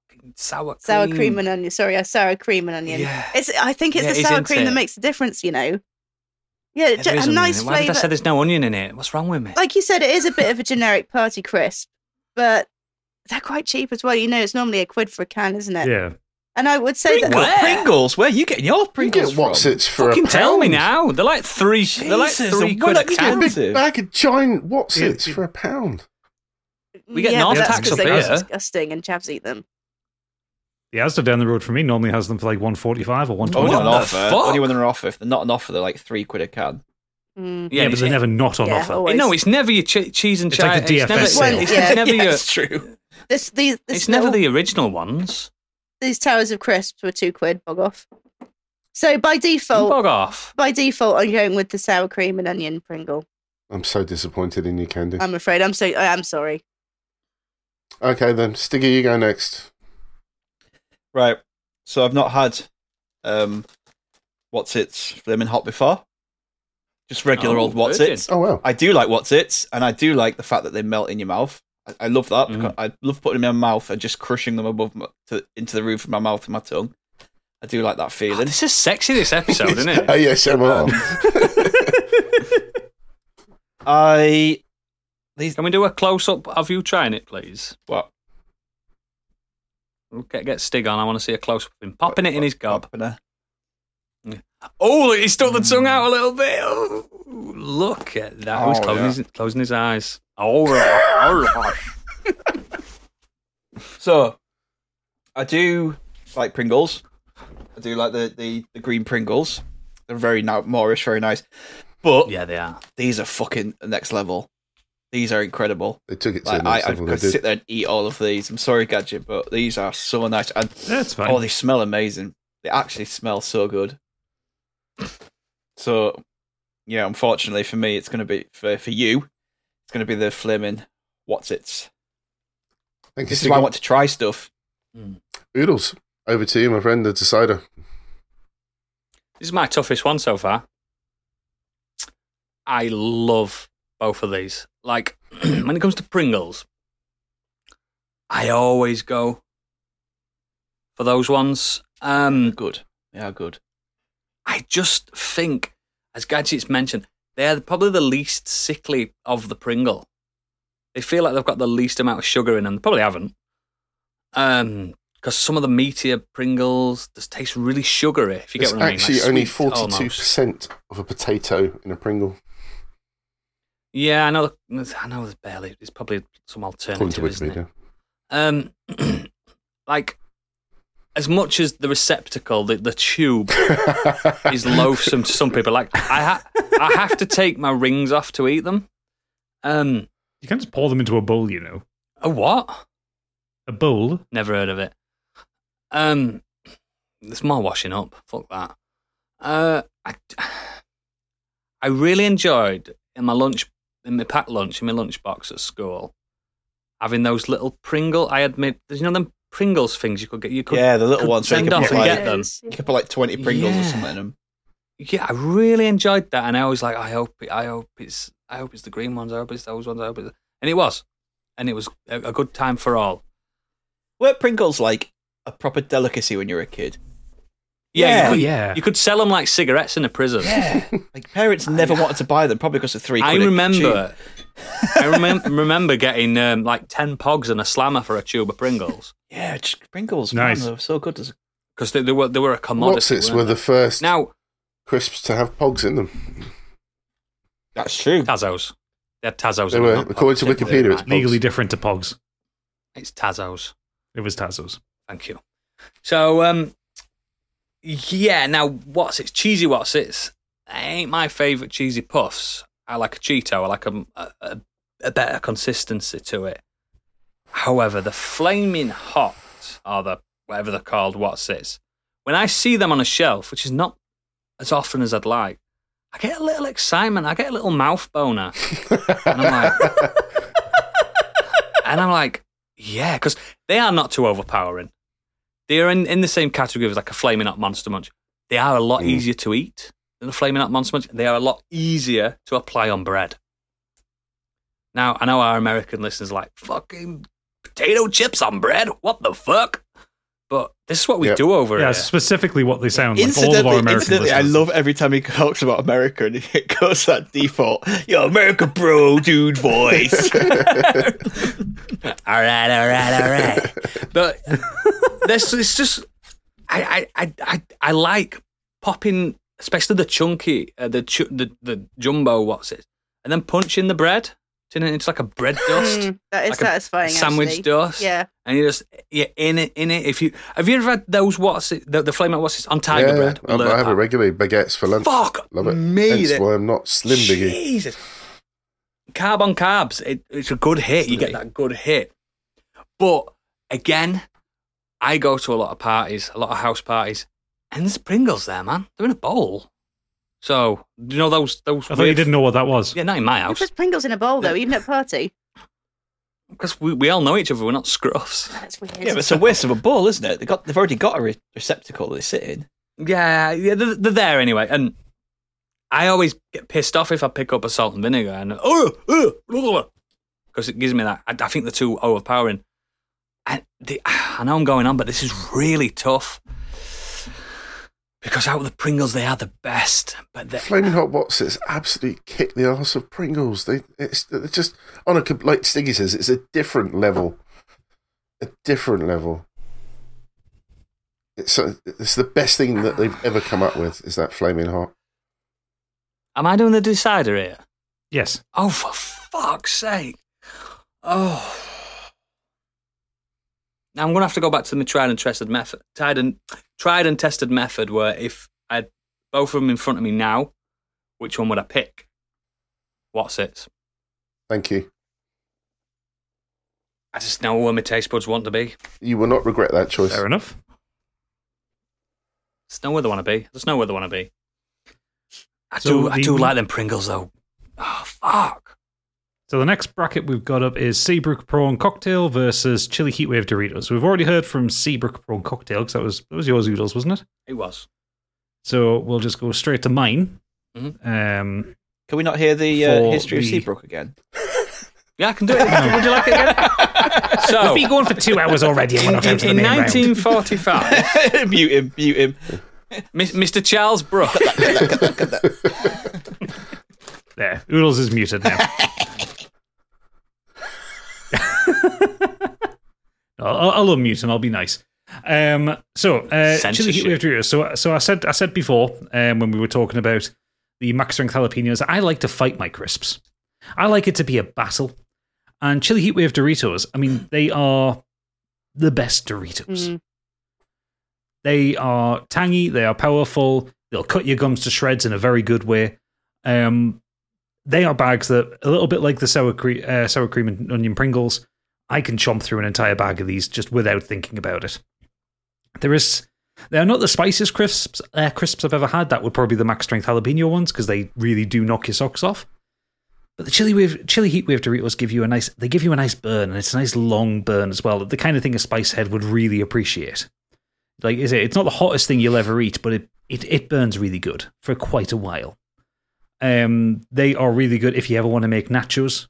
Fucking sour cream. Sour cream and onion. Sorry, I sour cream and onion. Yeah. It's. I think it's Yeah, the it is, sour isn't cream it? that makes the difference. You know. Yeah, Yeah, ju- there is a onion nice in it. Why did I flavor. say there's no onion in it? What's wrong with me? like you said, it is a bit of a generic party crisp, but they're quite cheap as well. You know, it's normally a quid for a can, isn't it? Yeah. And I would say Pringles? that. Pringles? Where are you getting your You Pringles get what's from? it for Fucking a tell me pound. now. They're like three. they're like Jesus, three what quid are a you can. doing? Big bag of giant Watsits Yeah. for a pound. We get yeah, but North that's Tax because up they're here. disgusting and chavs eat them. The Asda down the road from me normally has them for like 145 or Only What on 120. the offer. fuck? Only when they're on offer. If they're not on offer, they're like three quid a can. Mm. Yeah, but it's- they're never not on Yeah, offer. always. No, it's never your che- cheese and It's like chi- a DFS never, sale. It's, Yeah. it's never your. That's true. This, these, this It's never little- the original ones. these towers of crisps were two quid. Bog off. So by default, Bog off. by default, I'm going with the sour cream and onion Pringle. I'm so disappointed in you, Candy. I'm afraid. I'm so. I am sorry. okay, then, Stiggy, you go next. Right. So I've not had um, what's it's flaming hot before. Just regular Oh, old what's virgin. it's. Oh, wow. I do like what's it's, and I do like the fact that they melt in your mouth. I, I love that. Mm. because I love putting them in my mouth and just crushing them above my, to, into the roof of my mouth and my tongue. I do like that Oh, feeling. this is sexy. This episode, isn't it? ASMR. I these Can we do a close up of you trying it, please? what We'll Get get Stig on. I want to see a close up of him popping it in his gob. happening? Oh, he stuck the tongue out a little bit. Oh, look at that. Oh, He's closing, yeah. his, closing his eyes. Oh, right. All right. So I do like Pringles. I do like the the, the green Pringles. They're very now Moorish, very nice. But Yeah, they are. these are fucking next level. These are incredible. They took it to Like, the I, next I level. could they did. sit there and eat all of these. I'm sorry, Gadget, but these are so nice. And That's fine. oh, they smell amazing. They actually smell so good. So, yeah, unfortunately for me, it's going to be for for you. It's going to be the flaming what's it's. Thank you, This is why I Stigl. want to try stuff. Oodles, over to you, my friend, the decider. This is my toughest one so far. I love both of these. Like when it comes to Pringles, I always go for those ones. Um, Good. They are good. I just think, as Gadget's mentioned, they're probably the least sickly of the Pringle. They feel like they've got the least amount of sugar in them. They probably haven't. Because some of the meatier Pringles just taste really sugary, if you It's get what I mean. like actually only sweet oh, forty-two almost. percent of a potato in a Pringle, Yeah, I know. I know. There's barely. It's probably some according to alternative, isn't it? Wikipedia. Um, like as much as the receptacle, the, the tube is loathsome to some people. Like I, ha- I have to take my rings off to eat them. Um, You can just pour them into a bowl, you know. a what? A bowl. Never heard of it. Um, there's more washing up. Fuck that. Uh, I, I really enjoyed in my lunch, in my packed lunch, in my lunchbox at school, having those little Pringle. I admit, there's you know them Pringles things you could get. You could, Yeah, the little could ones where you Send can off put, and like- get them. You could put like 20 Pringles or Yeah. something in them. Yeah, I really enjoyed that, and I was like, I hope, it, I hope it's, I hope it's the green ones, I hope it's those ones, I hope it's, and it was, and it was a, a good time for all. Were Pringles like a proper delicacy when you were a kid? Yeah, Yeah. you, could, Yeah. you could sell them like cigarettes in a prison. Like parents never wanted to buy them, probably because of three. I quid a remember, tube. I remem- remember getting um, like ten pogs and a slammer for a tube of Pringles Yeah, just Pringles. Nice. Man, they were so good. As because they, they were they were a commodity. Watsits weren't were the they? first now crisps to have pogs in them. That's true. Tazos. They're Tazos. They and were, not according Pogs, to they're Wikipedia, it's not. Legally different to Pogs. it's Tazos. It was Tazos. Thank you. So, um, yeah, now what's it's cheesy what's it's ain't my favourite cheesy puffs. I like a Cheeto. I like a, a, a better consistency to it. However, the flaming hot are the whatever they're called what's it's. When I see them on a shelf, which is not as often as I'd like, I get a little excitement. I get a little mouth boner, and I'm like, and I'm like, yeah, because they are not too overpowering. They are in, in the same category as like a flaming hot monster munch. They are a lot Mm. easier to eat than a flaming hot monster munch. They are a lot easier to apply on bread. Now I know our American listeners are like fucking potato chips on bread. What the fuck? But this is what we Yep. do over Yeah, here. specifically what they sound like. All of Incidentally, our American incidentally I listeners. love every time he talks about America and it goes that default, yo, America bro dude voice. all right, all right, all right. but this it's just I I I I, I like popping, especially the chunky, uh, the, chu- the the jumbo. What's it? And then punching the bread, turning it into like a bread dust, Mm, that is Like a satisfying. sandwich actually. dust. Yeah. And you just you're in it, in it. If you have you ever had those what's it? The, the flame out what's it on tiger yeah, bread? I, I have it Leopard. regularly. Baguettes for lunch. Fuck Love it. me. Hence that- why I'm not slim biggie. Jesus. Carb on carbs. It, it's a good hit. You get that good hit. But again, I go to a lot of parties, a lot of house parties, and there's Pringles there, man. They're in a bowl. So, you know those those I thought you didn't know what that was. Yeah, not in my You house. put Pringles in a bowl though, even at a party. Because we, we all know each other. We're not scruffs. That's weird. yeah, but it's a waste of a bowl, isn't it? They got, they've already got a re- receptacle they sit in. Yeah, yeah, they're, they're there anyway. And I always get pissed off if I pick up a salt and vinegar and oh, oh, because it gives me that. I, I think they're too overpowering. And the, I know I'm going on, but this is really tough because out of the Pringles, they are the best. But they, Flaming Hot Watsits absolutely kick the arse of Pringles. They it's they're just on a com- like Stiggy says, it's a different level, a different level. It's a, it's the best thing that they've ever come up with is that Flaming Hot. am I doing the decider here? Yes. Oh, for fuck's sake! Oh. Now I'm gonna have to go back to my tried and tested method. Tried and tried and tested method, where if I had both of them in front of me now, which one would I pick? What's it? Thank you. I just know where my taste buds want to be. You will not regret that choice. Fair enough. Just know where they want to be. Just know where they want to be. I So do. I the- do like them Pringles though. Oh fuck! So the next bracket we've got up is Seabrook Prawn Cocktail versus Chili Heatwave Doritos. We've already heard from Seabrook Prawn Cocktail because that was that was yours, Oodles, wasn't it? It was. So we'll just go straight to mine. Mhm. Um, Can we not hear the uh, For history of the- Seabrook again? Yeah, I can do it. Would you like it again? So we've been going for two hours already. and we're Oh. in, not down to the in main round. 1945, mute him, mute him. Mis- Mr. Charles Brook. There, Oodles is muted now. I'll, I'll unmute him. I'll be nice. Um, so, uh, chili heat Censorship. wave Doritos. So, so I said I said before um, when we were talking about the max strength jalapenos, I like to fight my crisps. I like it to be a battle. And chili heat wave Doritos. I mean, they are the best Doritos. Mm. They are tangy. They are powerful. They'll cut your gums to shreds in a very good way. Um, they are bags that a little bit like the sour cream, uh, sour cream and onion Pringles. I can chomp through an entire bag of these just without thinking about it. There is, they are not the spiciest crisps uh, crisps I've ever had. That would probably be the max strength jalapeno ones because they really do knock your socks off. But the chili wave, chili heat wave Doritos give you a nice, they give you a nice burn, and it's a nice long burn as well. The kind of thing a spice head would really appreciate. Like, is it? It's not the hottest thing you'll ever eat, but it it, it burns really good for quite a while. Um, they are really good if you ever want to make nachos.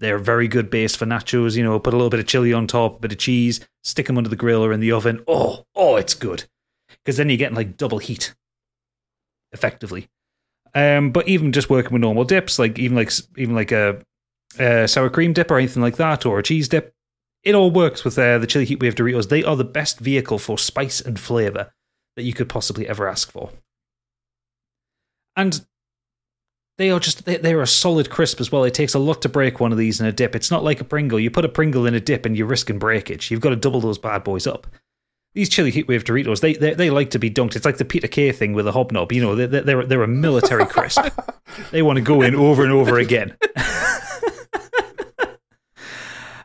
They're a very good base for nachos. You know, put a little bit of chili on top, a bit of cheese, stick them under the grill or in the oven. Oh, oh, it's good because then you're getting like double heat, effectively. Um, but even just working with normal dips, like even like even like a, a sour cream dip or anything like that, or a cheese dip, it all works with uh, the chili heat wave Doritos. They are the best vehicle for spice and flavor that you could possibly ever ask for. And they are just they, they're a solid crisp as well. It takes a lot to break one of these in a dip. It's not like a Pringle. You put a Pringle in a dip and you're risking breakage. You've got to double those bad boys up. These chili heatwave Doritos, they, they they like to be dunked. It's like the Peter Kay thing with a hobnob. You know, they're they're, they're, they're a military crisp. they want to go in over and over again.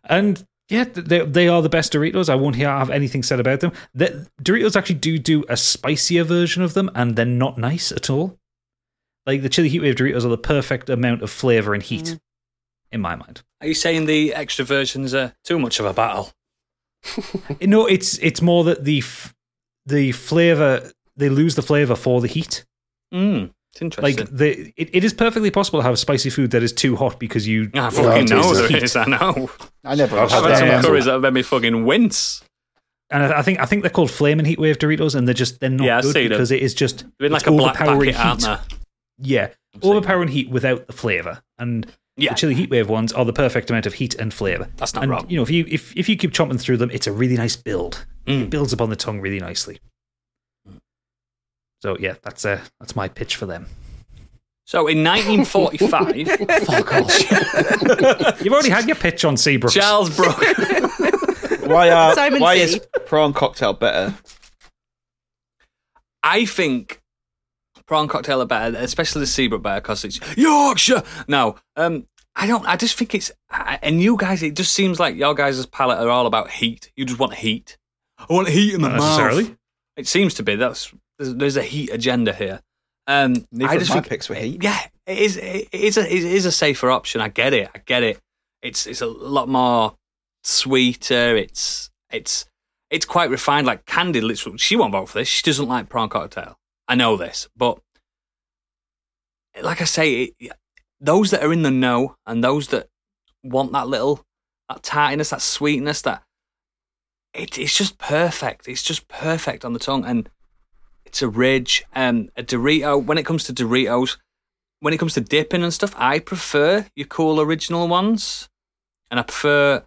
and yeah, they they are the best Doritos. I won't hear have anything said about them. The, Doritos actually do do a spicier version of them, and they're not nice at all. Like the chili heatwave Doritos are the perfect amount of flavor and heat, in my mind. Are you saying the extra versions are too much of a battle? No, it's it's more that the f- the flavor they lose the flavor for the heat. Mm, it's interesting. Like the it, it is perfectly possible to have spicy food that is too hot because you I Ah, fucking Well, know it's there heat. is. I know. I never I've I've had understood some Yeah. that. curries that have made me fucking wince. and I, I think I think they're called flaming heat wave Doritos and they're just they're not Yeah, I've good seen them. because it is just They're it's like a black overpowering packet, aren't heat. they? Yeah, seen overpowering heat without the flavor and Yeah. the chili heat wave ones are the perfect amount of heat and flavor. That's not and, wrong. You know, if you if, if you keep chomping through them, it's a really nice build. Mm. It builds up on the tongue really nicely. So yeah, that's uh, that's my pitch for them. So in 1945, Fuck off. You've already had your pitch on Seabrook. Charles Brook. Why are Simon why C. is prawn cocktail better? I think prawn cocktail are better, especially the Seabrook better because it's Yorkshire. No, um, I don't. I just think it's I- and you guys. It just seems like your guys' palate are all about heat. You just want heat. I want heat in my Not necessarily. mouth. It seems to be that's there's, there's a heat agenda here. Um, Neither I of just my think picks were heat. yeah, it is. It is a it is a safer option. I get it. I get it. It's it's a lot more sweeter. It's it's it's quite refined. Like Candy, literally, she won't vote for this. She doesn't like prawn cocktail. I know this, but like I say, it, those that are in the know and those that want that little that tartiness, that sweetness, that it, it's just perfect. It's just perfect on the tongue, and it's a ridge. Um, a Dorito. When it comes to Doritos, when it comes to dipping and stuff, I prefer your cool original ones, and I prefer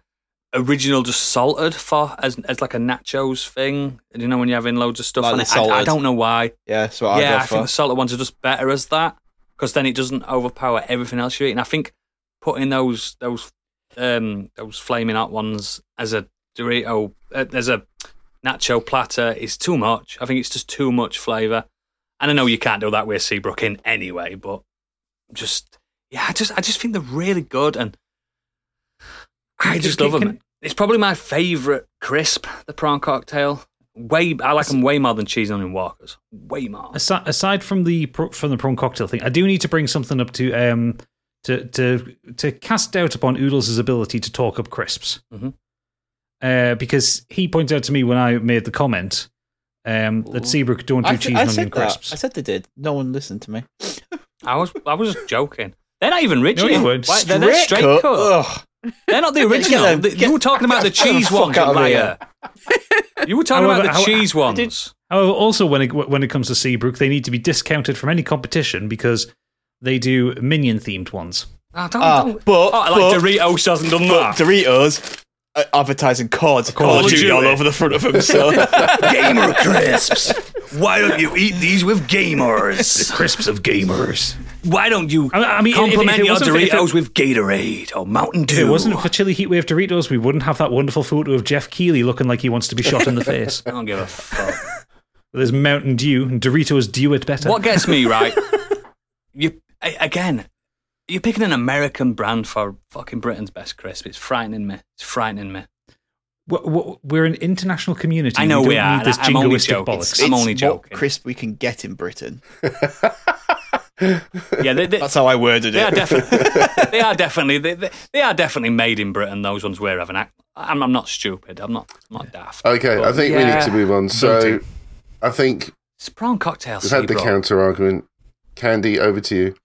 original just salted for as as like a nachos thing. You know when you're having loads of stuff Like on the it. I, I salted. don't know why. Yeah, that's what yeah, I I go for. think the salted ones are just better as that because then it doesn't overpower everything else you're eating. I think putting those those um those flaming hot ones as a Dorito uh, as a nacho platter is too much. I think it's just too much flavour. And I know you can't do that with Seabrook in anyway, but just yeah, I just I just think they're really good and I just love can, them. It's probably my favourite crisp, the prawn cocktail. Way I like them way more than cheese and onion walkers. Way more. aside, aside from the pr- from the prawn cocktail thing, I do need to bring something up to um to to to cast doubt upon Oodles' ability to talk up crisps, Mm-hmm. Mhm. uh, because he pointed out to me when I made the comment um, that Seabrook don't do I, th- cheese I and said onion that. crisps. I said they did. No one listened to me. I was I was just joking. They're not even rigid. you weren't. Why- they're, they're straight cut. Ugh. They're not the original. them. The- you were talking about the Get the cheese fuck ones, out of Maya. You were talking about However, the how- cheese I ones. did- However, also when it, when it comes to Seabrook, they need to be discounted from any competition because they do minion themed ones. Ah, don't, Ah, don't. but- Oh, like but- Doritos hasn't done But that. Doritos uh, advertising COD, Call of of Duty all Duty. over the front of them. So Gamer crisps. Why don't you eat these with gamers? Crisps of gamers. Why don't you I- I mean, if- if- if compliment it your wasn't for- if it- Doritos with Gatorade or Mountain Dew? If it wasn't for Chili Heatwave Doritos, we wouldn't have that wonderful photo of Jeff Keighley looking like he wants to be shot in the face. I don't give a fuck. There's Mountain Dew, and Doritos do it better. what gets me right? You a- again. You're picking an American brand for fucking Britain's best crisp. It's frightening me. It's frightening me. Wha- wha- We're an international community. I know we, we don't are, Need this and I'm only jingoistic joking. bollocks. I'm it's only joking. What crisp we can get in Britain. Yeah, they, they, That's how I worded they are it. definitely they are definitely they, they, they are definitely made in Britain. Those ones we're having. I- I'm, I'm not stupid. I'm not I'm not daft. Okay, I But think we yeah. need to move on. So, I think It's a prawn cocktail. we've had the Seabrook. counter argument. Candy, over to you.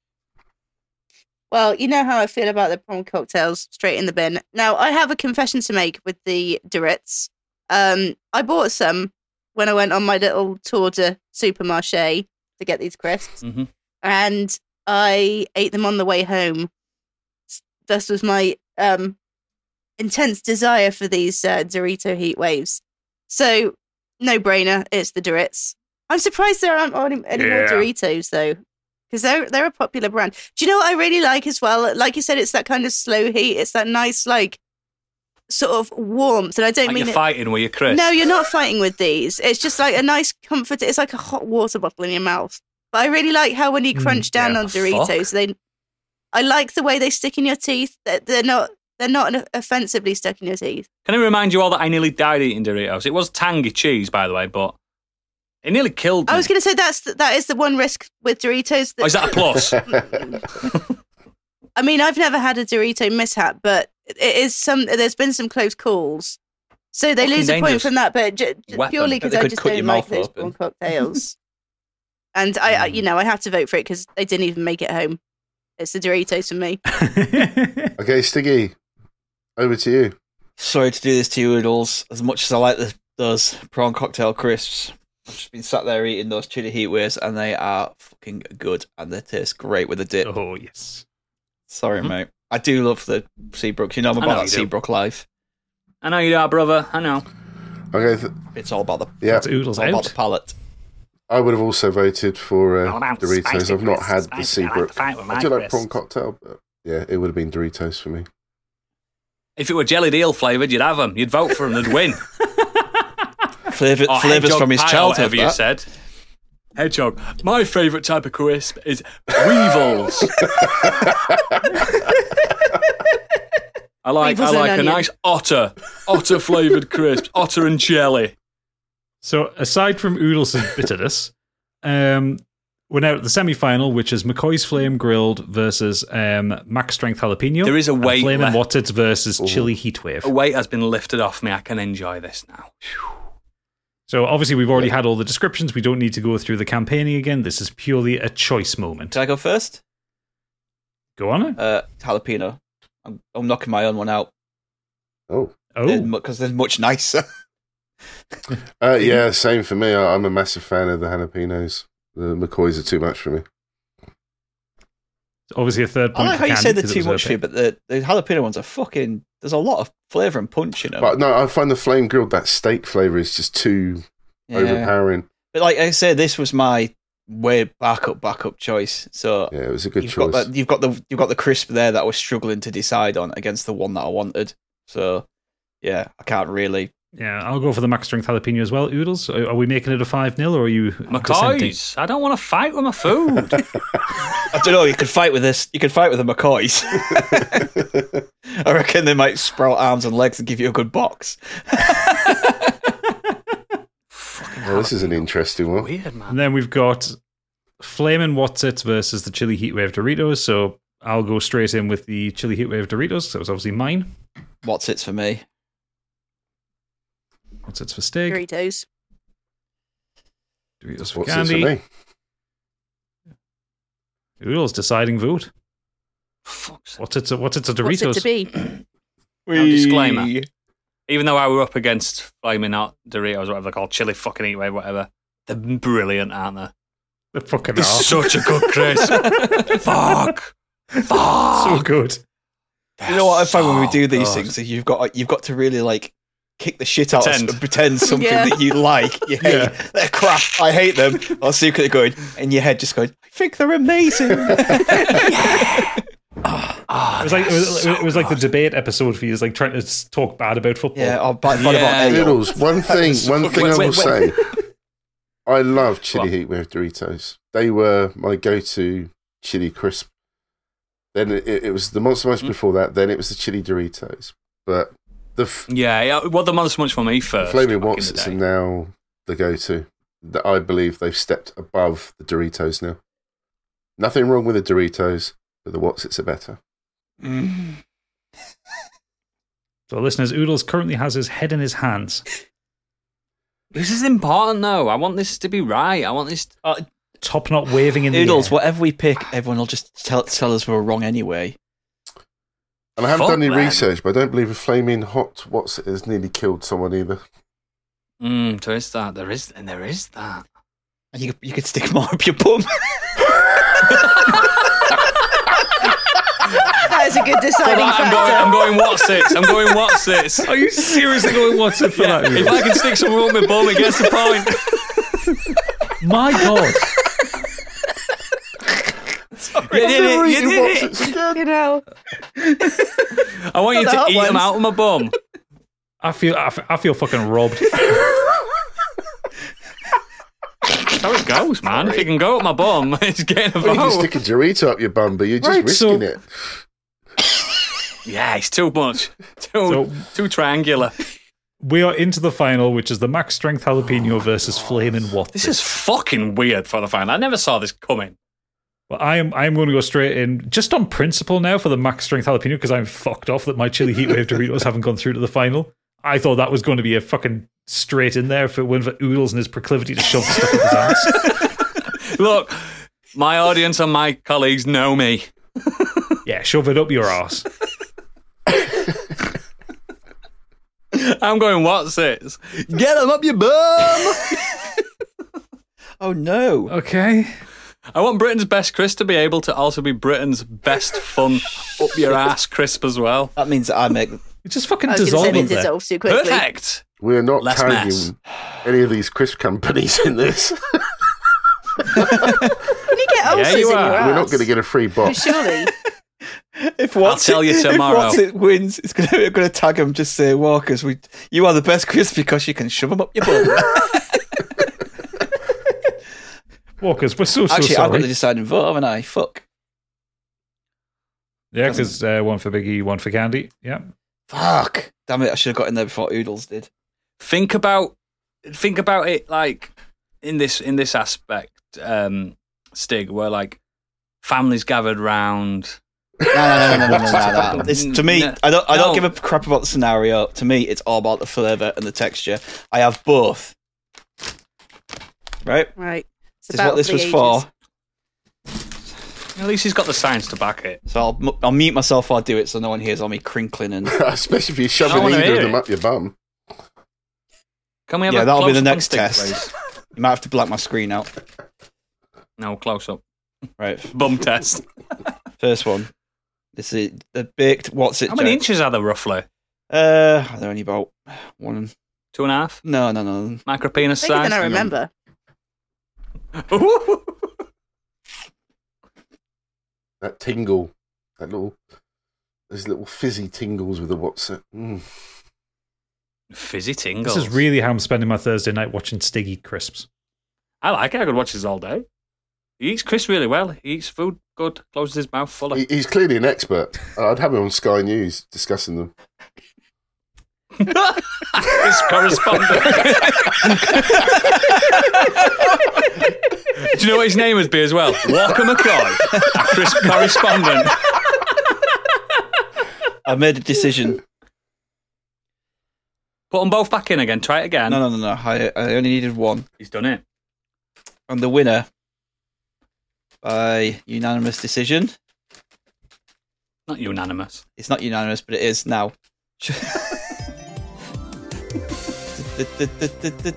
Well, you know how I feel about the prawn cocktails straight in the bin. Now, I have a confession to make with the Duritz. Um, I bought some when I went on my little tour to supermarché to get these crisps, Mhm. and I ate them on the way home. S- Thus was my um, intense desire for these uh, Dorito heat waves. So, no brainer, it's the Duritz. I'm surprised there aren't any, any more Yeah. Doritos though, because they're they're a popular brand. Do you know what I really like as well? Like you said, it's that kind of slow heat. It's that nice, like, sort of warmth. And I don't Like mean you're it- fighting with your crisp. No, you're not fighting with these. It's just like a nice comfort. It's like a hot water bottle in your mouth. But I really like how when you Mm, crunch down yeah. on Hmm, Fuck. Doritos, they. I like the way they stick in your teeth. They're, they're not. They're not offensively stuck in your teeth. Can I remind you all that I nearly died eating Doritos? It was tangy cheese, by the way, but it nearly killed me. I was going to say that's the, that is the one risk with Doritos. Hmm. oh, is that a plus? I mean, I've never had a Dorito mishap, but it is some. There's been some close calls, so they Fucking lose a point dangerous from that. But ju- ju- weapon. purely because They I could just cut don't your like mouth those open. Mm. prawn cocktails, and I, I, you know, I have to vote for it because they didn't even make it home. It's the Doritos for me. Okay, Stiggy, over to you. Sorry to do this to you, Oodles. As much as I like the, those prawn cocktail crisps, I've just been sat there eating those chili heat waves, and they are fucking good, and they taste great with a dip. oh yes. Sorry, mate. I do love the Seabrooks. You know I'm Mm-hmm. I know about you that do. Seabrook life. I know you are, brother. I know. Okay, th- It's all about the yeah, That's Oodles it's all about out. the palate. I would have also voted for uh, All about Doritos. Oh, spicy I've not crisps, had the spicy. I like to Seabrook. fight with my I do like crisps. prawn cocktail, but yeah, it would have been Doritos for me. If it were jelly deal flavoured, you'd have them. You'd vote for them. They'd win. Flavor, Or flavors hedgehog from his pie, or childhood. Oh, Whatever you that. said. Hedgehog. My favourite type of crisp is weevils. I like Weevils I and like a onion. nice otter, otter flavoured crisp, otter and jelly. So aside from Oodles' bitterness, um, we're now at the semi-final, which is McCoy's Flame Grilled versus um, Max Strength Jalapeno. There is a and weight Flame and left. Watted's versus Chili A Heatwave. weight has been lifted off me. I can enjoy this now. So obviously we've already had all the descriptions. We don't need to go through the campaigning again. This is purely a choice moment. Did I go first? Go on. Uh, jalapeno. I'm, I'm knocking my own one out Oh, Oh, because they're much nicer. uh, yeah, same for me. I, I'm a massive fan of the jalapenos. The McCoys are too much for me. It's obviously a third I point. like for how you Candy, say they're 'cause it too was her much for you, pick. but the, the jalapeno ones are fucking. There's a lot of flavor and punch in them. But no, I find the flame grilled that steak flavor is just too Yeah. overpowering. But like I say, this was my way backup backup choice. So Yeah, it was a good you've choice. got that you've got the you've got the crisp there that I was struggling to decide on against the one that I wanted. So yeah, I can't really Yeah, I'll go for the max strength jalapeno as well. Oodles, are, are we making it a 5 0 or are you. dissenting? McCoys, I don't want to fight with my food. I don't know. You could fight with this. You could fight with the McCoys. I reckon they might sprout arms and legs and give you a good box. Well, this is an interesting one. Weird, man. And then we've got Flamin' What's It versus the Chili Heatwave Doritos. So I'll go straight in with the Chili Heatwave Doritos. That was obviously mine. What's it's for me? What's It's for steak. Doritos. Doritos for What's this for candy. me? Oodles deciding vote. Fuck's What's It's a, what's it's a What's it Doritos? to be? Now, disclaimer. Even though I were up against flaming hot Doritos, whatever they're called, chili fucking heatwave, whatever. They're brilliant, aren't they? The fucking They're are. such a good crisp. Fuck. so Fuck. good. You know what I find when we Oh, do these God. things is you've got uh, you've got to really like kick the shit out Pretend. of pretend something Yeah. that you like. You hate Yeah. they're crap. I hate them. I'll secretly going in your head just going, I think they're amazing. Ah, Ah, It was like it was, they're it was like the so debate episode for you. It's like trying to s- talk bad about football. yeah, oh, I'll bite, bite Yeah. about ale. Noodles. One thing. One thing I Wait, will wait, say. I love What? chili heat with Doritos. They were my go-to chili crisp. Then it, it was the Monster Hmm? Munch before that. Then it was the chili Doritos. But the f- good. Yeah, yeah. Well, the monster munch for me first. flaming back in Wotsits the day. are now the go-to. That I believe they've stepped above the Doritos now. Nothing wrong with the Doritos, but the Wotsits are better. So listeners, Oodles currently has his head in his hands. This is important, though. I want this to be right. I want this. Uh, Top knot waving in the noodles, air. whatever we pick, everyone will just tell tell us we're wrong anyway. And I haven't Fuck, done any man. research, but I don't believe a flaming hot Wotsit has nearly killed someone either. Mm, there is that. There is, and there is that. And you you could stick more up your bum. That is a good deciding I'm going. factor. I'm going. What's it? I'm going. What's it? Are you seriously going what's it for that? If I can stick someone with my bum, it gets the point. My God. You did it, you did it. Wotsits again. You know, I want you Not the to hot eat them ones. out of my bum. I feel I, f- I feel fucking robbed. That's how it goes, man. If it can go up my bum, it's getting a Well, you can vote. stick a Dorito up your bum, but you're just Right, so- risking it. Yeah, it's too much. Too, So- too triangular. We are into the final, which is the max strength jalapeno versus flaming what? This is fucking weird for the fan. I never saw this coming. Well, I am I am going to go straight in just on principle now for the max strength jalapeno because I'm fucked off that my chili heatwave Doritos haven't gone through to the final. I thought that was going to be a fucking straight in there if it weren't for Oodles and his proclivity to shove stuff up his ass. Look, my audience and my colleagues know me. Yeah, shove it up your ass. I'm going, what's it? Get them up your bum. I Oh no. Okay. want Britain's best Chris to be able to also be Britain's best fun up your ass crisp as well. That means that I make It just fucking I was going to say dissolve they it there. dissolve too quickly. Perfect. We're not Less tagging mass. any of these crisp companies in this. Can you get ulcers you in your are. ass? We're not going to get a free box. Surely. If what tell you tomorrow. If it wins, it's gonna, I'm going to tag him. Just say, "Walkers, we you are the best crisp because you can shove them up your bum." Walkers, we're so so Actually, I've got sorry. the deciding vote, haven't I? Fuck. Yeah, because uh, one for Biggie, one for Candy. Yeah. Fuck. Damn it! I should have got in there before Oodles did. think about think about it like in this in this aspect um stig where like families gathered round No, no, no, no, no, no, no, no, no. It's, to me, No. I don't. I don't No. give a crap about the scenario. To me, it's all about the flavour and the texture. I have both. Right. Right. It's This is about what this the was ages. for. at least he's got the science to back it So I'll, mu- I'll mute myself while I do it, so no one hears all me crinkling and Especially if you're I shoving wanna either hear of them it. up your bum. can we have Yeah, a that'll be close the up on next Stig, test. please? you might have to black my screen out. no close up Right. bum test First one. This is the baked. What's it? how many Jack? inches are there roughly Uh, they're only about one. two and a half No, no, no. micro penis Bigger size than I Hang on. remember. That tingle, that little, those little fizzy tingles with the what's it? Mm. Fizzy tingles. This is really how I'm spending my Thursday night watching Stiggy crisps. I like it. I could watch this all day. He eats crisps really well. He eats food good, closes his mouth full of. He, he's clearly an expert. Uh, I'd have him on Sky News discussing them. His correspondent. Do you know what his name would be as well? Walker McCoy, a crisp correspondent. I made a decision. Put them both back in again. Try it again. No, no, no, no. I, I only needed one. He's done it. And the winner by unanimous decision. Not unanimous. It's not unanimous, but it is now.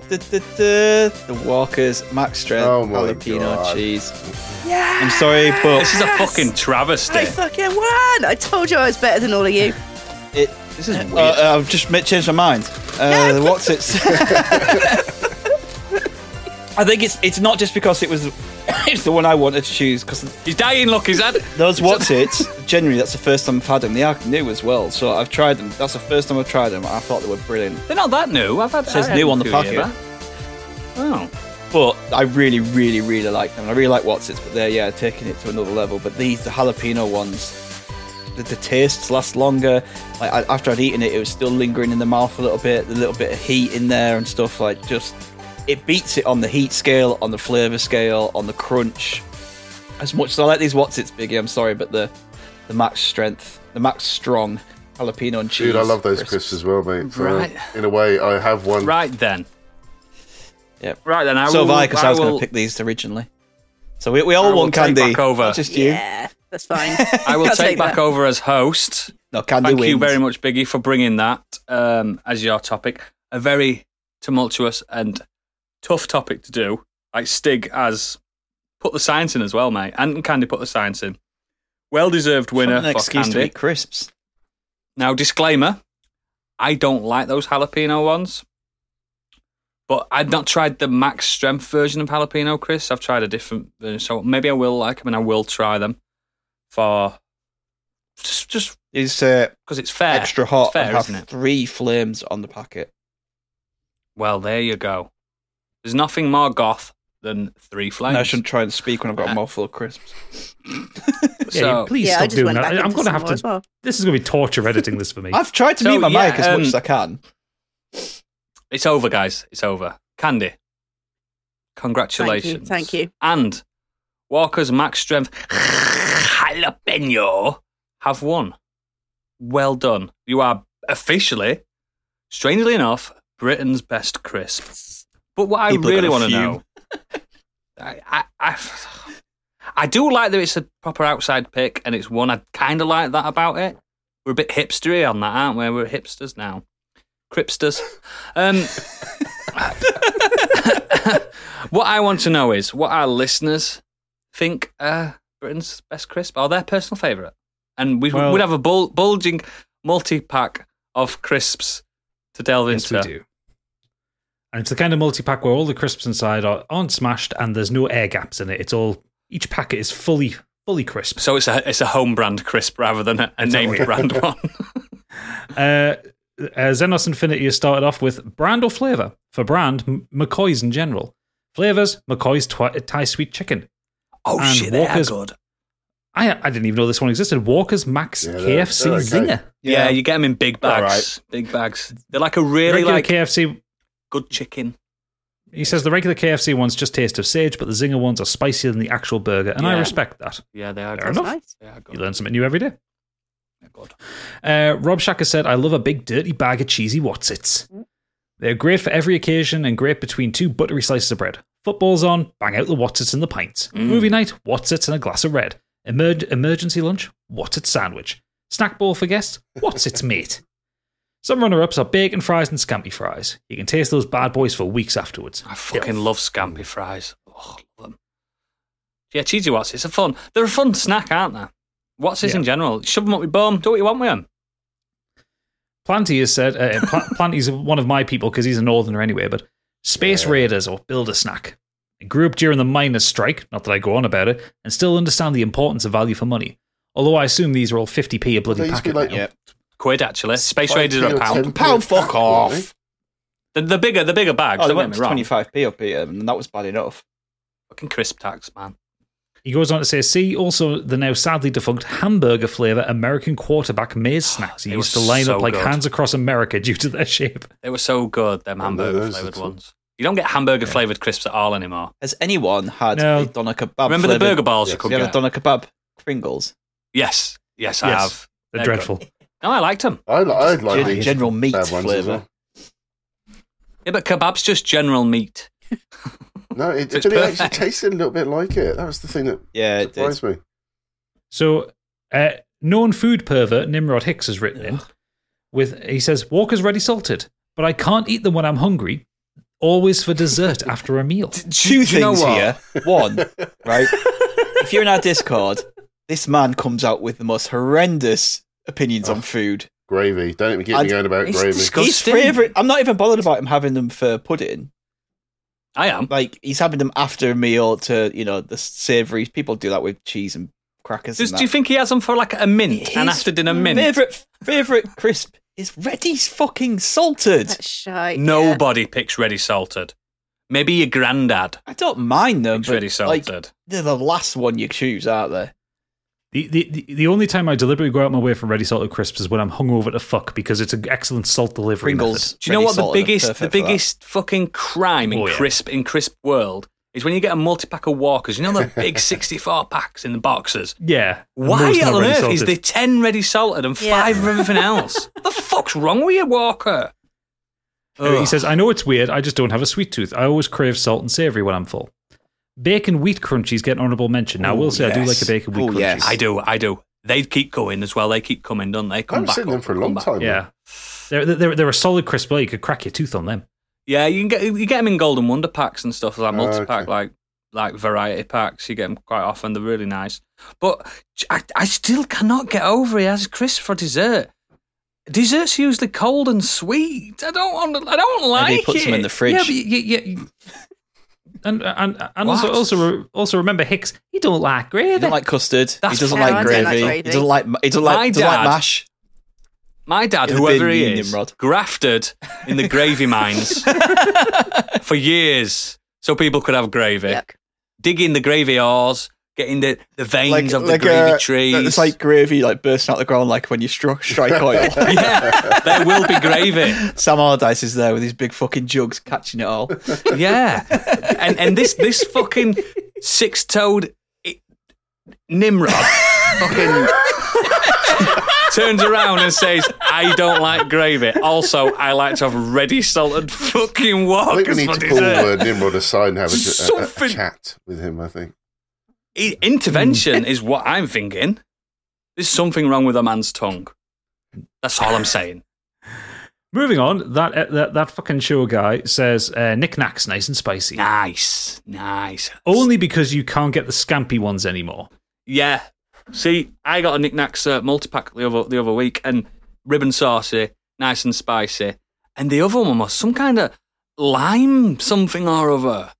the Walkers Max Strength Oh my jalapeno God. cheese. Yeah. I'm sorry, This but is a Yes! fucking travesty. I fucking won. I told you I was better than all of you. it. This is weird. Uh, uh, I've just ma- changed my mind. Uh, what's it? I think it's it's not just because it was it's the one I wanted to choose because He's dying. Look, he's had. Those what's it? Generally, that's the first time I've had them. They are new as well, so I've tried them. That's the first time I've tried them. I thought they were brilliant, They're not that new. I've had. says I had new them on the a few years packet. back. Oh, but I really, really, really like them. I really like what's it, but they're yeah taking it to another level. But these, the jalapeno ones, the, the tastes last longer. Like I, after I'd eaten it, it was still lingering in the mouth a little bit. A little bit of heat in there and stuff. Like just, it beats it on the heat scale, on the flavor scale, on the crunch. As much as I like these what's it's biggie, I'm sorry, but the the max strength, the max strong jalapeno and cheese. Dude, I love those crisps. crisps as well, mate. So, Right. In a way, I have one. right then. Yep. Right then. I so will, have I, because I was going will- to pick these originally. So we, we all I will want take candy. back over. not Just you. Yeah, that's fine. I will I'll take, back that. over as host. No, candy Thank wins. you very much, Biggie, for bringing that um, as your topic. A very tumultuous and tough topic to do. Like Stig has put the science in as well, mate. And Candy put the science in. Well deserved What winner an for excuse to Candy. eat crisps. Now, disclaimer I don't like those jalapeno ones, but I've not tried the max strength version of jalapeno, Chris. I've tried a different version, so maybe I will like them and I will try them for just just It's uh, because it's fair. extra hot. It's fair, and have isn't it? three flames on the packet. Well, there you go. There's nothing more goth than three flames. And I shouldn't try and speak when I've got a Uh, mouthful of crisps. Yeah, So- please Yeah, I stop just doing went that. back I'm into going to some have more to. as well. This is going to be torture editing this for me. I've tried to So, mute my yeah, mic as um, much as I can. It's over, guys. It's over. Candy, congratulations. Thank you. And Walker's max strength jalapeno have won. Well done. You are officially, strangely enough, Britain's best crisp. But what People I are really gonna want to fume. know, I, I, I, I do like that it's a proper outside pick, and it's one I kind of like that about it. We're a bit hipstery on that, aren't we? We're hipsters now, cripsters. Um, what I want to know is what our listeners think uh, Britain's best crisp are their personal favourite, and we Well- would have a bul- bulging multi-pack of crisps to delve Yes, into. we do. And it's the kind of multi-pack where all the crisps inside are, aren't smashed and there's no air gaps in it. It's all each packet is fully fully crisp. So it's a it's a home brand crisp rather than a, a named brand one. Uh, uh, Xenos Infinity has started off with brand or flavor. For brand, M- McCoy's in general. Flavors: McCoy's twi- Thai sweet chicken. Oh And shit, they are Walker's- good. I I didn't even know this one existed. Walker's Max Yeah, they're- KFC they're okay. Zinger. Yeah. you get them in big They're bags. Big bags. They're like a really Regular like KFC. good chicken. He says the regular KFC ones just taste of sage, but the Zinger ones are spicier than the actual burger, and I Yeah. respect that. Yeah, they are. Fair good. enough. Nice. They are good. You learn something new every day. They're good. Uh, Rob Shacker said, I love a big dirty bag of cheesy whatsits. They're great for every occasion and great between two buttery slices of bread. Football's on, bang out the whatsits and the pints. Mm. Movie night, whatsits and a glass of red. Emer- emergency lunch, whatsits sandwich. Snack ball for guests, whatsits mate. Some runner-ups are bacon fries and scampi fries. You can taste those bad boys for weeks afterwards. I fucking love scampi fries. Oh, I love them. Yeah, cheesy what's it's a fun. They're a fun snack, aren't they? What's this Yeah. in general? Shove them up your bum. Do what you want with them. Planty has said, uh, Pl- Planty's one of my people because he's a northerner anyway, but Space Yeah. Raiders or Build a Snack. I grew up during the miners' strike, not that I go on about it, and still understand the importance of value for money. Although I assume these are all 50p a bloody They used packet. to be like now. Yep. Quid actually. Space Five Raiders are a kilo, pound. ten Pound, quid. fuck off. The, the bigger, the bigger bags. Oh, they don't went get to me wrong. 25p up here, and that was bad enough. Fucking crisp tax, man. He goes on to say, see also the now sadly defunct hamburger flavour American quarterback maize Oh, snacks They used to were line so up like good. hands across America due to their shape. They were so good. Them Oh, hamburger those are flavored cool. ones. You don't get hamburger flavored crisps at all anymore. Has anyone had No. a doner kebab? Remember the flavoured- burger balls you Yes. could Yeah, get? the doner kebab Pringles. Yes, yes, I Yes. have. They're They're dreadful. No, I liked them. I, li- I like Gen- these general meat bad ones as flavour. Yeah, but kebab's just general meat. well. No, it, It's but it perfect. actually tasted a little bit like it. That was the thing that Yeah, it did. surprised me. So, uh, known food pervert Nimrod Hicks has written in with he says Walker's ready salted, but I can't eat them when I'm hungry. Always for dessert after a meal. two Do you know things what? here. One, right? if you're in our Discord, this man comes out with the most horrendous opinions on food. Gravy. Don't even get And me going about it's gravy. disgusting. His favorite. I'm not even bothered about him having them for pudding. I am. Like he's having them after a meal to you know the savory. People do that with cheese and crackers. Does, and do you that. think he has them for like a mint and after dinner mint? Favorite favorite crisp is Reddy's fucking salted. That's shy. Nobody picks ready salted. Maybe your granddad I don't mind them, picks but ready like salted. they're the last one you choose, aren't they? The, the, the, the only time I deliberately go out my way for ready salted crisps is when I'm hungover to fuck because it's an excellent salt delivery Pringles. Do you know Ready what the salted are biggest the perfect for that. biggest fucking crime in Oh, yeah. crisp in crisp world is when you get a multi pack of Walkers. You know the big sixty four packs in the boxes. method. Yeah. Why Most not on ready earth is salted. there ten ready salted and Yeah. five of everything else? the fuck's wrong with you, Walker? Uh, He Ugh. says, I know it's weird, I just don't have a sweet tooth. I always crave salt and savoury when I'm full. Bacon wheat crunchies get an honourable mention. Now, I will Ooh, say I do yes. like a bacon wheat crunchy. Ooh, yes. I do, I do. They keep going as well. They keep coming, don't they? I Come haven't back seen them up, for a come long back. time. Yeah. They're, they're, they're a solid crisp, but you could crack your tooth on them. Yeah, you can get you get them in golden wonder packs and stuff like Oh, multi pack, okay. like like variety packs. You get them quite often. They're really nice. But I, I still cannot get over he has crisps for dessert. Dessert's usually cold and sweet. I don't want. to- I don't like Maybe he puts it. them in the fridge. Yeah, but you, you, you- and and, and also, What? also also remember Hicks. He don't like He gravy. doesn't like custard. he That's doesn't fine. like No, I gravy. don't like He gravy. doesn't like. He doesn't My like. Doesn't dad- like mash. My dad, It'd have whoever been he me and is, Nimrod. grafted in the gravy mines for years, so people could have gravy. Yuck. Digging the gravy ores, getting the, the veins of the gravy uh, trees. It's like gravy, like bursting out the ground, like when you stro- strike oil. yeah, there will be gravy. Sam Allardyce is there with his big fucking jugs catching it all. Yeah, and and this this fucking six toed Nimrod fucking turns around and says, "I don't like gravy. Also, I like to have ready salted fucking I think walkers we need for to pull dessert." uh, Nimrod aside and have a, a- a- a Something- chat with him. I think. I- Intervention is what I'm thinking. There's something wrong with a man's tongue. That's all I'm saying. Moving on, that uh, that that fucking show guy says uh, knickknacks nice and spicy. Nice, nice. Only because you can't get the scampy ones anymore. Yeah. See, I got a knickknacks uh, multipack the other the other week, and ribbon saucy, nice and spicy, and the other one was some kind of lime something or other,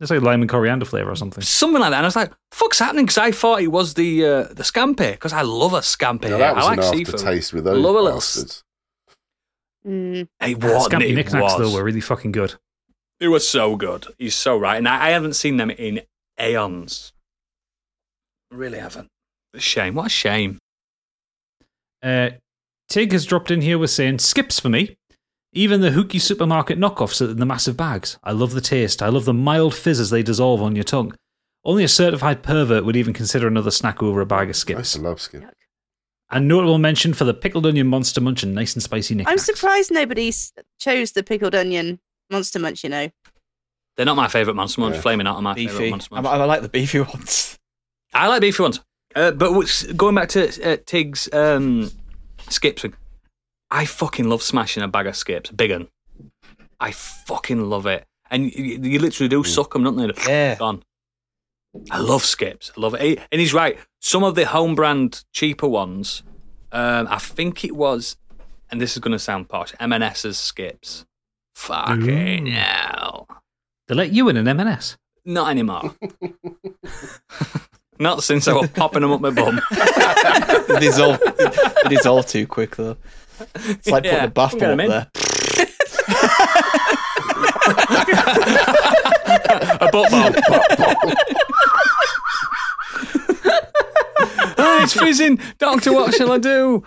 It's like lime and coriander flavor or something. something like that. And I was like, "Fuck's happening?" Because I thought it was the uh, the scampi, because I love a scampi. Now, that was I like an seafood. aftertaste with those Love a little bastards. Mm. It was. scampy It knickknacks though was. were really fucking good. They were so good. He's so right, and I, I haven't seen them in aeons. Really haven't. Shame. What a shame. Uh, Tig has dropped in here with saying skips for me. Even the hooky supermarket knockoffs are in the massive bags. I love the taste. I love the mild fizz as they dissolve on your tongue. Only a certified pervert would even consider another snack over a bag of I used skips. to love skip. And notable mention for the pickled onion monster munch and nice and spicy I'm knickknacks. surprised nobody s- chose the pickled onion monster munch. You know, They're not my favourite monster munch. Yeah. Flaming out are my favourite Beefy. monster I, munch. I like the beefy ones. I like beefy ones. Uh, but what's, going back to uh, Tig's um, skips, I fucking love smashing a bag of skips, big un. I fucking love it. And you, you literally do suck them, don't they? Yeah. Gone. I love skips. I love it. He- And he's right. Some of the home brand cheaper ones, um, I think it was, and this is going to sound posh, M&S's skips. Fucking Ooh. hell. They let you in an M&S. Not anymore. Not since I was popping them up my bum. They dissolve. they dissolve too quick though. It's like Yeah, putting a bath I'm getting ball up them in. there. A butt bowl. Ah, it's fizzing. Doctor, what shall I do?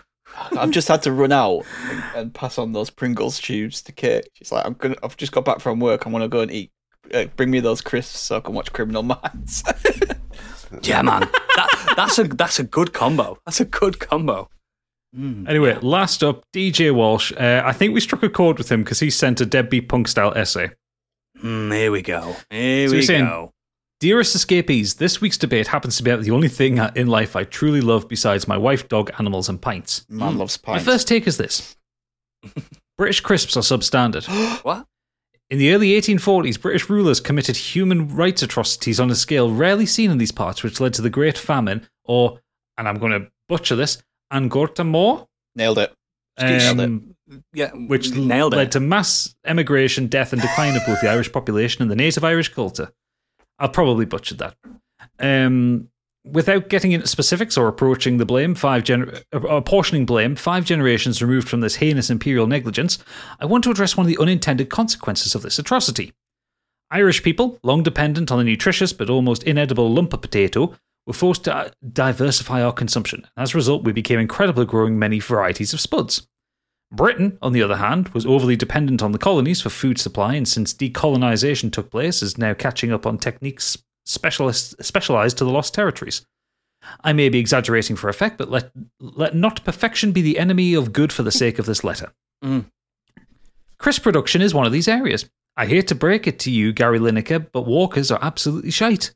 I've just had to run out and, and pass on those Pringles tubes to Kate. She's like, I'm gonna. I've just got back from work. I'm gonna go and eat. Uh, bring me those crisps so I can watch Criminal Minds. Yeah, man. That, that's a that's a good combo. That's a good combo. Anyway, last up, DJ Walsh. Uh, I think we struck a chord with him because he sent a deadbeat punk style essay. Mm, here we go. Here So you're we saying- go. Dearest escapees, this week's debate happens to be about the only thing I- in life I truly love besides my wife, dog, animals, and pints. Hmm. Man loves My pies. first take is this British crisps are substandard. What? In the early 1840s, British rulers committed human rights atrocities on a scale rarely seen in these parts, which led to the Great Famine, or, and I'm going to butcher this, Angorta Moor, Nailed it. Nailed um, Yeah, which l- nailed it. led to mass emigration, death, and decline of both the Irish population and the native Irish culture. I'll probably butchered that. Um, without getting into specifics or approaching the blame, five gener- uh, apportioning blame, five generations removed from this heinous imperial negligence, I want to address one of the unintended consequences of this atrocity. Irish people, long dependent on the nutritious but almost inedible lumper potato, were forced to uh, diversify our consumption. As a result, we became incredible at growing many varieties of spuds. Britain, on the other hand, was overly dependent on the colonies for food supply, and since decolonisation took place, is now catching up on techniques specialist, specialized to the lost territories. I may be exaggerating for effect, but let, let not perfection be the enemy of good for the sake of this letter. Mm. Crisp production is one of these areas. I hate to break it to you, Gary Lineker, but walkers are absolutely shite.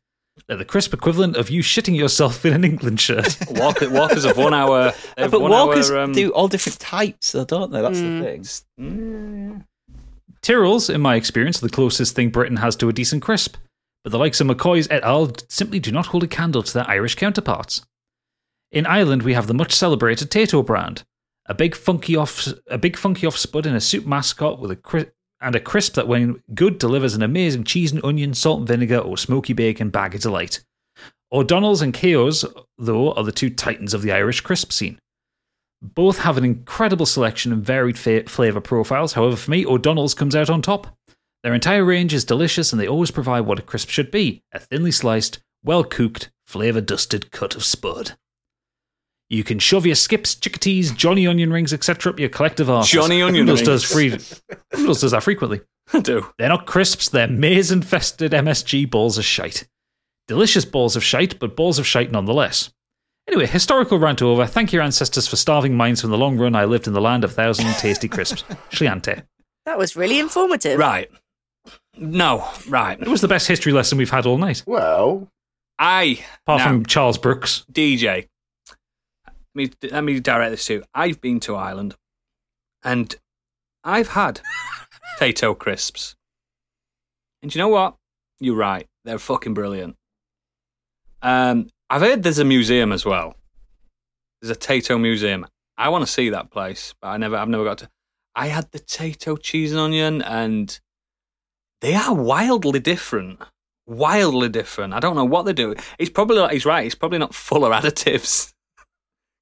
They're the crisp equivalent of you shitting yourself in an England shirt. Walker, walkers of one hour. of but one walkers hour, um, do all different types, though, don't they? That's the thing. Tyrrells, in my experience, are the closest thing Britain has to a decent crisp, but the likes of McCoy's et al. simply do not hold a candle to their Irish counterparts. In Ireland, we have the much celebrated Tato brand, a big funky off a big funky off spud in a soup mascot with a cri- and a crisp that, when good, delivers an amazing cheese and onion, salt and vinegar, or smoky bacon bag of delight. O'Donnell's and Keogh's, though, are the two titans of the Irish crisp scene. Both have an incredible selection and varied fa- flavour profiles. However, for me, O'Donnell's comes out on top. Their entire range is delicious and they always provide what a crisp should be a thinly sliced, well cooked, flavour dusted cut of spud. You can shove your skips, chickadees, Johnny onion rings, etc. up your collective arse. Johnny onion Does free- rings. Oodles does that frequently. I do. They're not crisps, they're maize infested MSG balls of shite. Delicious balls of shite, but balls of shite nonetheless. Anyway, historical rant over. Thank your ancestors for starving minds from the long run I lived in the land of thousand tasty crisps. Shliante. That was really informative. Right. No, right. It was the best history lesson we've had all night, Well, I, apart now, from Charles Brooks. DJ, let me, let me direct this to you. I've been to Ireland and I've had potato crisps. And you know what? You're right. They're fucking brilliant. Um, I've heard there's a museum as well. There's a Tato museum. I want to see that place, but I never, I've never got to. I had the Tato cheese and onion, and they are wildly different. Wildly different. I don't know what they do. It's probably like he's right. It's probably not full of additives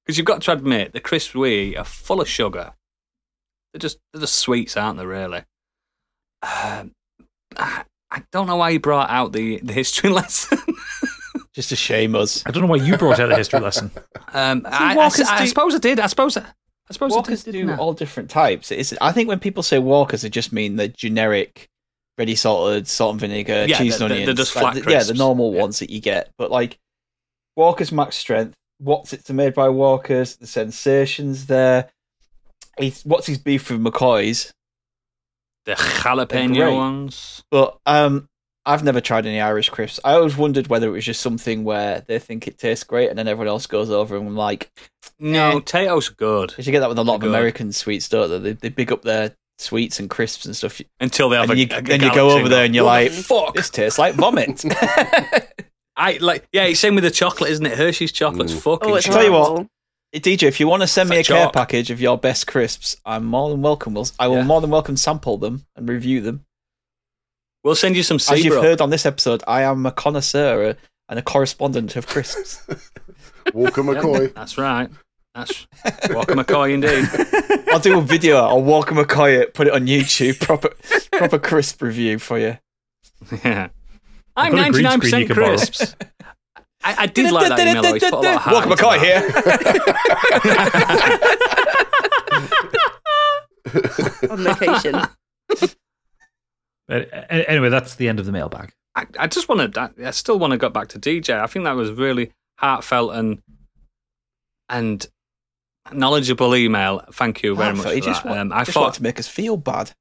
because you've got to admit the crisps we eat are full of sugar. They're just they're just sweets, aren't they? Really. Um, I, I don't know why you brought out the the history lesson. Just to shame us. I don't know why you brought out a history lesson. Um, I, I- walkers I do- suppose I did. I suppose I, I suppose Walkers I do did. didn't I? all different types. It's, I think when people say walkers, they just mean the generic, ready salted, salt and vinegar, Yeah, cheese the- and the- onions. they're just like flat the- yeah, the crisps. normal Yeah. ones that you get. But like Walkers Max Strength, what's it's made by Walkers, the sensations there. He's, what's his beef with McCoy's? the They're jalapeno great. ones. But um, I've never tried any Irish crisps. I always wondered whether it was just something where they think it tastes great, and then everyone else goes over and like, No, Eh. potatoes are good because you get that with a lot of Good. American sweets, don't they? They, they big up their sweets and crisps and stuff. until they have a, and you, a then you go galaxy over there nut. and you're What like, the fuck. this tastes like vomit. I like yeah. It's same with the chocolate, isn't it? Hershey's chocolate's Mm. fucking. Oh, it's shit. Tell you what. horrible. DJ, if you want to It's send me a like care chalk. package of your best crisps, I'm more than welcome. Will I will Yeah. more than welcome sample them and review them. We'll send you some As you've Seabrook. heard on this episode, I am a connoisseur uh, and a correspondent of crisps. Walker McCoy. That's right. That's Walker McCoy indeed. I'll do a video. I'll walk McCoy it, put it on YouTube, proper proper crisp review for you. Yeah. I'm got a green screen you 99% can borrow. crisps. I, I did like that email. though. He's put a lot of heart Walker into McCoy that. here. on location. But, uh, anyway, that's the end of the mailbag. I, I just want to. I still want to go back to DJ. I think that was really heartfelt and and knowledgeable email. Thank you very I much. thought he for just, that. wa- um, I just wanted thought to make us feel bad.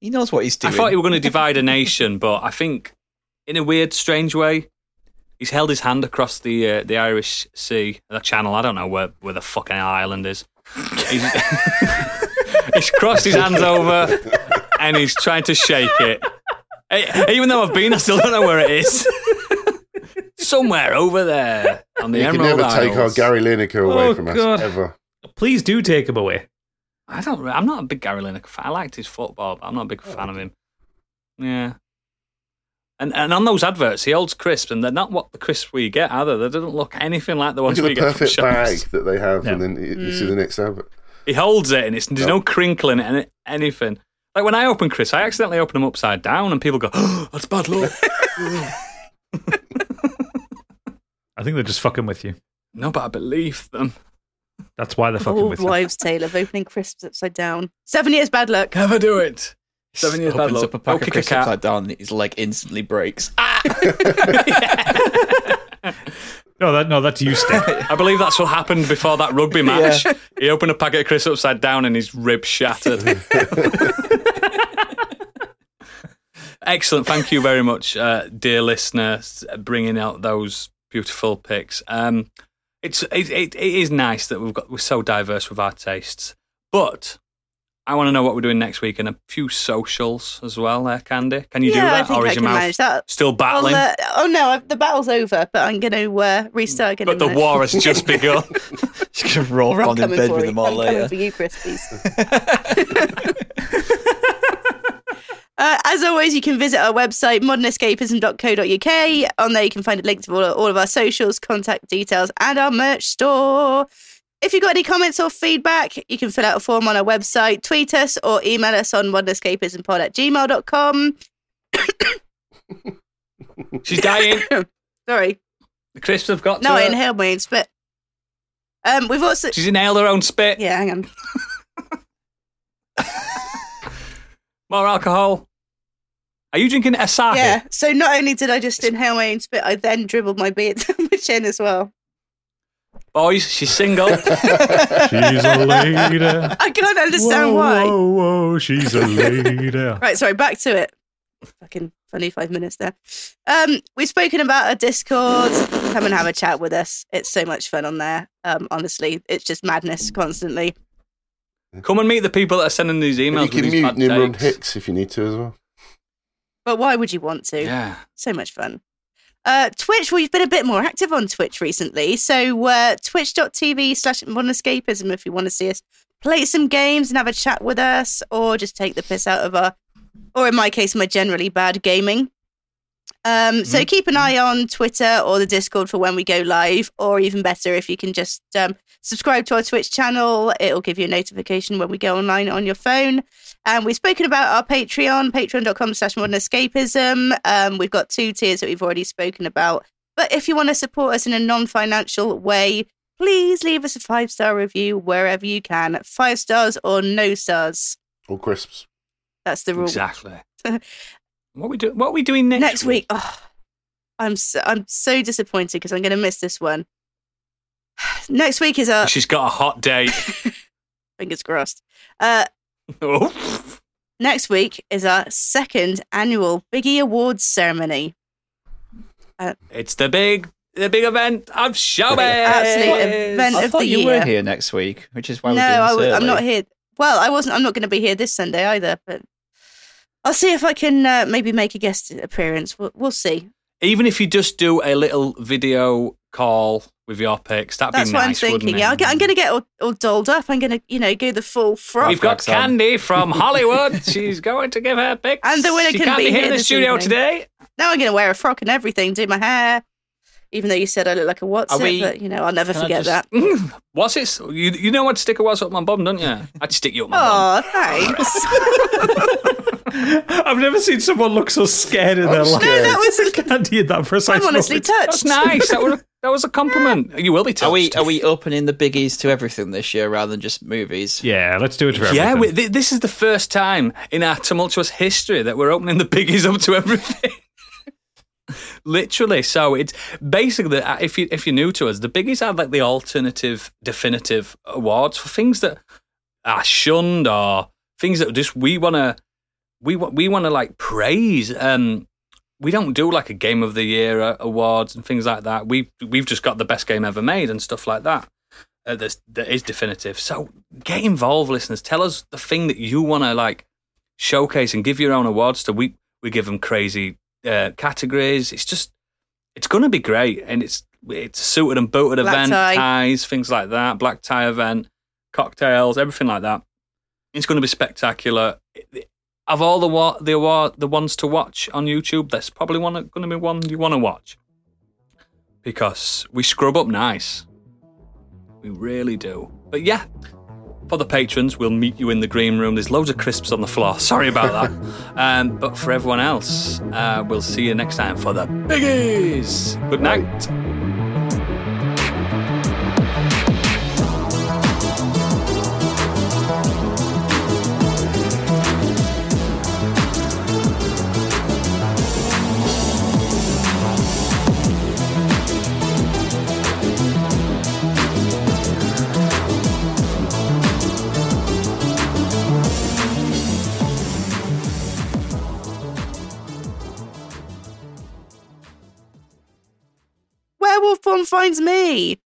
He knows what he's I doing. thought you were going to divide a nation, but I think in a weird, strange way, he's held his hand across the uh, the Irish Sea, the Channel. I don't know where where the fucking island is. He's, he's crossed his hands over and he's trying to shake it. E- Even though I've been, I still don't know where it is. Somewhere over there on the you can Emerald never take our Isles. Gary Lineker away Oh, from God. us ever. Please do take him away. I don't. re- I'm not a big Gary Lineker fan. I liked his football, but I'm not a big Oh, fan of him. Yeah. And and on those adverts, he holds crisps, and they're not what the crisps we get either. They don't look anything like the Look ones at we the get from perfect bag shops. that they have, No. and then you, you see Mm. the next advert. He holds it, and it's there's no, No. crinkle in it, and it- anything. Like when I open crisps, I accidentally open them upside down, and people go, oh, "That's bad luck." I think they're just fucking with you. no, but I believe them. That's why they're Oh, fucking Old with you. wives' tale of opening crisps upside down. Seven years bad luck. Never do it. Seven years bad opens luck. up a pack Go of kick a crisps cat. upside down and his leg instantly breaks. Ah! No, that, no, that's you, Steve. I believe that's what happened before that rugby match. He opened a packet of crisps upside down and his rib shattered. Excellent. Thank you very much, uh, dear listeners, bringing out those beautiful picks. Um, it's it, it, it is nice that we've got we're so diverse with our tastes, but I want to know what we're doing next week and a few socials as well. There, Candy, can you do yeah, that, I think or is I your can mouth manage that. still I'll, battling? uh, oh no, I've, the battle's over, but I'm going to uh, restart again. but in the a minute. war has just begun. She's going to roll I'm around in coming bed for with you. them all I'm coming later. for you, Crispies. Uh, as always, you can visit our website, modernescapism.co.uk. On there, you can find a link to all, all of our socials, contact details, and our merch store. If you've got any comments or feedback, you can fill out a form on our website, tweet us, or email us on modernescapismpod at gmail.com. She's dying. Sorry. The crisps have got. No, to I her. inhaled my own spit. Um, we've also. She's inhaled her own spit. Yeah, hang on. More alcohol. Are you drinking Asahi? Yeah. So not only did I just inhale my own spit, I then dribbled my beard down my chin as well. Boys, she's single. She's a leader. I can't understand whoa, why. Whoa, whoa, she's a leader. Right, sorry, back to it. Fucking funny five minutes there. Um, we've spoken about our Discord. Come and have a chat with us. It's so much fun on there. Um, honestly, it's just madness constantly. Come and meet the people that are sending these And emails you with can these mute bad Nimrod takes. Hicks if you need to as well. But why would you want to? Yeah. so much fun. Uh, Twitch, well, you've been a bit more active on Twitch recently. So, uh, twitch.tv slash modern escapism if you want to see us play some games and have a chat with us, or just take the piss out of our, or in my case, my generally bad gaming. Um, so, keep an eye on Twitter or the Discord for when we go live, or even better, if you can just um, subscribe to our Twitch channel, it'll give you a notification when we go online on your phone. And we've spoken about our Patreon, patreon.com slash modern escapism. Um, we've got two tiers that we've already spoken about. But if you want to support us in a non financial way, please leave us a five star review wherever you can. Five stars or no stars. Or crisps. That's the rule. Exactly. what we do? What we doing next? Next week, oh, I'm so, I'm so disappointed because I'm going to miss this one. Next week is our She's got a hot date. fingers crossed. Uh, Oh. next week is our second annual Biggie Awards ceremony. it's the big, the big event of showbiz. Absolute event. I of thought the you year. were here next week, which is why we're no, doing this I w- I'm early. not here. Well, I wasn't. I'm not going to be here this Sunday either. But I'll see if I can uh, maybe make a guest appearance. We'll, we'll see. Even if you just do a little video call with your pics, that'd That's be what nice. I'm thinking. wouldn't Yeah, I'll it? get, I'm going to get all, all dolled up. I'm going to, you know, go the full frock. We've got Frogs on. Candy from Hollywood. She's going to give her pics. And the winner she couldn't can't be be here here in the this studio evening. today. now I'm going to wear a frock and everything. Do my hair. Even though you said I look like a what's Are it, we- but you know I'll never Can I forget just- that. What's it? You, you know I'd stick a what's up my bum, don't you? I'd stick you up my bum. Oh, thanks. I've never seen someone look so scared Oh, in their I'm life. scared. that was. Can't hear that precise I'm honestly moment. That's touched. nice. That was a, that was a compliment. You will be touched. Are we are we opening the biggies to everything this year rather than just movies? yeah, let's do it for yeah, everything. we, th- this is the first time in our tumultuous history that we're opening the biggies up to everything. Literally, so it's basically uh, if you if you're new to us, the biggies are like the alternative, definitive awards for things that are shunned or things that just we want to we wa- we want to like praise. Um, we don't do like a game of the year uh, awards and things like that. We we've just got the best game ever made and stuff like that. Uh, that's, that is definitive. So get involved, listeners. Tell us the thing that you want to like showcase and give your own awards to. We we give them crazy uh, categories. It's just it's going to be great, and it's it's a suited and booted Black event, tie. ties, things like that, black tie event, cocktails, everything like that. It's going to be spectacular. Of all the wa- the award, the ones to watch on YouTube, there's probably one going to be one you want to watch because we scrub up nice. We really do. But yeah, for the patrons, we'll meet you in the green room. There's loads of crisps on the floor. Sorry about that. um, but for everyone else, uh, we'll see you next time for the biggies. Good night. Werewolf One finds me.